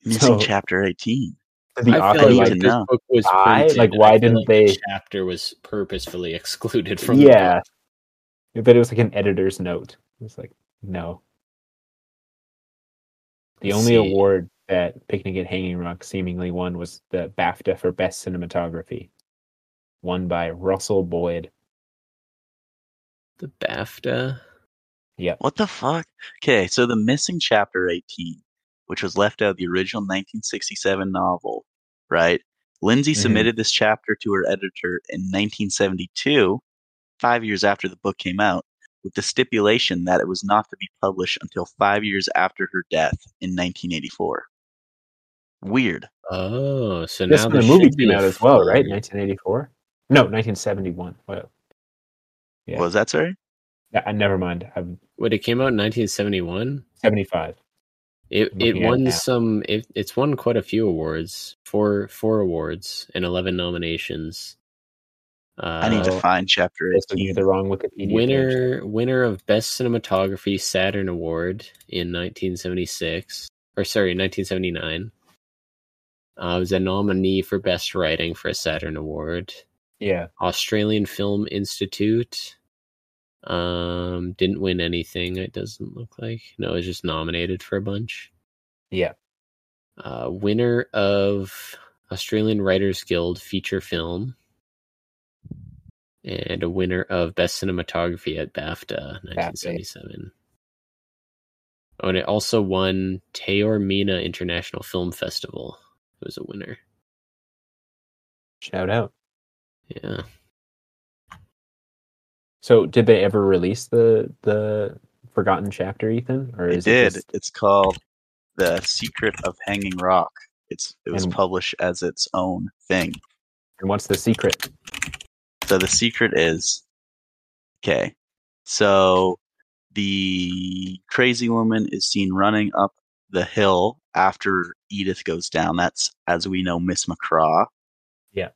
[SPEAKER 1] Missing
[SPEAKER 2] So-
[SPEAKER 1] chapter 18.
[SPEAKER 2] The
[SPEAKER 3] I
[SPEAKER 2] author,
[SPEAKER 1] I
[SPEAKER 3] feel
[SPEAKER 1] need
[SPEAKER 3] like
[SPEAKER 1] to
[SPEAKER 2] like,
[SPEAKER 3] this
[SPEAKER 1] know.
[SPEAKER 3] book was
[SPEAKER 2] Why?
[SPEAKER 3] printed,
[SPEAKER 2] Like,
[SPEAKER 3] and
[SPEAKER 2] why
[SPEAKER 3] I feel
[SPEAKER 2] didn't
[SPEAKER 3] like the
[SPEAKER 2] they-
[SPEAKER 3] chapter was purposefully excluded from the book.
[SPEAKER 2] yeah. But it was like an editor's note. It was like, no, The only
[SPEAKER 3] See.
[SPEAKER 2] award that Picnic at Hanging Rock seemingly won was the BAFTA for Best Cinematography, won by Russell Boyd.
[SPEAKER 3] The BAFTA.
[SPEAKER 2] Yep.
[SPEAKER 1] What the fuck? Okay, so the missing chapter 18, which was left out of the original 1967 novel, right? Lindsay
[SPEAKER 2] Mhm.
[SPEAKER 1] submitted this chapter to her editor in 1972, five years after the book came out, with the stipulation that it was not to be published until five years after her death in 1984. Weird.
[SPEAKER 3] Oh, so
[SPEAKER 2] This
[SPEAKER 3] now
[SPEAKER 2] one, the
[SPEAKER 3] there
[SPEAKER 2] movie
[SPEAKER 3] should be
[SPEAKER 2] came
[SPEAKER 3] a
[SPEAKER 2] out as well, right?
[SPEAKER 3] full-
[SPEAKER 2] 1984? No, 1971. Well, Yeah.
[SPEAKER 1] Was that sorry?
[SPEAKER 2] yeah, I- never mind. I'm
[SPEAKER 3] Wait, it came out in 1971.
[SPEAKER 2] 75.
[SPEAKER 3] It
[SPEAKER 2] I'm
[SPEAKER 3] it
[SPEAKER 2] looking at it
[SPEAKER 3] won
[SPEAKER 2] now.
[SPEAKER 3] some. It, it's won quite a few awards. Four four awards and 11 nominations. Uh,
[SPEAKER 1] I need to
[SPEAKER 2] Oh.
[SPEAKER 1] find chapter
[SPEAKER 2] This one,
[SPEAKER 1] 18.
[SPEAKER 2] you're the wrong Wikipedia. page.
[SPEAKER 3] winner winner of best cinematography Saturn Award in 1976 or sorry 1979. Uh, was a nominee for best writing for a Saturn Award.
[SPEAKER 2] Yeah.
[SPEAKER 3] Australian Film Institute. Um, didn't win anything. It doesn't look like. No, it was just nominated for a bunch.
[SPEAKER 2] Yeah.
[SPEAKER 3] Uh, winner of Australian Writers Guild feature film, and a winner of best cinematography at BAFTA, nineteen seventy-seven. Oh, and it also won Taormina International Film Festival. It was a winner.
[SPEAKER 2] Shout out.
[SPEAKER 3] Yeah.
[SPEAKER 2] So, did they ever release the the forgotten chapter, Ethan? Or
[SPEAKER 1] It
[SPEAKER 2] is
[SPEAKER 1] did.
[SPEAKER 2] just-
[SPEAKER 1] It's called The Secret of Hanging Rock. It's it was
[SPEAKER 2] And-
[SPEAKER 1] published as its own thing.
[SPEAKER 2] and what's the secret?
[SPEAKER 1] So the secret is okay. So the crazy woman is seen running up the hill after Edith goes down. That's as we know Miss McCraw.
[SPEAKER 2] Yeah.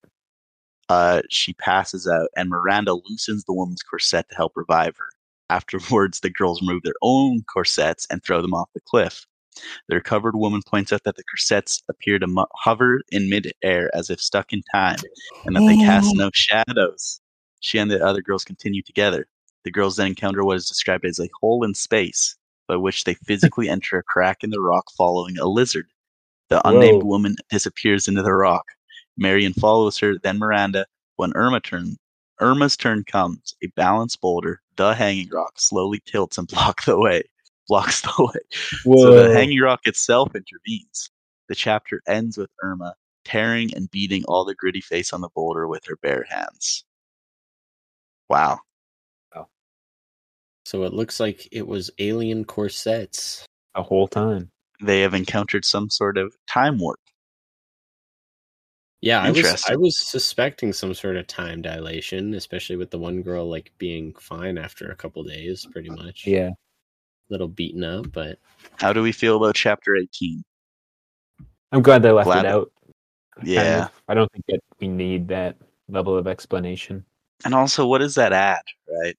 [SPEAKER 1] Uh, she passes out, and Miranda loosens the woman's corset to help revive her. Afterwards, the girls remove their own corsets and throw them off the cliff. The recovered woman points out that the corsets appear to mu- hover in midair as if stuck in time, and that they cast no shadows. She and the other girls continue together. The girls then encounter what is described as a hole in space, by which they physically enter a crack in the rock following a lizard. The unnamed
[SPEAKER 2] Whoa.
[SPEAKER 1] woman disappears into the rock. Marion follows her, then Miranda. When Irma turn, Irma's turn comes, a balanced boulder, the hanging rock, slowly tilts and blocks the way. Blocks the way. So the hanging rock itself intervenes. The chapter ends with Irma tearing and beating all the gritty face on the boulder with her bare hands. Wow.
[SPEAKER 3] So it looks like it was alien corsets.
[SPEAKER 2] a whole time.
[SPEAKER 1] They have encountered some sort of time warp.
[SPEAKER 3] Yeah, I was I
[SPEAKER 1] Interesting.
[SPEAKER 3] was suspecting some sort of time dilation, especially with the one girl like being fine after a couple days, pretty much.
[SPEAKER 2] Yeah.
[SPEAKER 3] little beaten up, but
[SPEAKER 1] How do we feel about chapter 18?
[SPEAKER 2] I'm glad they left
[SPEAKER 1] Glad
[SPEAKER 2] it
[SPEAKER 1] it-
[SPEAKER 2] out.
[SPEAKER 1] Yeah.
[SPEAKER 2] Kind of. I don't think that we need that level of explanation.
[SPEAKER 1] And also, what is that ad, right?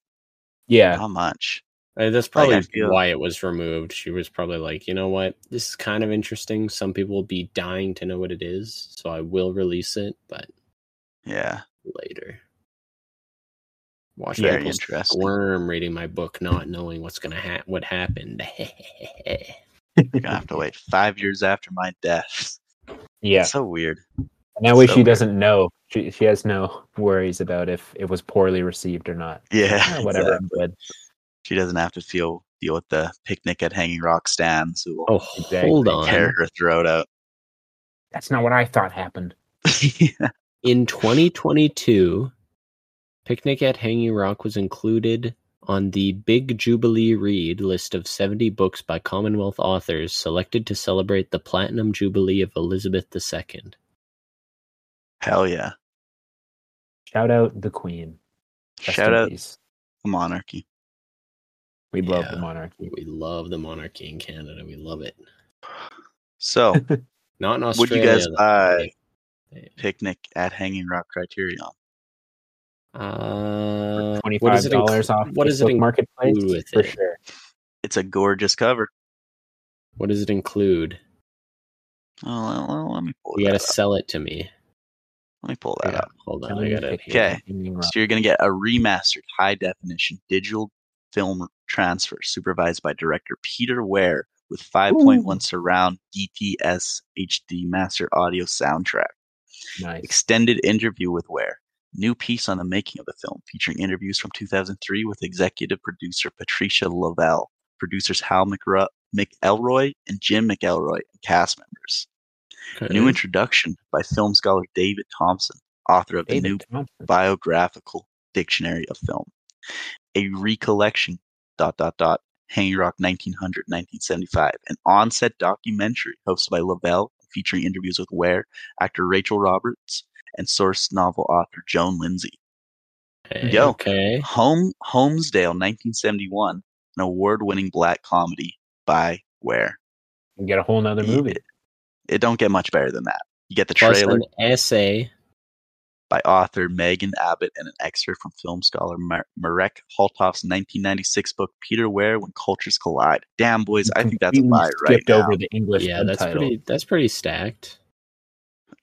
[SPEAKER 2] Yeah.
[SPEAKER 1] How much?
[SPEAKER 3] uh, that's
[SPEAKER 1] Like, I
[SPEAKER 3] probably
[SPEAKER 1] feel-
[SPEAKER 3] why it was removed. She was probably like, you know what, this is kind of interesting. Some people will be dying to know what it is, so I will release it, but
[SPEAKER 1] Yeah.
[SPEAKER 3] later. Watch
[SPEAKER 1] Very
[SPEAKER 3] people
[SPEAKER 1] interesting.
[SPEAKER 3] squirm reading my book, not knowing what's gonna ha- what happened.
[SPEAKER 1] You're going to have to wait five years after my death.
[SPEAKER 2] Yeah.
[SPEAKER 1] So weird.
[SPEAKER 2] And that way
[SPEAKER 1] so
[SPEAKER 2] she
[SPEAKER 1] weird.
[SPEAKER 2] doesn't know. She she has no worries about if it was poorly received or not.
[SPEAKER 1] Yeah.
[SPEAKER 2] Ah, whatever.
[SPEAKER 1] exactly.
[SPEAKER 2] I'm good.
[SPEAKER 1] She doesn't have to feel deal with the picnic at Hanging Rock stands who will
[SPEAKER 3] oh,
[SPEAKER 2] Exactly.
[SPEAKER 3] hold on.
[SPEAKER 1] tear her throat out.
[SPEAKER 2] That's not what I thought happened.
[SPEAKER 3] In 2022, Picnic at Hanging Rock was included on the Big Jubilee Read list of 70 books by Commonwealth authors selected to celebrate the Platinum Jubilee of Elizabeth II.
[SPEAKER 1] Hell yeah.
[SPEAKER 2] Shout out the Queen. Rest
[SPEAKER 1] Shout
[SPEAKER 2] in
[SPEAKER 1] out
[SPEAKER 2] peace.
[SPEAKER 1] the monarchy.
[SPEAKER 2] We love the
[SPEAKER 3] Yeah.
[SPEAKER 2] monarchy.
[SPEAKER 3] We love the monarchy in Canada. We love it.
[SPEAKER 1] So,
[SPEAKER 3] Not in
[SPEAKER 1] would you
[SPEAKER 3] Australia.
[SPEAKER 1] guys buy
[SPEAKER 3] though.
[SPEAKER 1] picnic at Hanging Rock Criterion?
[SPEAKER 3] Uh,
[SPEAKER 2] Twenty
[SPEAKER 3] what
[SPEAKER 2] five
[SPEAKER 3] does it include-
[SPEAKER 2] dollars off.
[SPEAKER 3] What does it
[SPEAKER 2] Facebook
[SPEAKER 3] include?
[SPEAKER 2] marketplace
[SPEAKER 3] with
[SPEAKER 2] for
[SPEAKER 3] it?
[SPEAKER 2] sure?
[SPEAKER 1] It's a gorgeous cover.
[SPEAKER 3] What does it include?
[SPEAKER 1] Oh, well, well, let me pull
[SPEAKER 3] You
[SPEAKER 1] that
[SPEAKER 3] gotta
[SPEAKER 1] up.
[SPEAKER 3] sell it to me.
[SPEAKER 1] Let me pull that
[SPEAKER 2] yeah.
[SPEAKER 1] up.
[SPEAKER 3] Hold on,
[SPEAKER 2] Tell
[SPEAKER 3] I
[SPEAKER 2] me if
[SPEAKER 3] gotta.
[SPEAKER 2] it can
[SPEAKER 1] Okay.
[SPEAKER 2] be wrong.
[SPEAKER 1] So you're gonna get a remastered high definition digital film transfer supervised by director Peter Ware with 5.1 surround DTS HD master audio soundtrack.
[SPEAKER 2] Nice.
[SPEAKER 1] Extended interview with Ware. New piece on the making of the film, featuring interviews from 2003 with executive producer Patricia Lavelle, producers Hal McRu- McElroy and Jim McElroy, and cast members. New introduction by film scholar David Thompson, author of the
[SPEAKER 2] David
[SPEAKER 1] new
[SPEAKER 2] Thompson.
[SPEAKER 1] biographical dictionary of film. A recollection, dot, dot, dot, Hanging Rock 1900, 1975, an on-set documentary hosted by Lavelle, featuring interviews with Ware, actor Rachel Roberts, and source novel author Joan Lindsay.
[SPEAKER 3] Okay.
[SPEAKER 1] Yo.
[SPEAKER 3] Okay.
[SPEAKER 1] Home Holmesdale, 1971, an award-winning black comedy by Ware.
[SPEAKER 2] You get a whole nother movie.
[SPEAKER 1] It, it don't get much better than that. You get the
[SPEAKER 3] Plus
[SPEAKER 1] trailer
[SPEAKER 3] an essay.
[SPEAKER 1] by author Megan Abbott and an excerpt from film scholar Mar- Marek Holtoff's 1996 book Peter Ware: When Cultures Collide. Damn boys, I think that's a
[SPEAKER 2] Completely
[SPEAKER 1] buy right
[SPEAKER 2] Skipped
[SPEAKER 1] now.
[SPEAKER 2] over the English
[SPEAKER 3] Yeah, that's
[SPEAKER 2] subtitle.
[SPEAKER 3] pretty. That's pretty stacked.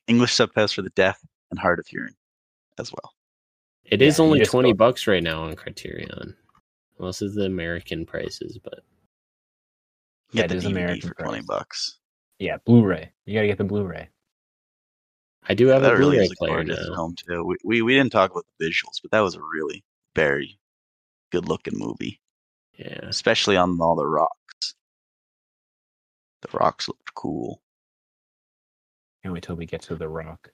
[SPEAKER 1] English subtitles for the deaf and hard of hearing, as well.
[SPEAKER 3] It is
[SPEAKER 2] Yeah, you
[SPEAKER 3] only
[SPEAKER 2] just
[SPEAKER 3] twenty
[SPEAKER 2] go-
[SPEAKER 3] bucks right now on Criterion. Most of the American prices, but
[SPEAKER 1] You
[SPEAKER 2] That
[SPEAKER 1] get
[SPEAKER 2] is
[SPEAKER 1] the DVD
[SPEAKER 2] American
[SPEAKER 1] for 20
[SPEAKER 2] price.
[SPEAKER 1] bucks.
[SPEAKER 2] Yeah, Blu-ray. You gotta get the Blu-ray.
[SPEAKER 3] I do have
[SPEAKER 1] that
[SPEAKER 3] a
[SPEAKER 1] really
[SPEAKER 3] Blu-ray
[SPEAKER 1] is a
[SPEAKER 3] player
[SPEAKER 1] gorgeous
[SPEAKER 3] now.
[SPEAKER 1] film too. We, we we didn't talk about the visuals, but that was a really very good looking movie,
[SPEAKER 3] Yeah.
[SPEAKER 1] especially on all the rocks. The rocks looked cool,
[SPEAKER 2] Can't wait till we get to The Rock.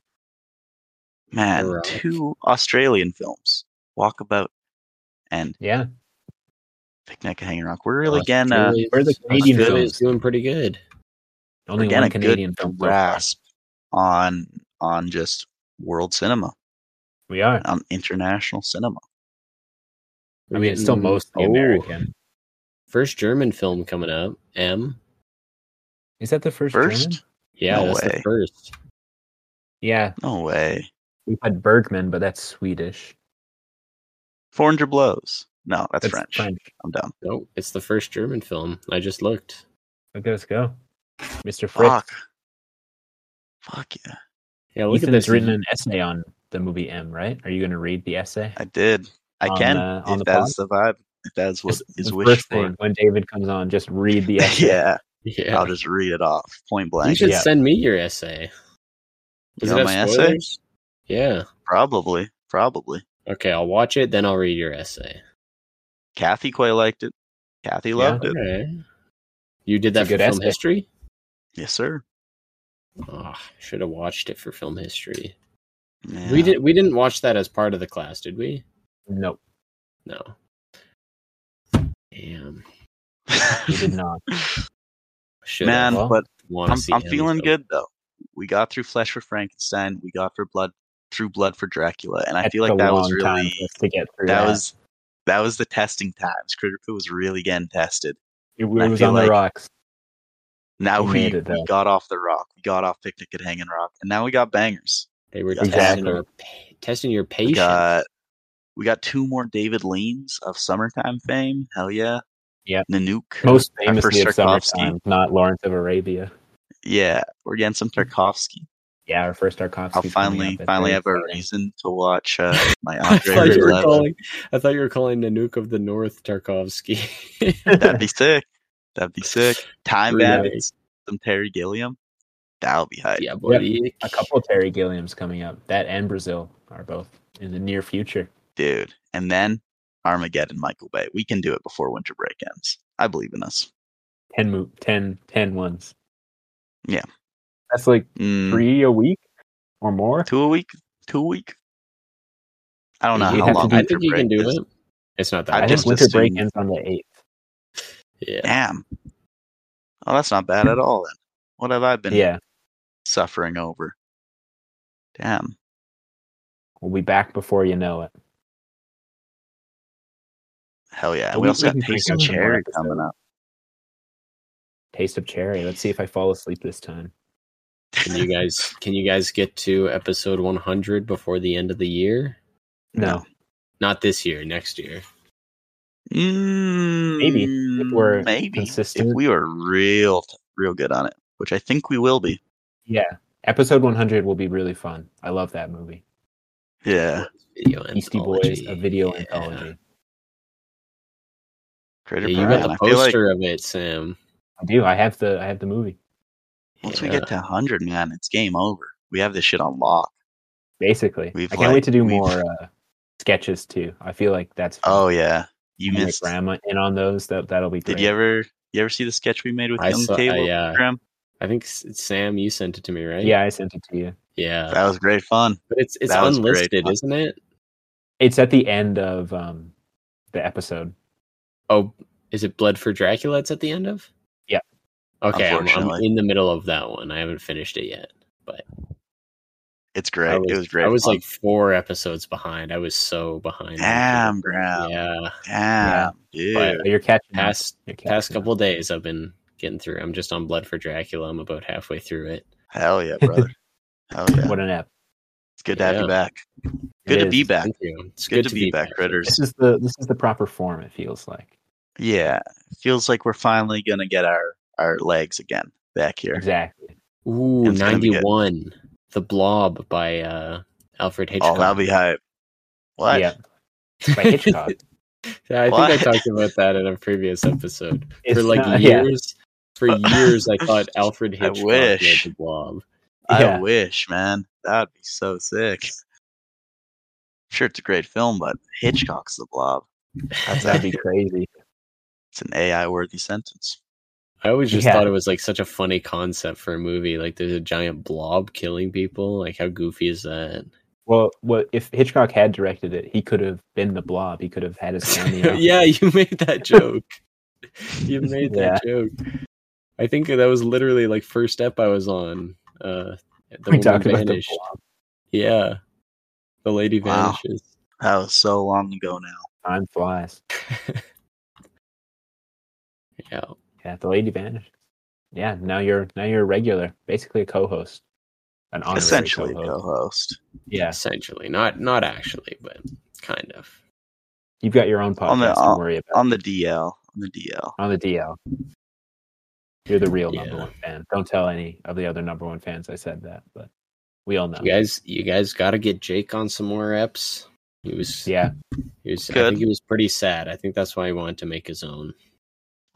[SPEAKER 1] man.
[SPEAKER 3] rock.
[SPEAKER 1] Two Australian films, Walkabout and
[SPEAKER 2] Yeah,
[SPEAKER 1] Picnic at Hanging Rock. We're really
[SPEAKER 3] Australia-
[SPEAKER 1] getting uh,
[SPEAKER 2] where are the Canadian
[SPEAKER 1] Australia
[SPEAKER 2] films?
[SPEAKER 3] Australia's doing pretty good.
[SPEAKER 1] we're
[SPEAKER 2] Only
[SPEAKER 1] getting
[SPEAKER 2] one
[SPEAKER 1] a
[SPEAKER 2] Canadian
[SPEAKER 1] good
[SPEAKER 2] film. so far.
[SPEAKER 1] grasp on on just world cinema,
[SPEAKER 2] We are.
[SPEAKER 1] on international cinema.
[SPEAKER 2] I mean, it's still
[SPEAKER 3] Mm,
[SPEAKER 2] mostly
[SPEAKER 3] oh,
[SPEAKER 2] American.
[SPEAKER 3] First German film coming up. M.
[SPEAKER 2] Is that the first?
[SPEAKER 1] First?
[SPEAKER 2] German?
[SPEAKER 3] Yeah,
[SPEAKER 1] No
[SPEAKER 3] that's
[SPEAKER 1] way.
[SPEAKER 3] the first.
[SPEAKER 2] Yeah,
[SPEAKER 1] No way.
[SPEAKER 2] we had Bergman, but that's Swedish.
[SPEAKER 1] Four hundred blows. No, that's,
[SPEAKER 2] That's
[SPEAKER 1] French. I'm done.
[SPEAKER 3] Nope, it's the first German film. I just looked.
[SPEAKER 2] Look at us go, Mr. Fritz.
[SPEAKER 1] Fuck. Fuck yeah.
[SPEAKER 3] Yeah, look
[SPEAKER 2] Ethan
[SPEAKER 3] at this.
[SPEAKER 2] has written an essay on the movie M. Right? Are you going to read the essay?
[SPEAKER 1] I did. I
[SPEAKER 2] on,
[SPEAKER 1] can.
[SPEAKER 2] uh, on
[SPEAKER 1] if
[SPEAKER 2] the
[SPEAKER 1] that's the vibe. If that's what
[SPEAKER 2] Just
[SPEAKER 1] is
[SPEAKER 2] the
[SPEAKER 1] wished
[SPEAKER 2] first
[SPEAKER 1] for.
[SPEAKER 2] thing, when David comes on, just read the essay.
[SPEAKER 1] yeah.
[SPEAKER 3] yeah,
[SPEAKER 1] I'll just read it off. Point
[SPEAKER 3] you
[SPEAKER 1] blank.
[SPEAKER 3] should
[SPEAKER 2] Yeah.
[SPEAKER 3] send me your essay. Does
[SPEAKER 1] You
[SPEAKER 3] it
[SPEAKER 1] want
[SPEAKER 3] have
[SPEAKER 1] my essay?
[SPEAKER 3] spoilers? Yeah.
[SPEAKER 1] Probably. Probably.
[SPEAKER 3] Okay, I'll watch it, then I'll read your essay.
[SPEAKER 1] Kathy quite liked it. Kathy
[SPEAKER 2] Yeah.
[SPEAKER 1] loved it.
[SPEAKER 3] Okay. You did that
[SPEAKER 2] It's a
[SPEAKER 3] for
[SPEAKER 2] good
[SPEAKER 3] film
[SPEAKER 2] essay.
[SPEAKER 3] history?
[SPEAKER 1] Yes, sir.
[SPEAKER 3] Oh, should have watched it for film history.
[SPEAKER 1] Yeah.
[SPEAKER 3] We did we didn't watch that as part of the class, did we?
[SPEAKER 2] No,
[SPEAKER 3] No. Damn.
[SPEAKER 2] he did not.
[SPEAKER 3] Should
[SPEAKER 1] Man,
[SPEAKER 2] Well,
[SPEAKER 1] but I'm, I'm feeling good though. We got through Flesh for Frankenstein. We got for Blood through Blood for Dracula, and I
[SPEAKER 2] That
[SPEAKER 1] feel
[SPEAKER 2] took
[SPEAKER 1] like
[SPEAKER 2] a
[SPEAKER 1] that was
[SPEAKER 2] long time
[SPEAKER 1] really
[SPEAKER 2] for us to get through.
[SPEAKER 1] that was that was the testing times. Critical was really getting tested.
[SPEAKER 2] it,
[SPEAKER 1] I
[SPEAKER 2] was
[SPEAKER 1] feel
[SPEAKER 2] on
[SPEAKER 1] like-
[SPEAKER 2] the rocks.
[SPEAKER 1] Now
[SPEAKER 2] We
[SPEAKER 1] we,
[SPEAKER 2] made it,
[SPEAKER 1] we
[SPEAKER 2] though.
[SPEAKER 1] got off the rock. We got off Picnic at Hanging Rock, and now we got bangers.
[SPEAKER 3] They were
[SPEAKER 1] Exactly.
[SPEAKER 3] testing, your, pa- testing your
[SPEAKER 1] We
[SPEAKER 3] patience.
[SPEAKER 1] got we got two more David Leans of summertime fame. Hell yeah,
[SPEAKER 2] Yeah.
[SPEAKER 1] Nanook.
[SPEAKER 2] Most
[SPEAKER 1] Our first
[SPEAKER 2] famously of
[SPEAKER 1] Tarkovsky.
[SPEAKER 2] summertime, not Lawrence of Arabia.
[SPEAKER 1] Yeah, we're getting some
[SPEAKER 3] Mm-hmm.
[SPEAKER 1] Tarkovsky.
[SPEAKER 2] Yeah, our first Tarkovsky.
[SPEAKER 1] I'll
[SPEAKER 2] coming
[SPEAKER 1] finally
[SPEAKER 2] up at
[SPEAKER 1] finally have a
[SPEAKER 2] 30.
[SPEAKER 1] reason to watch uh, my
[SPEAKER 3] I
[SPEAKER 1] Andre
[SPEAKER 3] thought, you were
[SPEAKER 1] 11.
[SPEAKER 3] calling, I thought you were calling Nanook of the North Tarkovsky.
[SPEAKER 1] That'd be sick. That'd be sick. Time
[SPEAKER 3] Really?
[SPEAKER 1] Bandits, some Terry Gilliam. That'll be hype.
[SPEAKER 3] yeah, buddy.
[SPEAKER 2] a couple of Terry Gilliams coming up. That and Brazil are both in the near future.
[SPEAKER 1] dude. And then Armageddon, Michael Bay. We can do it before winter break ends. I believe in us.
[SPEAKER 2] 10, mo- 10, 10 ones.
[SPEAKER 1] Yeah.
[SPEAKER 2] That's like
[SPEAKER 1] Mm,
[SPEAKER 2] three a week or more.
[SPEAKER 1] two a week, two a week. I don't know
[SPEAKER 2] You'd
[SPEAKER 1] how
[SPEAKER 2] have to
[SPEAKER 1] long
[SPEAKER 2] do-
[SPEAKER 3] I
[SPEAKER 1] winter
[SPEAKER 3] think you
[SPEAKER 1] break
[SPEAKER 3] can do
[SPEAKER 1] is.
[SPEAKER 3] it. It's not
[SPEAKER 1] I
[SPEAKER 2] I,
[SPEAKER 3] that
[SPEAKER 2] think
[SPEAKER 1] just
[SPEAKER 2] winter break
[SPEAKER 1] assumed-
[SPEAKER 2] ends on the 8th.
[SPEAKER 3] Yeah. Mm.
[SPEAKER 1] Damn. Oh, that's not bad at all. Then what have I been
[SPEAKER 2] Yeah.
[SPEAKER 1] suffering over? Damn.
[SPEAKER 2] We'll be back before you know it.
[SPEAKER 1] Hell yeah.
[SPEAKER 2] Well,
[SPEAKER 1] we
[SPEAKER 2] we-
[SPEAKER 1] also
[SPEAKER 2] we
[SPEAKER 1] got
[SPEAKER 2] can
[SPEAKER 1] Taste of
[SPEAKER 2] break down the
[SPEAKER 1] Cherry
[SPEAKER 2] episode.
[SPEAKER 1] coming up.
[SPEAKER 2] Taste of cherry. Let's see if I fall asleep this time.
[SPEAKER 3] Can you guys can you guys get to episode 100 before the end of the year?
[SPEAKER 2] No.
[SPEAKER 3] Not this year, next year.
[SPEAKER 1] Maybe
[SPEAKER 2] if we're
[SPEAKER 1] Mm, maybe
[SPEAKER 2] consistent.
[SPEAKER 1] if we were real real good on it, which I think we will be.
[SPEAKER 2] Yeah. Episode 100 will be really fun. I love that movie.
[SPEAKER 1] Yeah.
[SPEAKER 3] Video
[SPEAKER 2] Beastie Boys,
[SPEAKER 3] anthology.
[SPEAKER 2] a video
[SPEAKER 3] Yeah.
[SPEAKER 2] anthology.
[SPEAKER 1] Creator
[SPEAKER 3] Yeah, you got
[SPEAKER 1] Prime.
[SPEAKER 3] the
[SPEAKER 1] I feel like
[SPEAKER 3] poster of it, Sam.
[SPEAKER 2] I I do. I have the I have the movie.
[SPEAKER 1] Once we get to 100, man, it's game over. We have this shit on lock.
[SPEAKER 2] Basically,
[SPEAKER 1] We've,
[SPEAKER 2] I can't
[SPEAKER 1] like,
[SPEAKER 2] wait to do
[SPEAKER 1] we've-
[SPEAKER 2] more uh, sketches too. I feel like that's
[SPEAKER 1] Oh yeah, you
[SPEAKER 2] Make
[SPEAKER 1] missed.
[SPEAKER 2] grandma in on those. That that'll be. Great.
[SPEAKER 1] Did you ever you ever see the sketch we made with
[SPEAKER 3] I
[SPEAKER 1] you on
[SPEAKER 3] saw-
[SPEAKER 1] the table?
[SPEAKER 3] yeah.
[SPEAKER 1] Graham?
[SPEAKER 3] I think S- Sam, you sent it to me, right?
[SPEAKER 2] Yeah, I sent it to you.
[SPEAKER 3] yeah.
[SPEAKER 1] That was great fun.
[SPEAKER 3] But it's it's
[SPEAKER 1] that was great.
[SPEAKER 3] unlisted, isn't it?
[SPEAKER 2] It's at the end of um, the episode.
[SPEAKER 3] Oh, is it Blood for Dracula? It's at the end of.
[SPEAKER 2] Yeah.
[SPEAKER 3] Okay, I'm, I'm
[SPEAKER 1] Unfortunately.
[SPEAKER 3] in the middle of that one. I haven't finished it yet.
[SPEAKER 1] It's
[SPEAKER 3] I
[SPEAKER 1] great.
[SPEAKER 3] was,
[SPEAKER 1] it was great.
[SPEAKER 3] I was
[SPEAKER 1] fun.
[SPEAKER 3] like four episodes behind. I was so behind.
[SPEAKER 1] damn, Graham.
[SPEAKER 3] Yeah.
[SPEAKER 1] Damn, dude.
[SPEAKER 2] But Oh, you're catching up.
[SPEAKER 3] Past
[SPEAKER 2] You're catching
[SPEAKER 3] past
[SPEAKER 2] up.
[SPEAKER 3] couple days, I've been getting through. I'm just on Blood for Dracula. I'm about halfway through it.
[SPEAKER 1] Hell yeah, brother. Hell yeah.
[SPEAKER 2] What an app!
[SPEAKER 1] It's good to have you
[SPEAKER 3] Yeah.
[SPEAKER 1] back.
[SPEAKER 2] It
[SPEAKER 1] Good to
[SPEAKER 2] is.
[SPEAKER 1] be back.
[SPEAKER 3] Thank you. It's
[SPEAKER 1] It's good, to, be, back, critters.
[SPEAKER 2] This is the this is the proper form. It feels like
[SPEAKER 1] Yeah, feels like we're finally gonna get our our legs again back here.
[SPEAKER 2] exactly.
[SPEAKER 3] Ooh,
[SPEAKER 1] It's gonna be good.
[SPEAKER 3] 91. The Blob by uh, Alfred Hitchcock.
[SPEAKER 1] Oh, that'll be hype. What?
[SPEAKER 2] Yeah, by Hitchcock.
[SPEAKER 3] Yeah, I
[SPEAKER 1] What?
[SPEAKER 3] think I talked about that in a previous episode.
[SPEAKER 2] It's
[SPEAKER 3] for like
[SPEAKER 2] not- yeah.
[SPEAKER 3] years, for years, I thought Alfred
[SPEAKER 1] I
[SPEAKER 3] Hitchcock
[SPEAKER 1] wish.
[SPEAKER 3] made the Blob.
[SPEAKER 1] I
[SPEAKER 2] Yeah.
[SPEAKER 1] wish, man. That'd be so sick. Sure, it's a great film, but Hitchcock's the blob.
[SPEAKER 2] that'd be crazy.
[SPEAKER 1] It's an AI-worthy sentence.
[SPEAKER 3] I always just
[SPEAKER 2] Yeah.
[SPEAKER 3] thought it was like such a funny concept for a movie. Like there's a giant blob killing people. Like how goofy is that?
[SPEAKER 2] Well, well, if Hitchcock had directed it, he could have been the Blob. He could have had his cameo.
[SPEAKER 3] yeah, you made that joke. you made that joke. I think that was literally like first step I was on. Uh, the
[SPEAKER 2] we
[SPEAKER 3] woman
[SPEAKER 2] talked about the
[SPEAKER 3] vanished.
[SPEAKER 2] Blob
[SPEAKER 3] Yeah, the lady
[SPEAKER 1] Wow.
[SPEAKER 2] Ah.
[SPEAKER 3] vanishes.
[SPEAKER 1] That was so long ago now.
[SPEAKER 2] Time flies.
[SPEAKER 3] Yeah.
[SPEAKER 2] Yeah, the lady vanished. Yeah, now you're now you're a regular, basically a co-host, an honorary
[SPEAKER 1] Essentially, a
[SPEAKER 2] co-host.
[SPEAKER 1] co-host.
[SPEAKER 2] Yeah,
[SPEAKER 3] essentially not not actually but kind of
[SPEAKER 2] you've got your own podcast
[SPEAKER 1] On the-
[SPEAKER 2] to worry about.
[SPEAKER 1] On the DL. On the DL.
[SPEAKER 2] on the DL. You're the real number
[SPEAKER 3] Yeah.
[SPEAKER 2] one fan. Don't tell any of the other number one fans I said that, but we all know.
[SPEAKER 3] you guys you guys got to get jake on some more reps he was
[SPEAKER 2] Yeah,
[SPEAKER 3] he was i
[SPEAKER 1] Good.
[SPEAKER 3] think he was pretty sad i think that's why he wanted to make his own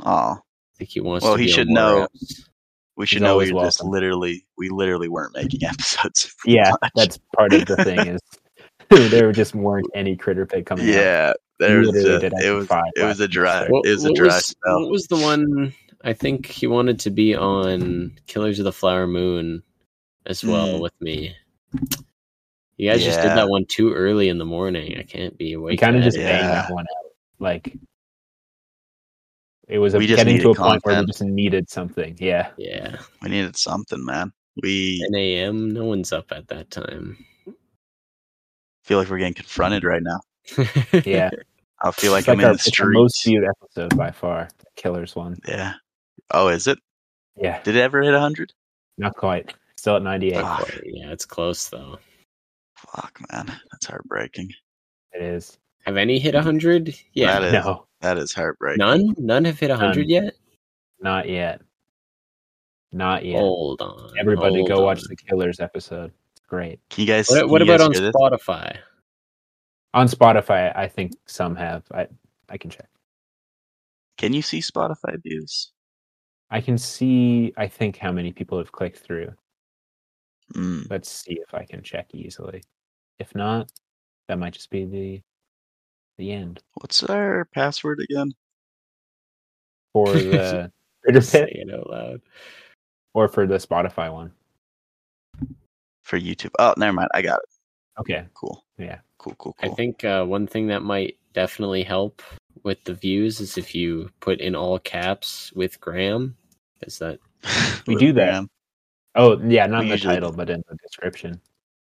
[SPEAKER 1] Oh,
[SPEAKER 3] i think he wants
[SPEAKER 1] Well,
[SPEAKER 3] to
[SPEAKER 1] he
[SPEAKER 3] be on
[SPEAKER 1] should
[SPEAKER 3] more
[SPEAKER 1] know.
[SPEAKER 3] reps.
[SPEAKER 1] we
[SPEAKER 2] He's
[SPEAKER 1] should know
[SPEAKER 2] always
[SPEAKER 1] we were just
[SPEAKER 2] welcome.
[SPEAKER 1] literally we literally weren't making episodes.
[SPEAKER 2] yeah,
[SPEAKER 1] much.
[SPEAKER 2] that's part of the thing is there just weren't any critter pig coming. out.
[SPEAKER 1] yeah. There was
[SPEAKER 2] literally
[SPEAKER 1] a,
[SPEAKER 2] did
[SPEAKER 1] it
[SPEAKER 2] episode
[SPEAKER 1] was
[SPEAKER 2] five
[SPEAKER 1] it was a
[SPEAKER 2] last
[SPEAKER 1] dry
[SPEAKER 2] episode.
[SPEAKER 3] what,
[SPEAKER 1] it was a
[SPEAKER 3] what
[SPEAKER 1] dry
[SPEAKER 3] was,
[SPEAKER 1] spell.
[SPEAKER 3] what was the one i think he wanted to be on killers of the flower moon as well
[SPEAKER 1] Mm.
[SPEAKER 3] with me you guys just did
[SPEAKER 1] Yeah.
[SPEAKER 3] that one too early in the morning i can't be awake
[SPEAKER 2] we kind of
[SPEAKER 3] to
[SPEAKER 2] just
[SPEAKER 3] edit.
[SPEAKER 1] Yeah.
[SPEAKER 2] banged that one out. Like it was a,
[SPEAKER 1] We just
[SPEAKER 2] getting to a
[SPEAKER 1] needed
[SPEAKER 2] point where we
[SPEAKER 1] content.
[SPEAKER 2] just needed something. Yeah,
[SPEAKER 3] yeah
[SPEAKER 1] We needed something, man. We
[SPEAKER 3] 10 a.m no one's up at that time
[SPEAKER 1] feel like we're getting confronted right now.
[SPEAKER 2] yeah.
[SPEAKER 1] I feel like
[SPEAKER 2] It's
[SPEAKER 1] I'm
[SPEAKER 2] our-
[SPEAKER 1] in the
[SPEAKER 2] it's our most
[SPEAKER 1] streets.
[SPEAKER 2] viewed episode by far. the Killers one.
[SPEAKER 1] Yeah. Oh, is it?
[SPEAKER 2] Yeah,
[SPEAKER 1] Did it ever hit hundred?
[SPEAKER 2] not quite. Still at ninety eight.
[SPEAKER 1] Fuck.
[SPEAKER 3] Yeah, it's close though.
[SPEAKER 1] Fuck, man, that's heartbreaking.
[SPEAKER 2] It is.
[SPEAKER 3] Have any hit 100? Yeah.
[SPEAKER 1] That is
[SPEAKER 2] No,
[SPEAKER 1] that is heartbreaking.
[SPEAKER 3] None? None have hit 100 yet?
[SPEAKER 2] not yet. Not yet.
[SPEAKER 3] Hold on.
[SPEAKER 2] Everybody
[SPEAKER 3] hold
[SPEAKER 2] go watch
[SPEAKER 3] on.
[SPEAKER 2] the Killers episode. It's great.
[SPEAKER 1] Can you guys?
[SPEAKER 3] What, what
[SPEAKER 1] can you
[SPEAKER 3] about
[SPEAKER 1] guys
[SPEAKER 3] on
[SPEAKER 1] hear this?
[SPEAKER 3] Spotify?
[SPEAKER 2] On Spotify, I think some have. I I can check.
[SPEAKER 1] Can you see Spotify views?
[SPEAKER 2] I can see I think how many people have clicked through.
[SPEAKER 1] Mm.
[SPEAKER 2] Let's see if I can check easily. If not, that might just be the the end
[SPEAKER 1] What's our password again?
[SPEAKER 2] for the Critter
[SPEAKER 3] Say
[SPEAKER 2] Pit
[SPEAKER 3] it out loud.
[SPEAKER 2] or for the Spotify one.
[SPEAKER 1] For YouTube. Oh, never mind. I got it.
[SPEAKER 2] Okay.
[SPEAKER 1] Cool.
[SPEAKER 2] Yeah.
[SPEAKER 1] Cool. Cool.
[SPEAKER 3] I
[SPEAKER 1] Cool.
[SPEAKER 3] think uh, one thing that might definitely help with the views is if you put in all caps with Graham. Is that
[SPEAKER 2] We
[SPEAKER 1] With
[SPEAKER 2] do that.
[SPEAKER 1] Graham.
[SPEAKER 2] Oh yeah, not in
[SPEAKER 1] We
[SPEAKER 2] the
[SPEAKER 1] usually
[SPEAKER 2] title,
[SPEAKER 1] do.
[SPEAKER 2] but in the description.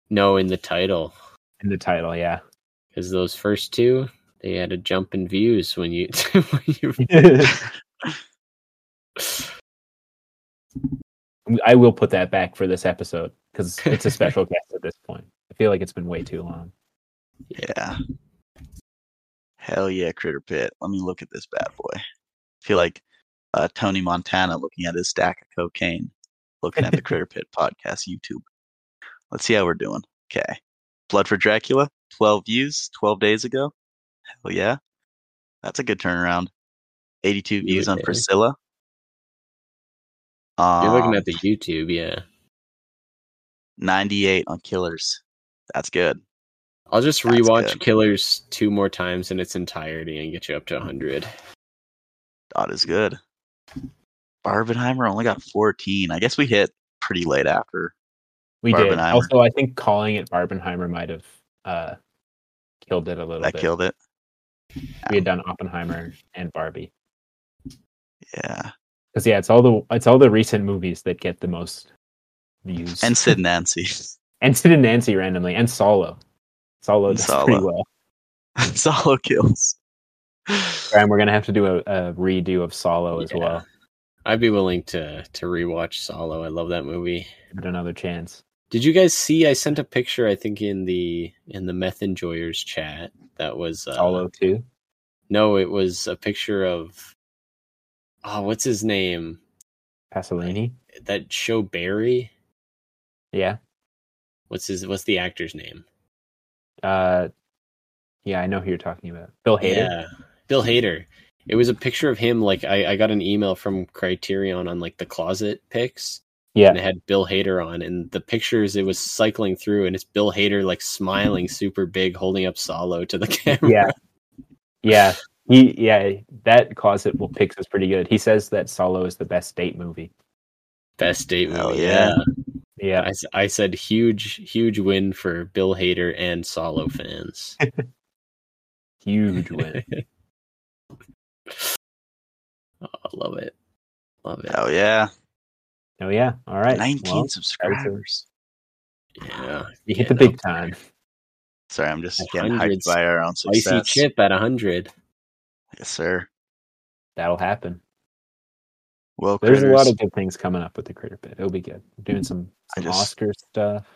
[SPEAKER 3] no in the title?
[SPEAKER 2] In the title, yeah.
[SPEAKER 3] Because those first two, they had a jump in views when you when you
[SPEAKER 2] I will put that back for this episode because it's a special guest at this point. I feel like it's been way too long.
[SPEAKER 1] Yeah. Hell yeah, Critter Pit. Let me look at this bad boy. I feel like uh, Tony Montana looking at his stack of cocaine, looking at the Critter Pit podcast YouTube. Let's see how we're doing. Okay. Blood for Dracula, 12 views 12 days ago. Hell yeah. That's a good turnaround. 82
[SPEAKER 3] You
[SPEAKER 1] views on
[SPEAKER 3] okay?
[SPEAKER 1] Priscilla.
[SPEAKER 3] You're looking
[SPEAKER 1] Um,
[SPEAKER 3] at the YouTube, yeah.
[SPEAKER 1] 98 on Killers. That's good.
[SPEAKER 3] I'll just
[SPEAKER 1] That's
[SPEAKER 3] rewatch
[SPEAKER 1] good.
[SPEAKER 3] Killers two more times in its entirety and get you up to 100.
[SPEAKER 1] Dot is good. Barbenheimer only got 14. I guess we hit pretty late after.
[SPEAKER 2] We did.
[SPEAKER 1] Barbenheimer.
[SPEAKER 2] Also, I think calling it Barbenheimer might have uh, killed it a little
[SPEAKER 1] That
[SPEAKER 2] bit.
[SPEAKER 1] killed it.
[SPEAKER 2] We had done Oppenheimer and Barbie
[SPEAKER 1] Yeah.
[SPEAKER 2] because yeah, it's all the it's all the recent movies that get the most views.
[SPEAKER 1] And Sid and Nancy.
[SPEAKER 2] and Sid and Nancy randomly and Solo. Solo
[SPEAKER 1] And
[SPEAKER 2] does
[SPEAKER 1] Solo.
[SPEAKER 2] pretty well.
[SPEAKER 1] Solo kills. Oh,
[SPEAKER 2] And we're gonna have to do a, a redo of Solo as
[SPEAKER 3] Yeah.
[SPEAKER 2] well.
[SPEAKER 3] I'd be willing to to rewatch Solo. I love that movie.
[SPEAKER 2] Give it another chance.
[SPEAKER 3] Did you guys see? I sent a picture. I think in the in the meth enjoyers chat. That was uh,
[SPEAKER 2] Solo too.
[SPEAKER 3] No, it was a picture of. Oh, what's his name?
[SPEAKER 2] Pasolini.
[SPEAKER 3] That show Barry.
[SPEAKER 2] Yeah.
[SPEAKER 3] What's his? What's the actor's name?
[SPEAKER 2] Uh, yeah, I know who you're talking about. Bill Hader.
[SPEAKER 3] Yeah, Bill Hader. It was a picture of him. Like I, I got an email from Criterion on like the closet pics,
[SPEAKER 2] Yeah.
[SPEAKER 3] and it had Bill Hader on, and the pictures it was cycling through, and it's Bill Hader like smiling super big, holding up Solo to the camera.
[SPEAKER 2] yeah yeah he yeah that closet will picks is pretty good he says that solo is the best date movie
[SPEAKER 3] best date
[SPEAKER 1] Hell
[SPEAKER 3] movie.
[SPEAKER 1] yeah.
[SPEAKER 3] Yeah, I,
[SPEAKER 2] yeah
[SPEAKER 3] s- I said huge, huge win for Bill Hader and Solo fans.
[SPEAKER 2] huge win
[SPEAKER 3] Oh, love it, love it.
[SPEAKER 1] Oh, yeah.
[SPEAKER 2] oh yeah all right
[SPEAKER 1] 19
[SPEAKER 2] well,
[SPEAKER 1] subscribers.
[SPEAKER 3] Yeah,
[SPEAKER 2] you hit the
[SPEAKER 3] getting
[SPEAKER 2] big time
[SPEAKER 1] Sorry, I'm just
[SPEAKER 3] A
[SPEAKER 1] getting
[SPEAKER 3] hundred
[SPEAKER 1] hyped by our own
[SPEAKER 3] up. spicy
[SPEAKER 1] success.
[SPEAKER 3] chip at hundred.
[SPEAKER 1] Yes, sir.
[SPEAKER 2] that'll happen
[SPEAKER 1] Well,
[SPEAKER 2] there's
[SPEAKER 1] critters,
[SPEAKER 2] a lot of good things coming up with the critter pit it'll be good we're doing some,
[SPEAKER 1] I
[SPEAKER 2] some
[SPEAKER 1] just-
[SPEAKER 2] oscar stuff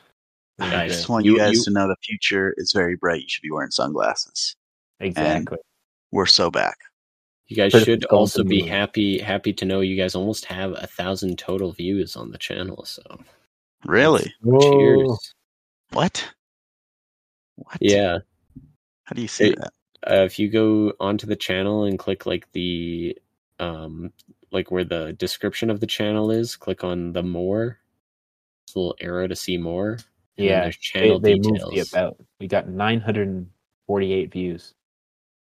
[SPEAKER 1] I just
[SPEAKER 3] Okay.
[SPEAKER 1] want you,
[SPEAKER 3] You-
[SPEAKER 1] guys
[SPEAKER 3] you-
[SPEAKER 1] to know the future is very bright. You should be wearing sunglasses.
[SPEAKER 2] exactly
[SPEAKER 1] We're so back.
[SPEAKER 3] You guys
[SPEAKER 2] Pretty
[SPEAKER 3] should
[SPEAKER 2] golden
[SPEAKER 3] also be
[SPEAKER 2] moon.
[SPEAKER 3] happy happy to know you guys almost have a thousand total views on the channel. So
[SPEAKER 1] Really?
[SPEAKER 2] Whoa.
[SPEAKER 3] cheers.
[SPEAKER 1] What? What?
[SPEAKER 3] Yeah.
[SPEAKER 1] How do you see
[SPEAKER 3] It-
[SPEAKER 1] that?
[SPEAKER 3] Uh, if you go onto the channel and click like the um like where the description of the channel is, click on the more. This little arrow to see more. and then
[SPEAKER 2] yeah
[SPEAKER 3] there's
[SPEAKER 2] they,
[SPEAKER 3] channel
[SPEAKER 2] they moved the
[SPEAKER 3] details.
[SPEAKER 2] about we got 948 views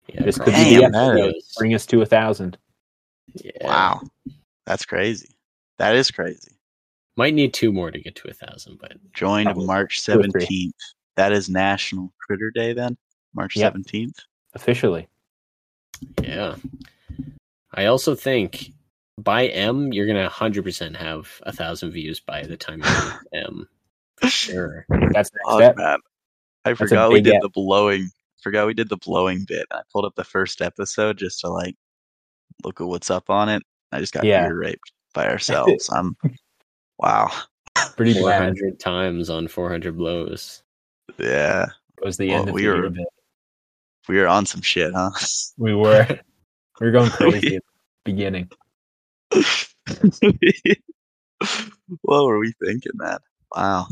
[SPEAKER 3] Yeah,
[SPEAKER 2] this could
[SPEAKER 3] cross
[SPEAKER 1] be the
[SPEAKER 3] channel
[SPEAKER 1] episode.
[SPEAKER 3] videos.
[SPEAKER 2] bring us to a thousand
[SPEAKER 3] Yeah.
[SPEAKER 1] Wow. That's crazy. That is crazy.
[SPEAKER 3] Might need two more to get to a thousand, but
[SPEAKER 1] Joined
[SPEAKER 2] Probably.
[SPEAKER 1] March
[SPEAKER 2] Two or three.
[SPEAKER 1] 17th. That is National Critter Day then? March
[SPEAKER 2] Yep.
[SPEAKER 1] 17th?
[SPEAKER 2] officially
[SPEAKER 3] Yeah. I also think by M, you're gonna 100% have a thousand views by the time you hit M. Sure.
[SPEAKER 2] that's the next
[SPEAKER 1] Oh,
[SPEAKER 2] step
[SPEAKER 1] man. I
[SPEAKER 2] a
[SPEAKER 1] forgot we
[SPEAKER 2] big
[SPEAKER 1] did
[SPEAKER 2] app.
[SPEAKER 1] the blowing. Forgot we did the blowing bit. I pulled up the first episode just to like look at what's up on it. I just got
[SPEAKER 2] Yeah.
[SPEAKER 1] ear raped by ourselves. I'm wow.
[SPEAKER 2] pretty bad
[SPEAKER 3] 400 times on 400 blows.
[SPEAKER 1] Yeah,
[SPEAKER 2] was the
[SPEAKER 1] Well,
[SPEAKER 2] end of
[SPEAKER 1] we
[SPEAKER 2] the year
[SPEAKER 1] were-
[SPEAKER 2] bit.
[SPEAKER 1] we are on some shit, huh?
[SPEAKER 2] We were we were going crazy
[SPEAKER 1] We-
[SPEAKER 2] at the beginning.
[SPEAKER 1] what were we thinking, man? Wow.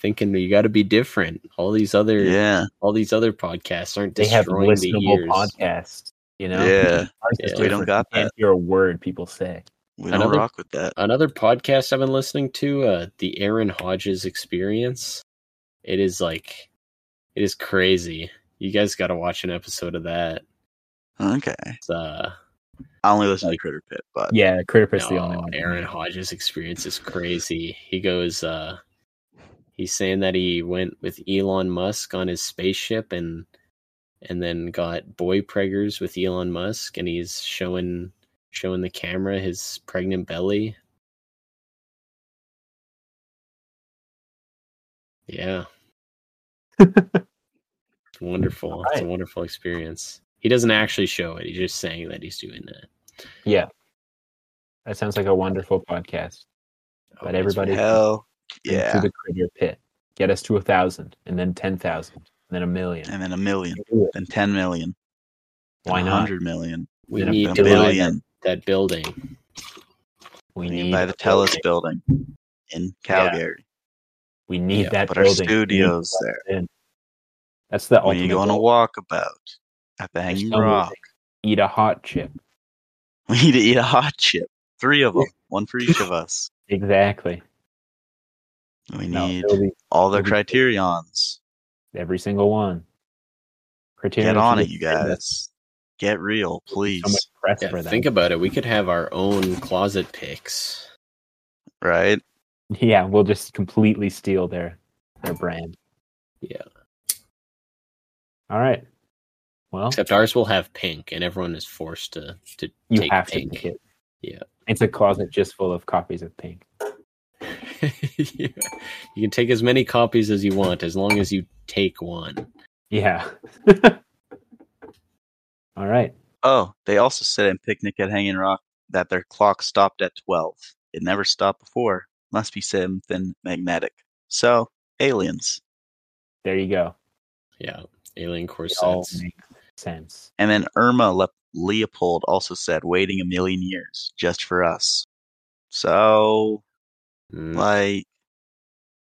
[SPEAKER 3] Thinking that you got to be different. All these other,
[SPEAKER 1] Yeah,
[SPEAKER 3] all these other podcasts aren't
[SPEAKER 2] They have
[SPEAKER 3] destroying the
[SPEAKER 2] listenable
[SPEAKER 3] ears.
[SPEAKER 2] podcasts. You know?
[SPEAKER 1] yeah.
[SPEAKER 2] Ours is
[SPEAKER 3] Yeah.
[SPEAKER 1] We don't
[SPEAKER 2] different.
[SPEAKER 1] got
[SPEAKER 2] You can't hear a word people say.
[SPEAKER 1] We don't
[SPEAKER 3] Another-
[SPEAKER 1] rock with that.
[SPEAKER 3] Another podcast I've been listening to, uh, the Aaron Hodges Experience. It is like, it is crazy. You guys got to watch an episode of that.
[SPEAKER 1] Okay,
[SPEAKER 3] It's, uh,
[SPEAKER 1] I only listen to
[SPEAKER 3] Like-
[SPEAKER 1] Critter Pit, but
[SPEAKER 2] Yeah, Critter Pit's the
[SPEAKER 3] No,
[SPEAKER 2] only one.
[SPEAKER 3] Aaron Hodges' experience is crazy. He goes, uh, he's saying that he went with Elon Musk on his spaceship and and then got boy preggers with Elon Musk, and he's showing showing the camera his pregnant belly. Yeah. it's wonderful. It's a
[SPEAKER 2] Alright.
[SPEAKER 3] wonderful experience. He doesn't actually show it. He's just saying that he's doing that.
[SPEAKER 2] That sounds like a wonderful podcast. But
[SPEAKER 3] it's
[SPEAKER 2] everybody-
[SPEAKER 1] hell
[SPEAKER 2] Into
[SPEAKER 1] yeah,
[SPEAKER 2] the Critter Pit. Get us to a thousand and then ten thousand and then a million.
[SPEAKER 1] and then a million,
[SPEAKER 2] Do it.
[SPEAKER 1] then ten million,
[SPEAKER 2] Why
[SPEAKER 1] then a
[SPEAKER 2] not?
[SPEAKER 1] hundred million,
[SPEAKER 3] We
[SPEAKER 2] Then a
[SPEAKER 3] need
[SPEAKER 1] then
[SPEAKER 3] to
[SPEAKER 1] a
[SPEAKER 3] buy that-
[SPEAKER 1] billion.
[SPEAKER 3] that building.
[SPEAKER 2] We
[SPEAKER 1] We
[SPEAKER 2] need
[SPEAKER 1] by the
[SPEAKER 2] a building.
[SPEAKER 1] Telus building in
[SPEAKER 2] Yeah.
[SPEAKER 1] Calgary.
[SPEAKER 2] We need
[SPEAKER 3] Yeah,
[SPEAKER 2] that
[SPEAKER 1] Put our
[SPEAKER 2] building. We need
[SPEAKER 1] studios
[SPEAKER 2] to
[SPEAKER 1] there.
[SPEAKER 2] let it in. That's the
[SPEAKER 1] When
[SPEAKER 2] ultimate.
[SPEAKER 1] you go on a
[SPEAKER 2] goal.
[SPEAKER 1] walkabout at the
[SPEAKER 2] There's
[SPEAKER 1] Hanging
[SPEAKER 2] no
[SPEAKER 1] Rock,
[SPEAKER 2] music. Eat a hot chip.
[SPEAKER 1] we need to eat a hot chip. three of them, one for each of us.
[SPEAKER 2] Exactly.
[SPEAKER 1] We
[SPEAKER 2] No,
[SPEAKER 1] need
[SPEAKER 2] it'll be
[SPEAKER 1] all the
[SPEAKER 2] it'll be-
[SPEAKER 1] criterions.
[SPEAKER 2] every single one. Criterion
[SPEAKER 1] Get on
[SPEAKER 2] should
[SPEAKER 1] it,
[SPEAKER 2] be
[SPEAKER 1] you
[SPEAKER 2] famous.
[SPEAKER 1] guys. Get real, please.
[SPEAKER 2] So much press
[SPEAKER 3] Yeah,
[SPEAKER 2] for that.
[SPEAKER 3] think about it. We could have our own closet picks.
[SPEAKER 1] Right?
[SPEAKER 2] yeah, we'll just completely steal their their brand.
[SPEAKER 3] Yeah.
[SPEAKER 2] All right. Well,
[SPEAKER 3] Except ours will have pink, and everyone is forced to to
[SPEAKER 2] you
[SPEAKER 3] take
[SPEAKER 2] have
[SPEAKER 3] pink.
[SPEAKER 2] to pick it.
[SPEAKER 3] Yeah.
[SPEAKER 2] It's a closet just full of copies of Pink.
[SPEAKER 3] Yeah. You can take as many copies as you want, as long as you take one.
[SPEAKER 2] Yeah. All right.
[SPEAKER 1] Oh, they also said in Picnic at Hanging Rock that their clock stopped at 12. It never stopped before. Must be something magnetic. So, aliens.
[SPEAKER 2] There you go.
[SPEAKER 3] Yeah, alien
[SPEAKER 2] It all
[SPEAKER 3] corsets.
[SPEAKER 2] makes sense.
[SPEAKER 1] And then Irma Le- Leopold also said, waiting a million years just for us. So,
[SPEAKER 3] Mm.
[SPEAKER 1] like,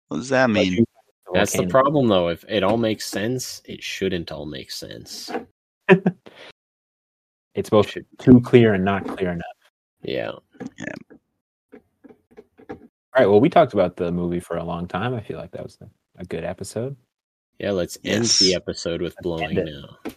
[SPEAKER 1] what does that mean?
[SPEAKER 3] That's the
[SPEAKER 2] Volcano.
[SPEAKER 3] problem, though. If it all makes sense, it shouldn't all make sense.
[SPEAKER 2] It's both
[SPEAKER 3] Should-
[SPEAKER 2] too clear and not clear enough.
[SPEAKER 3] Yeah,
[SPEAKER 2] All right. Well, we talked about the movie for a long time. I feel like that was a, a good episode.
[SPEAKER 3] yeah. Let's end
[SPEAKER 1] Yes.
[SPEAKER 3] the episode with blowing
[SPEAKER 2] End
[SPEAKER 3] now.